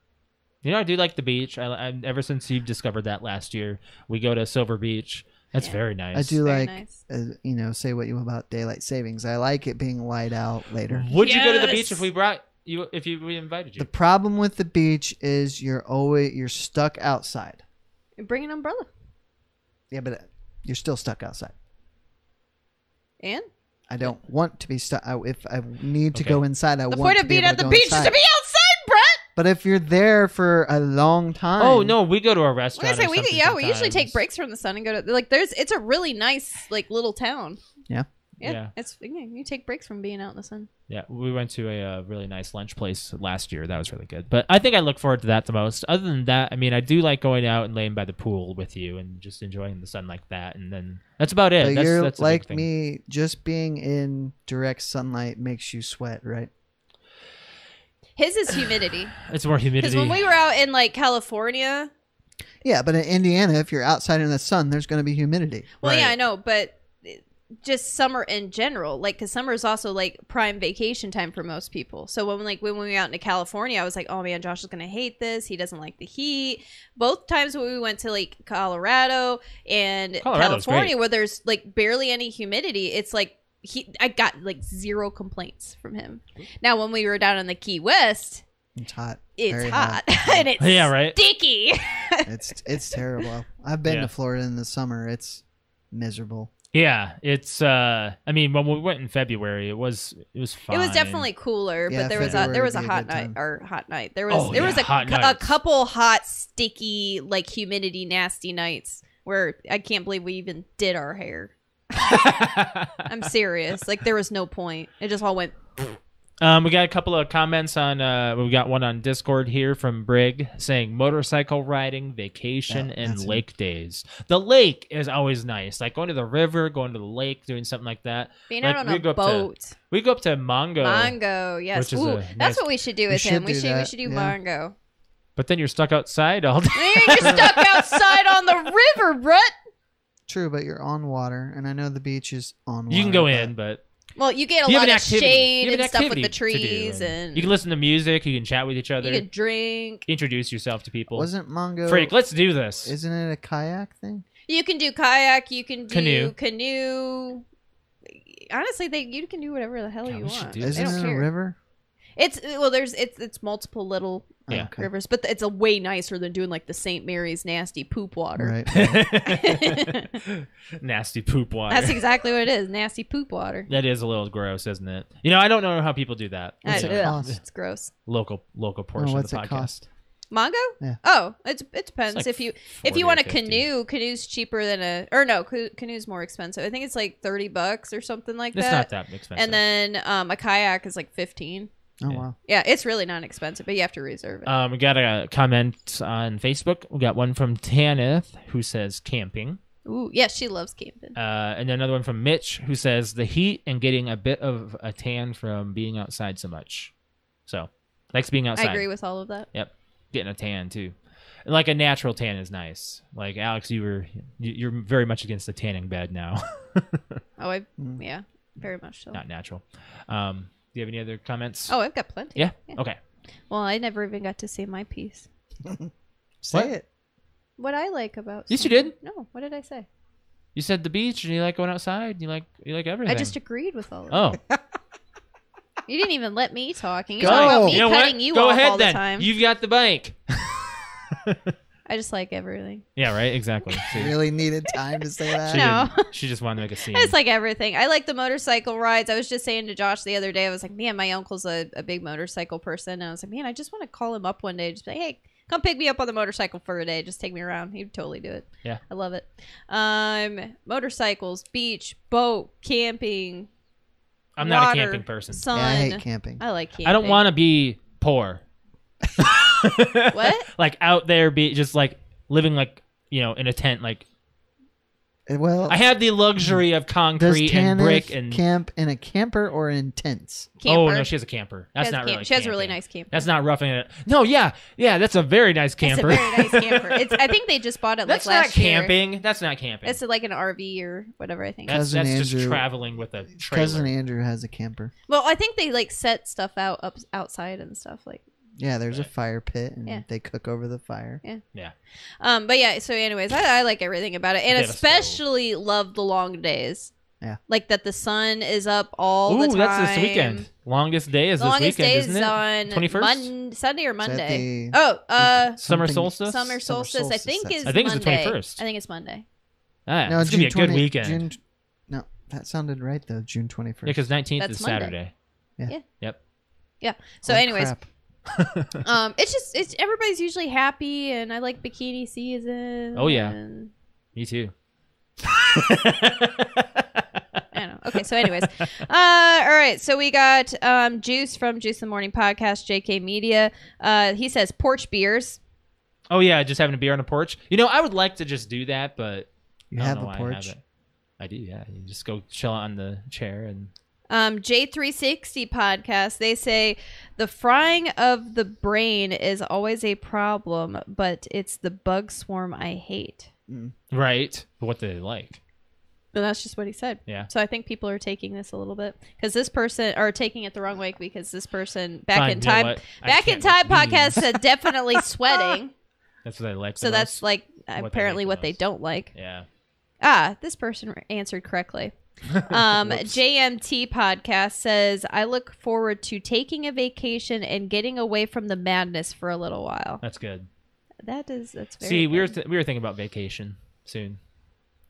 Speaker 2: you know, I do like the beach. I, I ever since you've discovered that last year, we go to Silver Beach. That's
Speaker 3: Yeah.
Speaker 2: very nice.
Speaker 1: I do
Speaker 3: Very
Speaker 1: like,
Speaker 3: nice.
Speaker 1: uh, you know, say what you will about daylight savings. I like it being light out later.
Speaker 2: Would you go to the beach
Speaker 3: Yes.
Speaker 2: if we brought you? If you, we invited you?
Speaker 1: The problem with the beach is you're always you're stuck outside.
Speaker 3: Bring an umbrella.
Speaker 1: Yeah, but uh, you're still stuck outside.
Speaker 3: And
Speaker 1: I don't want to be stuck. I, if I need to
Speaker 2: Okay.
Speaker 1: go inside, I
Speaker 3: the
Speaker 1: want
Speaker 3: point
Speaker 1: to
Speaker 3: of
Speaker 1: be
Speaker 3: being
Speaker 1: able
Speaker 3: at the
Speaker 1: go
Speaker 3: beach is
Speaker 1: inside.
Speaker 3: to be outside, Brett.
Speaker 1: But if you're there for a long time,
Speaker 2: oh no, we go to a
Speaker 3: When I
Speaker 2: restaurant.
Speaker 3: say
Speaker 2: or
Speaker 3: we,
Speaker 2: something
Speaker 3: yeah, we usually
Speaker 2: sometimes.
Speaker 3: take breaks from the sun and go to like there's. It's a really nice like little town.
Speaker 1: Yeah.
Speaker 3: Yeah,
Speaker 2: Yeah.
Speaker 3: it's yeah, you take breaks from being out in the sun.
Speaker 2: Yeah, we went to a uh, really nice lunch place last year. That was really good. But I think I look forward to that the most. Other than that, I mean, I do like going out and laying by the pool with you and just enjoying the sun like that. And then that's about it.
Speaker 1: But
Speaker 2: that's,
Speaker 1: you're
Speaker 2: that's a big
Speaker 1: like
Speaker 2: thing.
Speaker 1: me. Just being in direct sunlight makes you sweat, right?
Speaker 3: His is humidity
Speaker 2: It's more
Speaker 3: because
Speaker 2: humidity.
Speaker 3: when we were out in like California,
Speaker 1: Yeah, but in Indiana, if you're outside in the sun, there's going to be humidity.
Speaker 3: well, yeah,
Speaker 2: Right.
Speaker 3: I know, but eh, just summer in general like because summer is also like prime vacation time for most people so when like when we went out into california i was like oh man josh is gonna hate this he doesn't like the heat both times when we went to like colorado and
Speaker 2: Colorado's
Speaker 3: california
Speaker 2: great.
Speaker 3: where there's like barely any humidity it's like he i got like zero complaints from him now when we were down in the key west
Speaker 1: It's hot.
Speaker 3: it's
Speaker 1: Very
Speaker 3: hot, [laughs] and it's
Speaker 2: Yeah, right.
Speaker 3: sticky
Speaker 1: it's it's terrible. I've been
Speaker 2: Yeah.
Speaker 1: to Florida in the summer. It's miserable.
Speaker 2: Yeah, it's. uh I mean, when we went in February, it was it was fine.
Speaker 3: It was definitely [laughs] cooler,
Speaker 1: Yeah,
Speaker 3: but there was a
Speaker 1: February
Speaker 3: there was a
Speaker 1: would be a
Speaker 3: hot
Speaker 1: good
Speaker 3: night
Speaker 1: time.
Speaker 3: or hot night. There was
Speaker 2: Oh,
Speaker 3: there
Speaker 2: yeah,
Speaker 3: was a,
Speaker 2: hot
Speaker 3: cou- a
Speaker 2: nights.
Speaker 3: couple hot sticky like humidity nasty nights where I can't believe we even did our hair.
Speaker 2: [laughs]
Speaker 3: I'm serious. like there was no point. It just all went.
Speaker 2: [laughs] Um, we got a couple of comments on. Uh, we got one on Discord here from Brig saying motorcycle riding, vacation,
Speaker 1: Yeah,
Speaker 2: and
Speaker 1: that's it.
Speaker 2: lake days. The lake is always nice, like going to the river, going to the lake, doing something like that.
Speaker 3: Being
Speaker 2: Like,
Speaker 3: out
Speaker 2: we
Speaker 3: on
Speaker 2: go
Speaker 3: a
Speaker 2: up to
Speaker 3: boat,
Speaker 2: We go up to Mongo,
Speaker 3: Mongo, yes.
Speaker 2: Which is
Speaker 3: Ooh,
Speaker 2: a
Speaker 3: that's
Speaker 2: nice-
Speaker 3: what we should do
Speaker 1: We
Speaker 3: with him.
Speaker 1: should
Speaker 3: We
Speaker 1: do
Speaker 3: should we
Speaker 1: that,
Speaker 3: should do
Speaker 1: yeah. [laughs]
Speaker 3: Mongo.
Speaker 2: but then you're stuck outside all day. [laughs]
Speaker 3: You're stuck outside on the river, Brett.
Speaker 1: True, but you're on water, and I know the beach is on. water.
Speaker 2: You can go
Speaker 1: but
Speaker 2: in, but
Speaker 3: Well, you get a
Speaker 2: you have
Speaker 3: lot
Speaker 2: an
Speaker 3: of
Speaker 2: activity.
Speaker 3: shade
Speaker 2: you have an
Speaker 3: and stuff with the
Speaker 2: activity to do,
Speaker 3: trees, and
Speaker 2: you can listen to music. You can chat with each other.
Speaker 3: you can drink.
Speaker 2: introduce yourself to people.
Speaker 1: Wasn't Mongo?
Speaker 2: Freak, let's do this.
Speaker 1: Isn't it a kayak thing?
Speaker 3: You can do kayak. You can do
Speaker 2: Canoe.
Speaker 3: canoe. Honestly, they you can do whatever the hell
Speaker 2: Yeah,
Speaker 3: you
Speaker 2: we should
Speaker 3: want.
Speaker 2: do
Speaker 3: They
Speaker 2: that.
Speaker 1: Isn't
Speaker 3: don't
Speaker 1: it a
Speaker 3: care.
Speaker 1: river?
Speaker 3: It's well, there's it's it's multiple little
Speaker 1: Oh,
Speaker 2: Yeah.
Speaker 1: okay.
Speaker 3: rivers, but it's a way nicer than doing like the St. Mary's nasty poop water.
Speaker 2: [laughs]
Speaker 1: Right. Oh,
Speaker 2: Nasty poop water.
Speaker 3: That's exactly what it is. Nasty poop water.
Speaker 2: That is a little gross, isn't it? You know, I don't know how people do that.
Speaker 3: I-
Speaker 1: What's it
Speaker 2: You know,
Speaker 3: ugh,
Speaker 1: cost?
Speaker 3: It's gross.
Speaker 2: Local local portion
Speaker 1: Oh, what's
Speaker 2: of the
Speaker 1: it
Speaker 2: podcast.
Speaker 1: cost?
Speaker 3: Mongo?
Speaker 1: Yeah.
Speaker 3: Oh, it's, it depends.
Speaker 2: like
Speaker 3: if you
Speaker 2: 40
Speaker 3: if you
Speaker 2: or
Speaker 3: want a
Speaker 2: 50.
Speaker 3: canoe, canoe's cheaper than a or no, ca- canoe's more expensive. I think it's like thirty bucks or something like
Speaker 2: It's
Speaker 3: that.
Speaker 2: not that expensive.
Speaker 3: and then um, a kayak is like fifteen.
Speaker 1: Oh
Speaker 2: Yeah.
Speaker 1: wow.
Speaker 3: Yeah, it's really not expensive, but you have to reserve it.
Speaker 2: um, we got a comment on Facebook. We got one from Tanith who says camping,
Speaker 3: Ooh, yeah, she loves camping.
Speaker 2: uh, and another one from Mitch who says the heat and getting a bit of a tan from being outside so much. So likes being outside.
Speaker 3: I agree with all of that.
Speaker 2: getting a tan too. And like a natural tan is nice. Like Alex, you were you- you're very much against the tanning bed now. [laughs]
Speaker 3: Oh, I
Speaker 1: Mm.
Speaker 3: yeah, very much so.
Speaker 2: Not natural. Um, do you have any other comments?
Speaker 3: Oh, I've got plenty.
Speaker 2: yeah. Okay.
Speaker 3: Well, I never even got to say my piece.
Speaker 1: Say
Speaker 2: What?
Speaker 1: it.
Speaker 3: What I like about
Speaker 2: Yes, you
Speaker 3: something-
Speaker 2: did.
Speaker 3: No, what did I say?
Speaker 2: You said the beach, and you like going outside. You like you like everything.
Speaker 3: I just agreed with all of
Speaker 2: Oh,
Speaker 3: it. You didn't even let me talk, and you
Speaker 1: Go.
Speaker 3: talk about me
Speaker 2: you know
Speaker 3: cutting
Speaker 2: what?
Speaker 3: you
Speaker 2: Go
Speaker 3: off
Speaker 2: ahead
Speaker 3: all
Speaker 2: then.
Speaker 3: the time.
Speaker 2: You've got the bike.
Speaker 3: I just like everything.
Speaker 2: Yeah, right. Exactly. See?
Speaker 1: Really needed time to say that.
Speaker 2: She,
Speaker 3: No.
Speaker 2: didn't- she just wanted to make
Speaker 3: [laughs]
Speaker 2: a scene.
Speaker 3: I just like everything. I like the motorcycle rides. I was just saying to Josh the other day, I was like, man, my uncle's a, a big motorcycle person. And I was like, man, I just want to call him up one day. Just be like, hey, come pick me up on the motorcycle for a day. Just take me around. He'd totally do it.
Speaker 2: Yeah.
Speaker 3: I love it. Um, motorcycles, beach, boat, camping.
Speaker 2: I'm not
Speaker 3: water,
Speaker 2: a camping person.
Speaker 3: Sun.
Speaker 1: yeah, I
Speaker 3: I,
Speaker 1: hate camping.
Speaker 3: like camping.
Speaker 2: I don't want to be poor.
Speaker 3: [laughs] What?
Speaker 2: [laughs] like out there, be just like living like you know in a tent, like
Speaker 1: Uh, Well,
Speaker 2: I have the luxury of
Speaker 1: does
Speaker 2: concrete and
Speaker 1: Tanith
Speaker 2: brick and
Speaker 1: camp in a camper or in tents?
Speaker 3: camper.
Speaker 2: oh no, she has a camper. That's
Speaker 3: has
Speaker 2: not
Speaker 3: a camp-
Speaker 2: really.
Speaker 3: She has a really
Speaker 2: camping.
Speaker 3: nice camper.
Speaker 2: That's not roughing it. No, yeah, yeah, that's a very nice
Speaker 3: It's
Speaker 2: camper.
Speaker 3: a very
Speaker 2: [laughs]
Speaker 3: nice camper. It's, I think they just bought it
Speaker 2: that's
Speaker 3: like
Speaker 2: not
Speaker 3: last year.
Speaker 2: camping. That's not camping.
Speaker 3: It's like an RV or whatever, I think.
Speaker 2: that's
Speaker 1: Cousin
Speaker 2: that's just
Speaker 1: Andrew-
Speaker 2: traveling with a trailer.
Speaker 1: Cousin Andrew has a camper.
Speaker 3: Well, I think they like set stuff out up outside and stuff like.
Speaker 1: Yeah, there's
Speaker 2: Right.
Speaker 1: a fire pit, and
Speaker 3: Yeah.
Speaker 1: they cook over the fire.
Speaker 3: Um, but yeah. So, anyways, I, I like everything about it,
Speaker 2: They
Speaker 3: and
Speaker 2: have a
Speaker 3: especially love the long days.
Speaker 1: Yeah.
Speaker 3: Like that, the sun is up all
Speaker 2: Ooh,
Speaker 3: the time.
Speaker 2: that's this weekend. Longest day is
Speaker 3: The
Speaker 2: this
Speaker 3: longest
Speaker 2: weekend,
Speaker 3: day
Speaker 2: isn't
Speaker 3: is
Speaker 2: it?
Speaker 3: on
Speaker 2: 21st?
Speaker 3: Mon- Sunday or
Speaker 1: Is that
Speaker 3: Monday.
Speaker 1: the-
Speaker 3: Oh,
Speaker 2: Summer
Speaker 3: uh,
Speaker 1: Something-
Speaker 2: solstice.
Speaker 3: summer solstice. I
Speaker 1: solstice,
Speaker 3: think
Speaker 1: that's-
Speaker 3: is.
Speaker 2: I think it's the
Speaker 3: Monday.
Speaker 2: 21st.
Speaker 3: I think it's Monday.
Speaker 2: Ah,
Speaker 1: no,
Speaker 2: it's
Speaker 1: June
Speaker 2: gonna be a good
Speaker 1: 20
Speaker 2: weekend.
Speaker 1: June, no, that sounded right though. June twenty
Speaker 2: yeah,
Speaker 1: first.
Speaker 2: because 19th is
Speaker 3: That's Monday.
Speaker 2: Saturday.
Speaker 1: Yeah.
Speaker 3: Yeah.
Speaker 2: Yep.
Speaker 3: So,
Speaker 1: Oh,
Speaker 3: anyways, um, it's just it's everybody's usually happy, and I like bikini season.
Speaker 2: Oh, yeah.
Speaker 3: and-
Speaker 2: Me too.
Speaker 3: I don't know. Okay, so anyways, [laughs] uh, all right. So we got um, Juice from Juice in the Morning podcast, JK Media. Uh, he says porch beers.
Speaker 2: oh yeah, just having a beer on a porch. You know, I would like to just do that, but
Speaker 1: you
Speaker 2: I don't
Speaker 1: have
Speaker 2: know
Speaker 1: a
Speaker 2: why I
Speaker 1: porch.
Speaker 2: haven't. I do. Yeah, you just go chill on the chair and
Speaker 3: Um, J360 podcast. They say the frying of the brain is always a problem, but it's the bug swarm I hate.
Speaker 2: right. What do they like?
Speaker 3: But that's just what he said.
Speaker 2: Yeah.
Speaker 3: So I think people are taking this a little bit because this person are taking it the wrong way because this person back
Speaker 2: Fine,
Speaker 3: in
Speaker 2: you know
Speaker 3: time
Speaker 2: what? I
Speaker 3: back in
Speaker 2: can't
Speaker 3: time
Speaker 2: with
Speaker 3: podcast
Speaker 2: memes.
Speaker 3: said definitely
Speaker 2: [laughs]
Speaker 3: sweating.
Speaker 2: That's what I like.
Speaker 3: so
Speaker 2: the
Speaker 3: that's
Speaker 2: most.
Speaker 3: like
Speaker 2: they hate
Speaker 3: apparently
Speaker 2: the
Speaker 3: what they
Speaker 2: most.
Speaker 3: don't like.
Speaker 2: yeah.
Speaker 3: Ah, this person re- answered correctly.
Speaker 2: [laughs]
Speaker 3: Um, JMT podcast says, I look forward to taking a vacation and getting away from the madness for a little while.
Speaker 2: That's good.
Speaker 3: That is, that's very.
Speaker 2: See, we were
Speaker 3: good.
Speaker 2: th- we were thinking about vacation soon,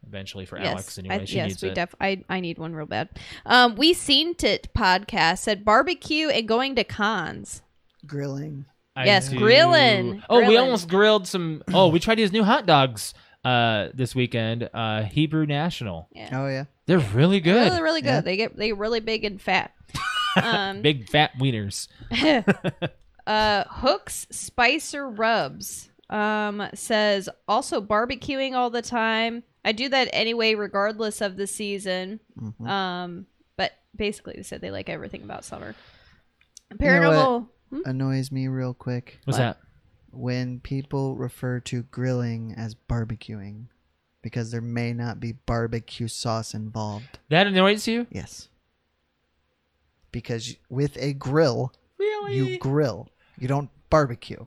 Speaker 2: eventually for Alex anyway.
Speaker 3: I,
Speaker 2: she
Speaker 3: yes,
Speaker 2: needs
Speaker 3: we
Speaker 2: it.
Speaker 3: def. I, I need one real bad. Um, we seen it podcast said barbecue and going to cons.
Speaker 1: Grilling.
Speaker 2: I
Speaker 3: Yes,
Speaker 2: do-
Speaker 3: grilling,
Speaker 2: Oh, we
Speaker 3: grilling.
Speaker 2: almost grilled some. Oh, we tried these new hot dogs uh, this weekend. Uh, Hebrew National.
Speaker 3: Yeah,
Speaker 1: Oh yeah.
Speaker 2: They're really good.
Speaker 3: really, really good.
Speaker 1: Yeah.
Speaker 3: They get they really big and fat.
Speaker 2: [laughs]
Speaker 3: Um,
Speaker 2: Big fat wieners.
Speaker 3: [laughs] uh, Hooks Spicer Rubs um, says also barbecuing all the time. I do that anyway, regardless of the season.
Speaker 1: Mhm.
Speaker 3: Um, but basically, they said they like everything about summer.
Speaker 1: know what?
Speaker 3: Paranormal. Hmm?
Speaker 1: Annoys me real quick
Speaker 2: What's
Speaker 3: What?
Speaker 2: that?
Speaker 1: when people refer to grilling as barbecuing because there may not be barbecue sauce involved.
Speaker 2: That annoys you?
Speaker 1: Yes. Because with a grill,
Speaker 2: Really?
Speaker 1: you grill. You don't barbecue.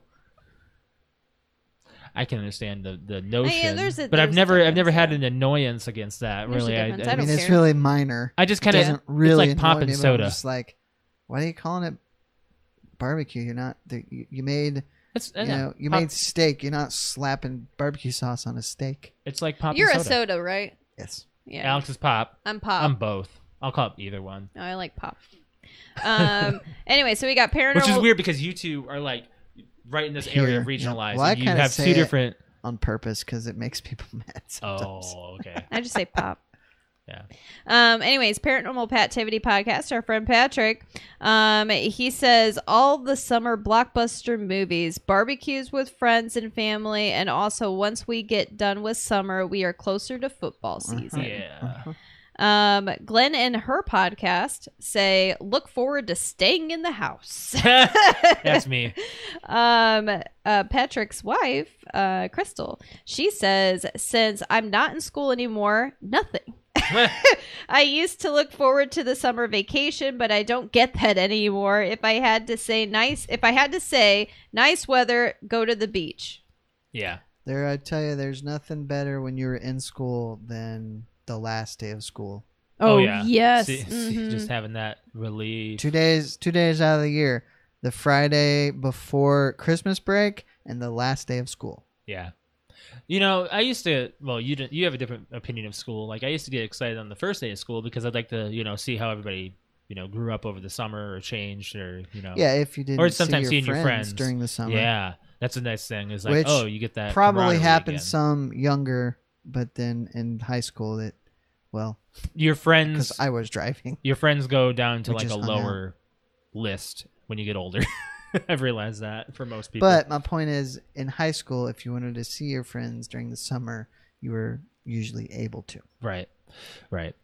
Speaker 2: I can understand the, the notion,
Speaker 3: Oh, there's a-
Speaker 2: but I've
Speaker 3: there's a
Speaker 2: never I've never
Speaker 3: difference,
Speaker 2: had
Speaker 3: yeah.
Speaker 2: an annoyance against that.
Speaker 3: There's a
Speaker 2: Really, I,
Speaker 3: difference.
Speaker 2: I
Speaker 3: I
Speaker 1: I,
Speaker 3: don't
Speaker 1: mean, it's
Speaker 3: care.
Speaker 1: really minor.
Speaker 2: I just kind
Speaker 1: doesn't
Speaker 2: of
Speaker 1: really
Speaker 2: it's like pop
Speaker 1: annoy
Speaker 2: and
Speaker 1: me, but I'm
Speaker 2: soda.
Speaker 1: Just like, why are you calling it barbecue? You're not. the- You you made
Speaker 2: It's,
Speaker 1: you know you
Speaker 2: pop-
Speaker 1: made steak. You're not slapping barbecue sauce on a steak.
Speaker 2: it's like pop. and
Speaker 3: You're a
Speaker 2: soda.
Speaker 3: soda, Uh, right?
Speaker 1: Yes.
Speaker 3: Yeah.
Speaker 2: Alex is pop.
Speaker 3: I'm pop.
Speaker 2: I'm both. I'll call it either one,
Speaker 3: No, I like pop. Um. [laughs] anyway, so we got paranormal.
Speaker 2: which is weird because you two are like right in this area
Speaker 1: Here,
Speaker 2: of regional
Speaker 1: yeah.
Speaker 2: lies.
Speaker 1: Well, I
Speaker 2: and you
Speaker 1: kinda
Speaker 2: have two
Speaker 1: say it
Speaker 2: different.
Speaker 1: On purpose because it makes people [laughs] mad sometimes.
Speaker 2: Oh,
Speaker 1: [laughs]
Speaker 2: okay.
Speaker 3: I just say pop.
Speaker 2: [laughs] Yeah.
Speaker 3: Um. Anyways, paranormal pativity podcast. Our friend Patrick. Um. He says all the summer blockbuster movies, barbecues with friends and family, and also once we get done with summer, we are closer to football season.
Speaker 2: Yeah.
Speaker 3: Um. Glenn and her podcast say look forward to staying in the house. [laughs]
Speaker 2: [laughs] That's me. [laughs]
Speaker 3: um uh, patrick's wife uh crystal she says since i'm not in school anymore nothing i used to look forward to the summer vacation but i don't get that anymore if i had to say nice if i had to say nice weather go to the beach
Speaker 2: Yeah.
Speaker 1: There, I tell you, there's nothing better when you're in school than the last day of school.
Speaker 2: Oh, yeah.
Speaker 3: yes mm-hmm.
Speaker 2: See- see, just having that relief.
Speaker 1: Two days, two days out of the year, the Friday before Christmas break and the last day of school.
Speaker 2: Yeah. You know, I used to. Well, you didn't. You have a different opinion of school. Like I used to get excited on the first day of school because I'd like to, you know, see how everybody, you know, grew up over the summer or changed or, you know.
Speaker 1: Yeah, if you didn't
Speaker 2: Oh. Or
Speaker 1: see
Speaker 2: sometimes
Speaker 1: your
Speaker 2: seeing your
Speaker 1: friends
Speaker 2: friends.
Speaker 1: during the summer.
Speaker 2: Yeah. That's a nice thing. Is like,
Speaker 1: Which
Speaker 2: oh, you get that.
Speaker 1: probably
Speaker 2: camaraderie
Speaker 1: happened
Speaker 2: again.
Speaker 1: some younger, but then in high school, it well,
Speaker 2: Your
Speaker 1: because
Speaker 2: friends.
Speaker 1: I was driving.
Speaker 2: your friends go down to
Speaker 1: We
Speaker 2: like a
Speaker 1: just hung out.
Speaker 2: lower list when you get older. [laughs] I've realized that for most people.
Speaker 1: But my point is, in high school, if you wanted to see your friends during the summer, you were usually able to.
Speaker 2: Right. Right.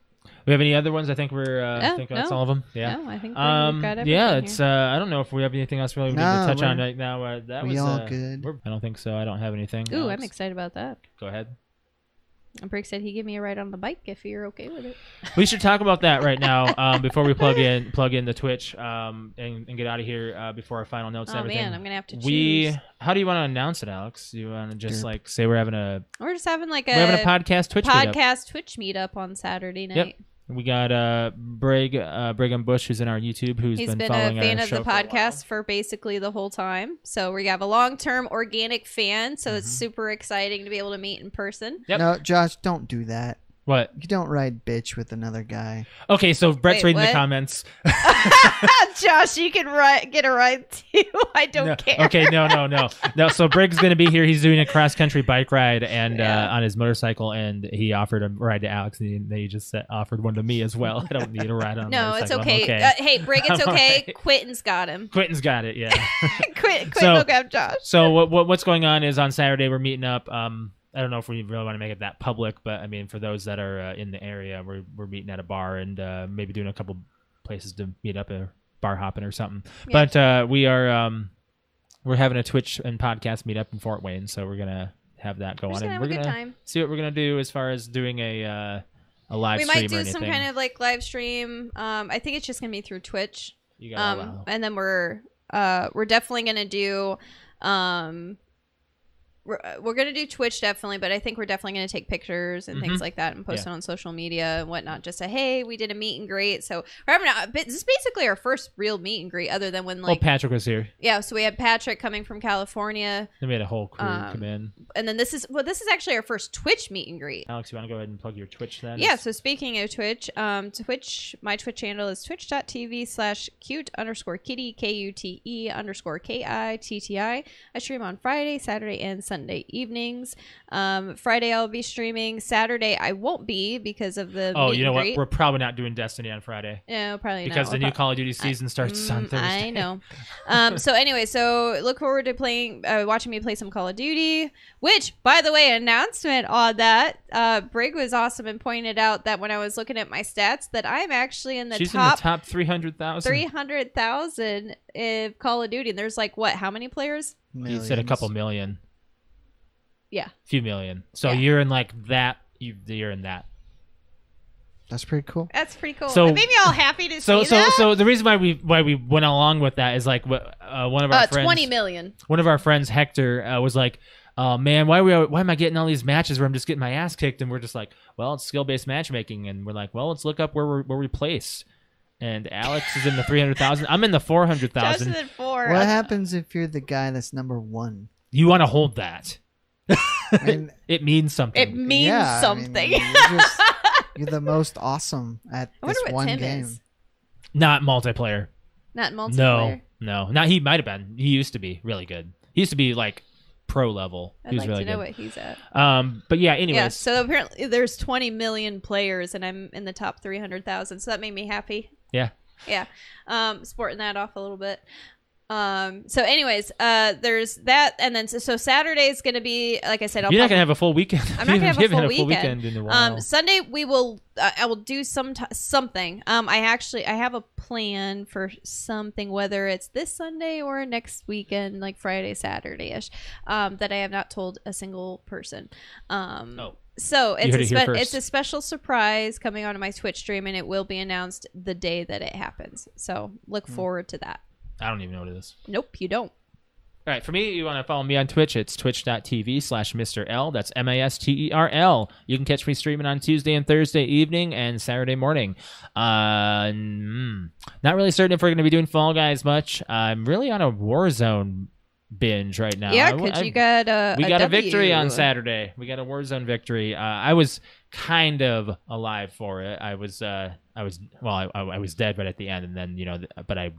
Speaker 2: We have any other ones? I think we're. Uh, I
Speaker 3: Oh,
Speaker 2: think that's
Speaker 3: no.
Speaker 2: all of them. Yeah.
Speaker 3: no, i think we-
Speaker 2: Um,
Speaker 3: we've got everything
Speaker 2: yeah,
Speaker 3: here.
Speaker 2: it's. Uh, I don't know if we have anything else really we
Speaker 1: No,
Speaker 2: need to touch on
Speaker 1: we're-
Speaker 2: right now. Uh, that
Speaker 1: we
Speaker 2: was
Speaker 1: all
Speaker 2: uh,
Speaker 1: good.
Speaker 2: we're- I don't think so. I don't have anything.
Speaker 3: Ooh,
Speaker 2: Alex,
Speaker 3: I'm excited about that.
Speaker 2: Go ahead.
Speaker 3: And Brick said he'd give me a ride on the bike if you're okay with it.
Speaker 2: We should talk about that right
Speaker 3: [laughs]
Speaker 2: now um, before we plug in plug in the Twitch um, and, and get out of here uh, before our final notes.
Speaker 3: oh
Speaker 2: and everything.
Speaker 3: man, I'm gonna have to choose.
Speaker 2: we. How do you want to announce it, Alex? Do you want to just
Speaker 1: Derp.
Speaker 2: like say we're having a
Speaker 3: We're just having like
Speaker 2: we're having a podcast Twitch meetup?
Speaker 3: podcast Twitch meetup on Saturday night.
Speaker 2: We got uh, Brig uh, Brigham Bush who's in our YouTube who's
Speaker 3: He's been,
Speaker 2: following
Speaker 3: a fan
Speaker 2: our
Speaker 3: of the
Speaker 2: show for a while.
Speaker 3: podcast for, basically the whole time. So we have a long term organic fan. So
Speaker 2: Mm-hmm.
Speaker 3: it's super exciting to be able to meet
Speaker 2: [laughs]
Speaker 3: in person. [laughs]
Speaker 2: Yep.
Speaker 1: No, Josh, don't do that.
Speaker 2: What?
Speaker 1: You don't ride bitch with another guy.
Speaker 2: Okay, so Brett's
Speaker 3: Wait,
Speaker 2: reading the
Speaker 3: what?
Speaker 2: comments.
Speaker 3: Josh, you can ri- get a ride too. [laughs] I don't
Speaker 2: No.
Speaker 3: care.
Speaker 2: Okay, no, no, no, no. So Briggs gonna be here. He's doing a cross country bike ride and
Speaker 3: Yeah.
Speaker 2: uh, on his motorcycle, and he offered a ride to Alex, and he- they just said, offered one to me as well. I don't need a ride on. a
Speaker 3: [laughs] No, it's
Speaker 2: motorcycle. I'm
Speaker 3: okay. Uh, hey, Brig, it's
Speaker 2: [laughs] I'm
Speaker 3: okay.
Speaker 2: alright.
Speaker 3: Quentin's
Speaker 2: [laughs]
Speaker 3: got him. [laughs]
Speaker 2: Quentin's got it. Yeah.
Speaker 3: Quentin, Quentin
Speaker 2: So-
Speaker 3: will grab Josh.
Speaker 2: so what, what what's going on is on Saturday we're meeting up. Um, I don't know if we really want to make it that public, but I mean for those that are uh, in the area, we're we're meeting at a bar and uh, maybe doing a couple places to meet up or bar hopping or something.
Speaker 3: Yeah.
Speaker 2: But uh, we are um, we're having a Twitch and podcast meetup in Fort Wayne, so we're gonna have that go on.
Speaker 3: We're just
Speaker 2: and
Speaker 3: gonna have
Speaker 2: we're
Speaker 3: a good
Speaker 2: gonna
Speaker 3: time.
Speaker 2: see what we're gonna do as far as doing a uh, a live
Speaker 3: we
Speaker 2: stream
Speaker 3: might
Speaker 2: or
Speaker 3: do
Speaker 2: anything.
Speaker 3: some kind of like live stream. Um, I think it's just gonna be through Twitch.
Speaker 2: you got all
Speaker 3: Um,
Speaker 2: that.
Speaker 3: and then we're uh, we're definitely gonna do um, we're, uh, we're gonna do Twitch definitely, but I think we're definitely gonna take pictures and things like that and post it on social media and whatnot. Just say, hey, we did a meet and greet. So we're having a, but this is basically our first real meet and greet, other than when
Speaker 2: well,
Speaker 3: like
Speaker 2: Patrick was here.
Speaker 3: yeah. So we had Patrick coming from California,
Speaker 2: They made a whole crew
Speaker 3: um,
Speaker 2: come in.
Speaker 3: and then this is well, this is actually our first Twitch meet and greet.
Speaker 2: Alex, you want to go ahead and plug your Twitch then?
Speaker 3: yeah so speaking of twitch um twitch my twitch channel is twitch.tv slash cute underscore kitty k-u-t-e E underscore k-i-t-t-i i stream on friday saturday and sunday evenings um friday i'll be streaming saturday i won't be because of the
Speaker 2: Oh,
Speaker 3: meet
Speaker 2: you know
Speaker 3: and
Speaker 2: what?
Speaker 3: great.
Speaker 2: We're probably not doing Destiny on Friday
Speaker 3: no probably
Speaker 2: because
Speaker 3: not.
Speaker 2: the
Speaker 3: We'll
Speaker 2: new
Speaker 3: prob-
Speaker 2: Call of Duty season starts on
Speaker 3: Mm,
Speaker 2: Thursday. [laughs]
Speaker 3: I know. Um, so anyway, so look forward to playing, uh, watching me play some Call of Duty. Which, by the way, announcement on that, uh, Brig was awesome and pointed out that when I was looking at my stats, that I'm actually in the
Speaker 2: She's in
Speaker 3: top.
Speaker 2: the top three hundred
Speaker 3: Three
Speaker 2: thousand.
Speaker 3: hundred thousand of Call of Duty, and there's like what? How many players?
Speaker 2: You said a couple million.
Speaker 3: Yeah.
Speaker 2: few million. So
Speaker 3: Yeah.
Speaker 2: you're in like that. You, you're in that.
Speaker 1: That's pretty cool.
Speaker 3: That's pretty cool.
Speaker 2: So-
Speaker 3: it made me all happy to
Speaker 2: So
Speaker 3: see
Speaker 2: so
Speaker 3: that.
Speaker 2: so the reason why we why we went along with that is like wh- uh, one of our
Speaker 3: uh,
Speaker 2: friends,
Speaker 3: twenty million.
Speaker 2: one of our friends Hector uh, was like, "Oh man, why we why am I getting all these matches where I'm just getting my ass kicked?" And we're just like, "Well, it's skill based matchmaking," and we're like, "Well, let's look up where we're where we place." And Alex is in the three hundred thousand. I'm in the four hundred
Speaker 3: Josh is
Speaker 2: thousand.
Speaker 3: at four.
Speaker 1: What
Speaker 3: Uh,
Speaker 1: happens if you're the guy that's
Speaker 3: [laughs]
Speaker 1: number one?
Speaker 2: You want to hold that?
Speaker 1: I mean,
Speaker 2: It means something.
Speaker 3: It means
Speaker 1: yeah, I mean,
Speaker 3: something. I,
Speaker 1: you're, just-
Speaker 3: [laughs]
Speaker 1: you're the most awesome at this
Speaker 3: wonder what
Speaker 1: one
Speaker 3: Tim
Speaker 1: game.
Speaker 3: is.
Speaker 2: Not multiplayer.
Speaker 3: [laughs] Not multiplayer.
Speaker 2: No, no. Not he might have been. He used to be really good. He used to be like pro level.
Speaker 3: I'd
Speaker 2: he was
Speaker 3: like
Speaker 2: really
Speaker 3: to know
Speaker 2: good.
Speaker 3: what he's at.
Speaker 2: Um, but yeah. Anyways,
Speaker 3: Yeah, so apparently there's 20 million players, and I'm in the top 300,000. So that made me happy.
Speaker 2: Yeah.
Speaker 3: Yeah. Um, sporting that off a little bit. Um, so, anyways, uh, there's that, and then so, so Saturday's gonna be like I said. I'll
Speaker 2: you're not
Speaker 3: probably-
Speaker 2: gonna have a full weekend. [laughs]
Speaker 3: I'm not
Speaker 2: You
Speaker 3: gonna have a
Speaker 2: haven't
Speaker 3: full
Speaker 2: had
Speaker 3: weekend.
Speaker 2: in a while.
Speaker 3: um, Sunday we will. Uh, I will do some t- something. Um, I actually I have a plan for something, whether it's this Sunday or next weekend, like Friday, Saturday ish, um, that I have not told a single person. Um,
Speaker 2: Oh.
Speaker 3: So it's
Speaker 2: heard
Speaker 3: a
Speaker 2: it here
Speaker 3: spe-
Speaker 2: first.
Speaker 3: it's a special surprise coming onto my Twitch stream, and it will be announced the day that it happens. So look
Speaker 2: Hmm.
Speaker 3: forward to that.
Speaker 2: I don't even know what it is.
Speaker 3: Nope, you don't.
Speaker 2: All right, for me, you want to follow me on Twitch. It's twitch.tv slash Mr. L. That's M A S T E R L. You can catch me streaming on Tuesday and Thursday evening and Saturday morning. Uh, mm, not really certain if we're going to be doing Fall Guys much. I'm really on a Warzone binge right now.
Speaker 3: yeah,
Speaker 2: I-
Speaker 3: because
Speaker 2: I-
Speaker 3: you got a
Speaker 2: we got a
Speaker 3: W.
Speaker 2: victory on Saturday. We got a Warzone victory. Uh, I was kind of alive for it. I was, uh, I was, well, I, I, I was dead, but at the end, and then you know, th- but I,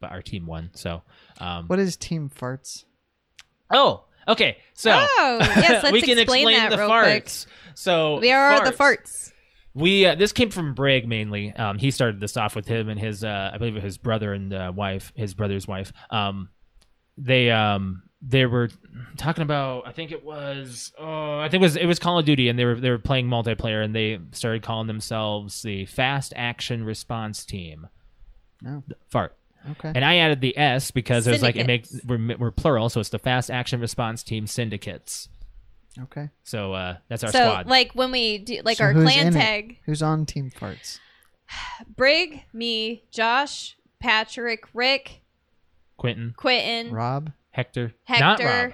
Speaker 2: but our team won. So, um,
Speaker 1: What is Team Farts?
Speaker 2: oh, okay, so
Speaker 3: Oh,
Speaker 2: [laughs]
Speaker 3: yes, let's
Speaker 2: we can
Speaker 3: explain,
Speaker 2: explain
Speaker 3: that
Speaker 2: the
Speaker 3: real quick.
Speaker 2: farts. So
Speaker 3: We are the
Speaker 2: farts.
Speaker 3: farts.
Speaker 2: We uh, this came from Brig mainly. Um, he started this off with him and his, uh, I believe, it was his brother and uh, wife, his brother's wife. Um, they um they were talking about I think it was oh I think it was it was Call of Duty and they were they were playing multiplayer and they started calling themselves the Fast Action Response Team.
Speaker 1: Oh.
Speaker 2: Fart.
Speaker 1: Okay.
Speaker 2: And I added the S because it was like it makes
Speaker 3: Syndicates.
Speaker 2: we're, we're plural, so it's the Fast Action Response Team syndicates.
Speaker 1: Okay.
Speaker 2: So uh, that's our
Speaker 3: so
Speaker 2: squad.
Speaker 3: like when we do like
Speaker 1: So
Speaker 3: our
Speaker 1: who's
Speaker 3: clan
Speaker 1: in it?
Speaker 3: tag
Speaker 1: Who's on Team Farts?
Speaker 3: brig me josh patrick rick
Speaker 2: Quentin,
Speaker 3: quentin
Speaker 1: Rob?
Speaker 2: Hector, not
Speaker 3: Hector.
Speaker 2: Rob,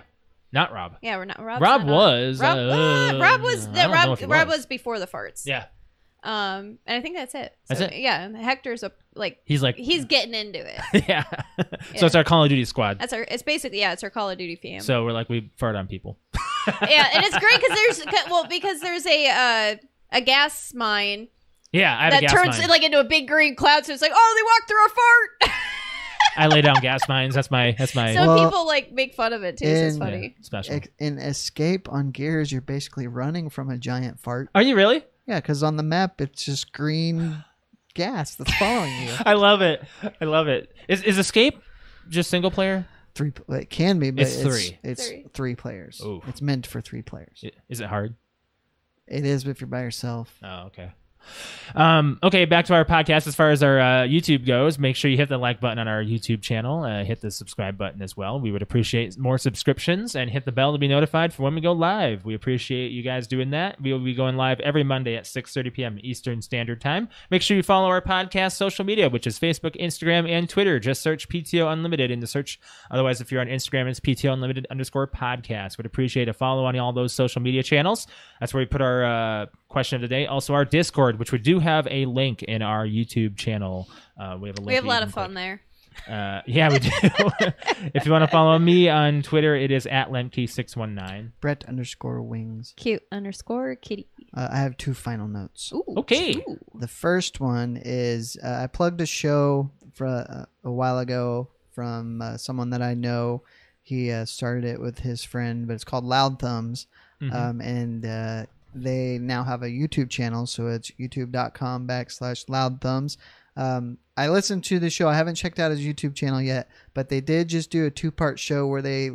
Speaker 2: not Rob.
Speaker 3: yeah we're not Rob's
Speaker 2: Rob
Speaker 3: not on.
Speaker 2: was,
Speaker 3: rob,
Speaker 2: uh,
Speaker 3: uh, rob was
Speaker 2: I don't
Speaker 3: the,
Speaker 2: know
Speaker 3: rob,
Speaker 2: if he
Speaker 3: rob
Speaker 2: was.
Speaker 3: was before the farts
Speaker 2: Yeah,
Speaker 3: um and i think that's it
Speaker 2: That's it?
Speaker 3: yeah and hector's a like
Speaker 2: he's like
Speaker 3: he's getting into it
Speaker 2: [laughs]
Speaker 3: [laughs]
Speaker 2: yeah. so it's our Call of Duty squad.
Speaker 3: that's our it's basically yeah it's our call of duty fam
Speaker 2: So we're like we fart on people.
Speaker 3: yeah and it's great because there's 'cause- well because there's a uh a gas mine
Speaker 2: Yeah, I have
Speaker 3: that
Speaker 2: a gas
Speaker 3: turns
Speaker 2: mine.
Speaker 3: it like into a big green cloud so it's like oh they walked through a fart
Speaker 2: I lay down gas mines. That's my that's my
Speaker 3: [laughs] so
Speaker 1: Well,
Speaker 3: people like make fun of it too so it's
Speaker 1: in-
Speaker 2: yeah,
Speaker 3: funny
Speaker 2: special.
Speaker 1: Ex- In Escape on Gears, you're basically running from a giant fart.
Speaker 2: Are you really?
Speaker 1: Yeah, because on the map, it's
Speaker 3: [sighs]
Speaker 1: just green gas that's following
Speaker 3: [laughs]
Speaker 1: you.
Speaker 2: I love it. I love it. Is is Escape just single player?
Speaker 1: Three. It can be, but
Speaker 2: It's
Speaker 1: it's,
Speaker 2: three.
Speaker 1: It's
Speaker 3: Three.
Speaker 1: three, players.
Speaker 2: Oof.
Speaker 1: It's meant for three players.
Speaker 2: I- Is it hard?
Speaker 1: It is if you're by yourself.
Speaker 2: Oh, okay. Um, okay, back to our podcast. As far as our uh, YouTube goes, make sure you hit the like button on our YouTube channel. Uh, hit the subscribe button as well. We would appreciate more subscriptions and hit the bell to be notified for when we go live. We appreciate you guys doing that. We will be going live every Monday at 6:30 p.m. Eastern Standard Time. Make sure you follow our podcast social media, which is Facebook, Instagram, and Twitter. Just search PTO Unlimited in the search. Otherwise, if you're on Instagram, it's PTO Unlimited underscore podcast. Would appreciate a follow on all those social media channels. That's where we put our uh, question of the day. Also, our Discord, which we do have a link in our YouTube channel. Uh, we have a link.
Speaker 3: We have
Speaker 2: that
Speaker 3: a lot
Speaker 2: you
Speaker 3: of
Speaker 2: can
Speaker 3: fun there.
Speaker 2: click. Uh, yeah, we do. [laughs] if you want to follow me on Twitter, it is at lemke619.
Speaker 1: Brett underscore wings.
Speaker 3: Cute underscore kitty.
Speaker 1: Uh, I have two final notes.
Speaker 3: Ooh.
Speaker 2: Okay.
Speaker 3: Ooh.
Speaker 1: The first one is uh, I plugged a show for uh, a while ago from uh, someone that I know. He uh, started it with his friend, but it's called Loud Thumbs,
Speaker 3: Mm-hmm.
Speaker 2: Mhm.
Speaker 1: um, and uh, they now have a YouTube channel. So it's youtube.com backslash Loud Thumbs. Um, I listened to the show. I haven't checked out his YouTube channel yet, but they did just do a two part show where they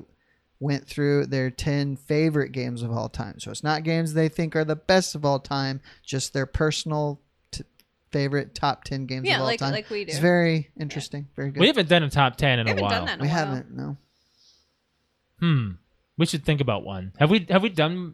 Speaker 1: went through their 10 favorite games of all time. So it's not games they think are the best of all time, just their personal t- favorite top 10 games
Speaker 3: Yeah,
Speaker 1: of all
Speaker 3: like
Speaker 1: time.
Speaker 3: like we do.
Speaker 1: it's very interesting. Very good.
Speaker 2: We haven't done a top 10 in
Speaker 3: we
Speaker 2: a
Speaker 3: haven't
Speaker 2: while.
Speaker 3: done that in a
Speaker 1: We
Speaker 3: while.
Speaker 1: haven't, no.
Speaker 2: Hmm. We should think about one. Have we have we done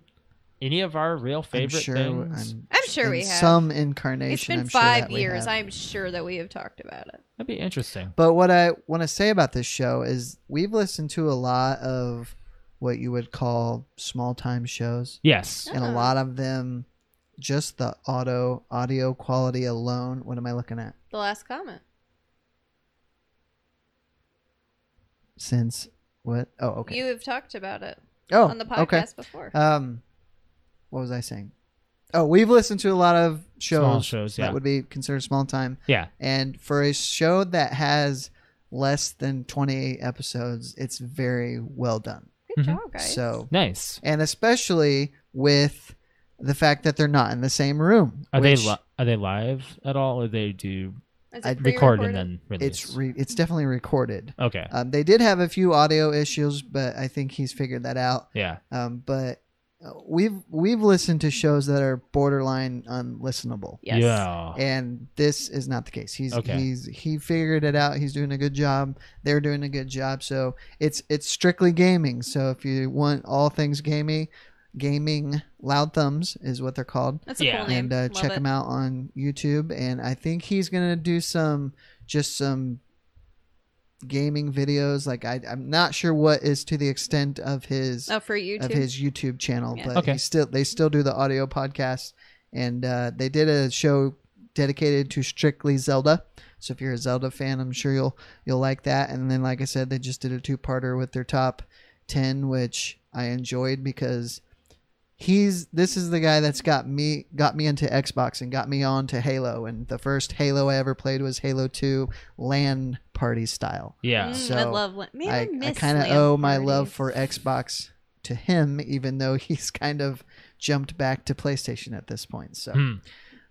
Speaker 2: any of our real favorite
Speaker 1: I'm sure,
Speaker 2: things?
Speaker 1: I'm,
Speaker 3: I'm sure
Speaker 1: in
Speaker 3: we have.
Speaker 1: Some incarnation.
Speaker 3: It's been
Speaker 1: I'm sure
Speaker 3: five
Speaker 1: that we
Speaker 3: years.
Speaker 1: have.
Speaker 3: I'm sure that we have talked about it.
Speaker 2: That'd be interesting.
Speaker 1: But what I want to say about this show is we've listened to a lot of what you would call small time shows.
Speaker 2: Yes.
Speaker 1: and a
Speaker 3: Oh.
Speaker 1: lot of them just the auto audio quality alone what am i looking at
Speaker 3: The last comment.
Speaker 1: since what oh okay
Speaker 3: You have talked about it
Speaker 1: oh
Speaker 3: on the podcast
Speaker 1: okay
Speaker 3: before.
Speaker 1: um what was i saying oh we've listened to a lot of shows,
Speaker 2: Small shows, yeah.
Speaker 1: that would be considered small time
Speaker 2: Yeah.
Speaker 1: and for a show that has less than 20 episodes it's very well done
Speaker 3: Good
Speaker 2: mhm.
Speaker 3: job, guys.
Speaker 1: so
Speaker 2: Nice.
Speaker 1: and especially with the fact that they're not in the same room
Speaker 2: Are
Speaker 1: which
Speaker 2: Oh, they li- are they live at all or they do
Speaker 3: Is
Speaker 1: I-
Speaker 3: it
Speaker 2: record
Speaker 3: pre-recorded?
Speaker 2: and then release?
Speaker 1: it's re- it's definitely recorded
Speaker 2: okay.
Speaker 1: Um, they did have a few audio issues, but I think he's figured that out.
Speaker 2: Yeah.
Speaker 1: Um, but uh, we've we've listened to shows that are borderline unlistenable,
Speaker 3: Yes.
Speaker 2: Yeah.
Speaker 1: and this is not the case. He's
Speaker 2: Okay.
Speaker 1: he's he figured it out. He's doing a good job. They're doing a good job. So it's it's strictly gaming. So if you want all things gaming, gaming loud thumbs is what they're called
Speaker 3: That's a
Speaker 2: Yeah.
Speaker 3: cool name.
Speaker 1: and uh,
Speaker 3: Love
Speaker 1: check
Speaker 3: it.
Speaker 1: him out on YouTube. And I think he's gonna do some just some gaming videos. Like I, I'm not sure what is to the extent of his
Speaker 3: Oh, for YouTube.
Speaker 1: of his YouTube channel,
Speaker 3: Yeah.
Speaker 1: but
Speaker 2: Okay.
Speaker 1: he still they still do the audio podcast. And uh, they did a show dedicated to strictly Zelda. So if you're a Zelda fan, I'm sure you'll you'll like that. And then, like I said, they just did a two parter with their top ten, which I enjoyed because he's this is the guy that's got me got me into Xbox and got me on to Halo. And the first Halo I ever played was Halo Two LAN party style.
Speaker 2: Yeah.
Speaker 3: Mm, I
Speaker 1: so
Speaker 3: love. Lan- Man, I,
Speaker 1: I, I
Speaker 3: miss
Speaker 1: kind of
Speaker 3: LAN
Speaker 1: owe my
Speaker 3: parties.
Speaker 1: love for Xbox to him, even though he's kind of jumped back to PlayStation at this point. So,
Speaker 2: Hmm.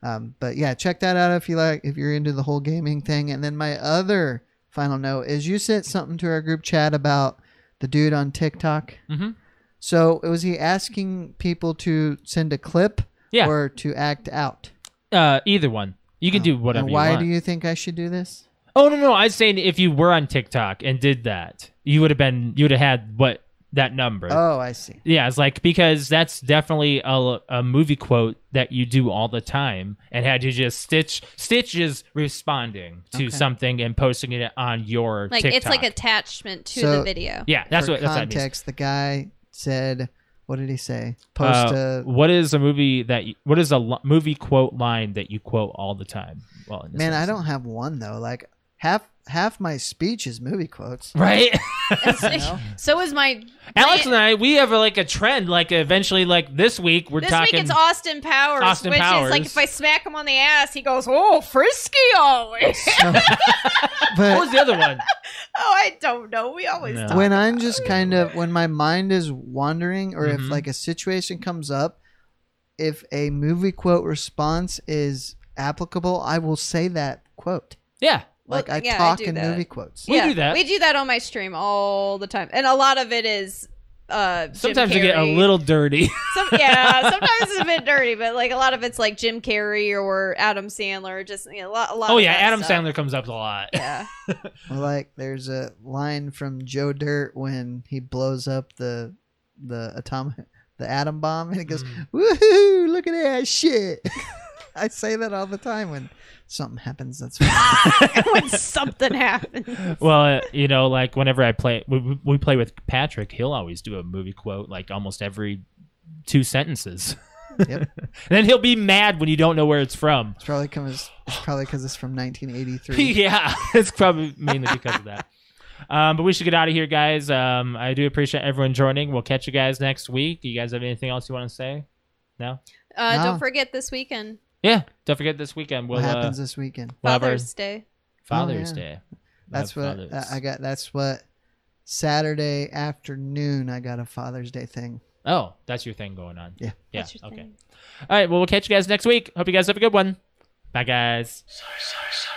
Speaker 1: um, but yeah, check that out if you like, if you're into the whole gaming thing. And then my other final note is you sent something to our group chat about the dude on TikTok.
Speaker 2: hmm
Speaker 1: So was he asking people to send a clip
Speaker 2: Yeah.
Speaker 1: or to act out? Um,
Speaker 2: Uh, either one. You can do whatever
Speaker 1: Oh. And why
Speaker 2: you want.
Speaker 1: do you think I should do this?
Speaker 2: Oh no no! I was saying if you were on TikTok and did that, you would have been you would have had what that number.
Speaker 1: Oh, I see.
Speaker 2: yeah, it's like because that's definitely a, a movie quote that you do all the time, and had you just stitch stitches responding to
Speaker 1: Okay.
Speaker 2: something and posting it on your
Speaker 3: Like it's like
Speaker 2: TikTok.
Speaker 3: attachment to
Speaker 1: So-
Speaker 3: the video.
Speaker 2: yeah. That's
Speaker 1: For
Speaker 2: what that's what that means.
Speaker 1: context. The guy said, "What did he say? Post
Speaker 2: Uh,
Speaker 1: a
Speaker 2: what is a movie that you, what is a lo- movie quote line that you quote all the time? Well, in this
Speaker 1: Man, I
Speaker 2: case-
Speaker 1: don't have one though. Like half half my speech is movie quotes.
Speaker 2: right.
Speaker 3: [laughs]
Speaker 2: [laughs]
Speaker 1: know?
Speaker 3: so is my
Speaker 2: Alex and I, we have a, like a trend. Like eventually, like this week, we're
Speaker 3: This
Speaker 2: talking.
Speaker 3: week it's Austin Powers,
Speaker 2: Austin
Speaker 3: which
Speaker 2: Powers.
Speaker 3: is like if I smack him on the ass, he goes, "Oh, frisky always."
Speaker 2: [laughs]
Speaker 3: [laughs]
Speaker 2: [laughs] what was
Speaker 1: But
Speaker 2: the other one?
Speaker 3: oh, I don't know. We always
Speaker 2: No.
Speaker 3: talk.
Speaker 1: when I'm just kind of when my mind is wandering, or
Speaker 2: Mhm.
Speaker 1: if like a situation comes up, if a movie quote response is applicable, I will say that quote.
Speaker 2: Yeah.
Speaker 3: Well,
Speaker 1: Like I
Speaker 3: yeah, I
Speaker 1: talk
Speaker 3: do
Speaker 1: in
Speaker 3: that.
Speaker 1: movie quotes.
Speaker 2: We do that.
Speaker 3: We do that on my stream all the time, and a lot of it is uh, Jim
Speaker 2: Sometimes they get a
Speaker 3: Carrey.
Speaker 2: little dirty.
Speaker 3: Some, yeah, sometimes it's a bit dirty, but like a lot of it's like Jim Carrey or Adam Sandler. Just you know, a lot. A lot
Speaker 2: oh
Speaker 3: of
Speaker 2: yeah,
Speaker 3: that
Speaker 2: Adam
Speaker 3: stuff.
Speaker 2: Sandler comes up a lot. [laughs]
Speaker 3: Yeah, [laughs]
Speaker 1: Well, like there's a line from Joe Dirt when he blows up the the atomic the atom [laughs] bomb and he goes,
Speaker 2: Mm.
Speaker 1: Woohoo, look at that shit. [laughs] I say that all the time when something happens that's
Speaker 3: when something happens.
Speaker 2: Well, uh, you know, like whenever I play, we- we, we play with Patrick, he'll always do a movie quote like almost every two sentences.
Speaker 1: Yep.
Speaker 2: and [laughs] then he'll be mad when you don't know where it's from.
Speaker 1: It's probably because it's probably 'cause it's from
Speaker 2: [laughs]
Speaker 1: 1983.
Speaker 2: yeah, it's probably mainly because of that. Um, but we should get out of here, guys. Um, I do appreciate everyone joining. We'll catch you guys next week. You guys have anything else you want to say? No.
Speaker 3: Uh,
Speaker 1: No.
Speaker 3: Don't forget this weekend,
Speaker 2: Yeah. Don't forget this weekend. We'll,
Speaker 1: what happens
Speaker 2: uh,
Speaker 1: this weekend?
Speaker 2: we'll have our
Speaker 3: Father's Day.
Speaker 2: Father's
Speaker 1: Oh, yeah.
Speaker 2: Day. We'll
Speaker 1: That's
Speaker 2: have
Speaker 1: what
Speaker 2: Father's.
Speaker 1: I, I got. That's what Saturday afternoon. I got a Father's Day thing.
Speaker 2: Oh, that's your thing going on.
Speaker 1: Yeah.
Speaker 2: Yeah.
Speaker 3: That's your
Speaker 2: okay.
Speaker 3: thing.
Speaker 2: All right. Well, we'll catch you guys next week. Hope you guys have a good one. Bye, guys.
Speaker 5: Sorry, sorry, sorry.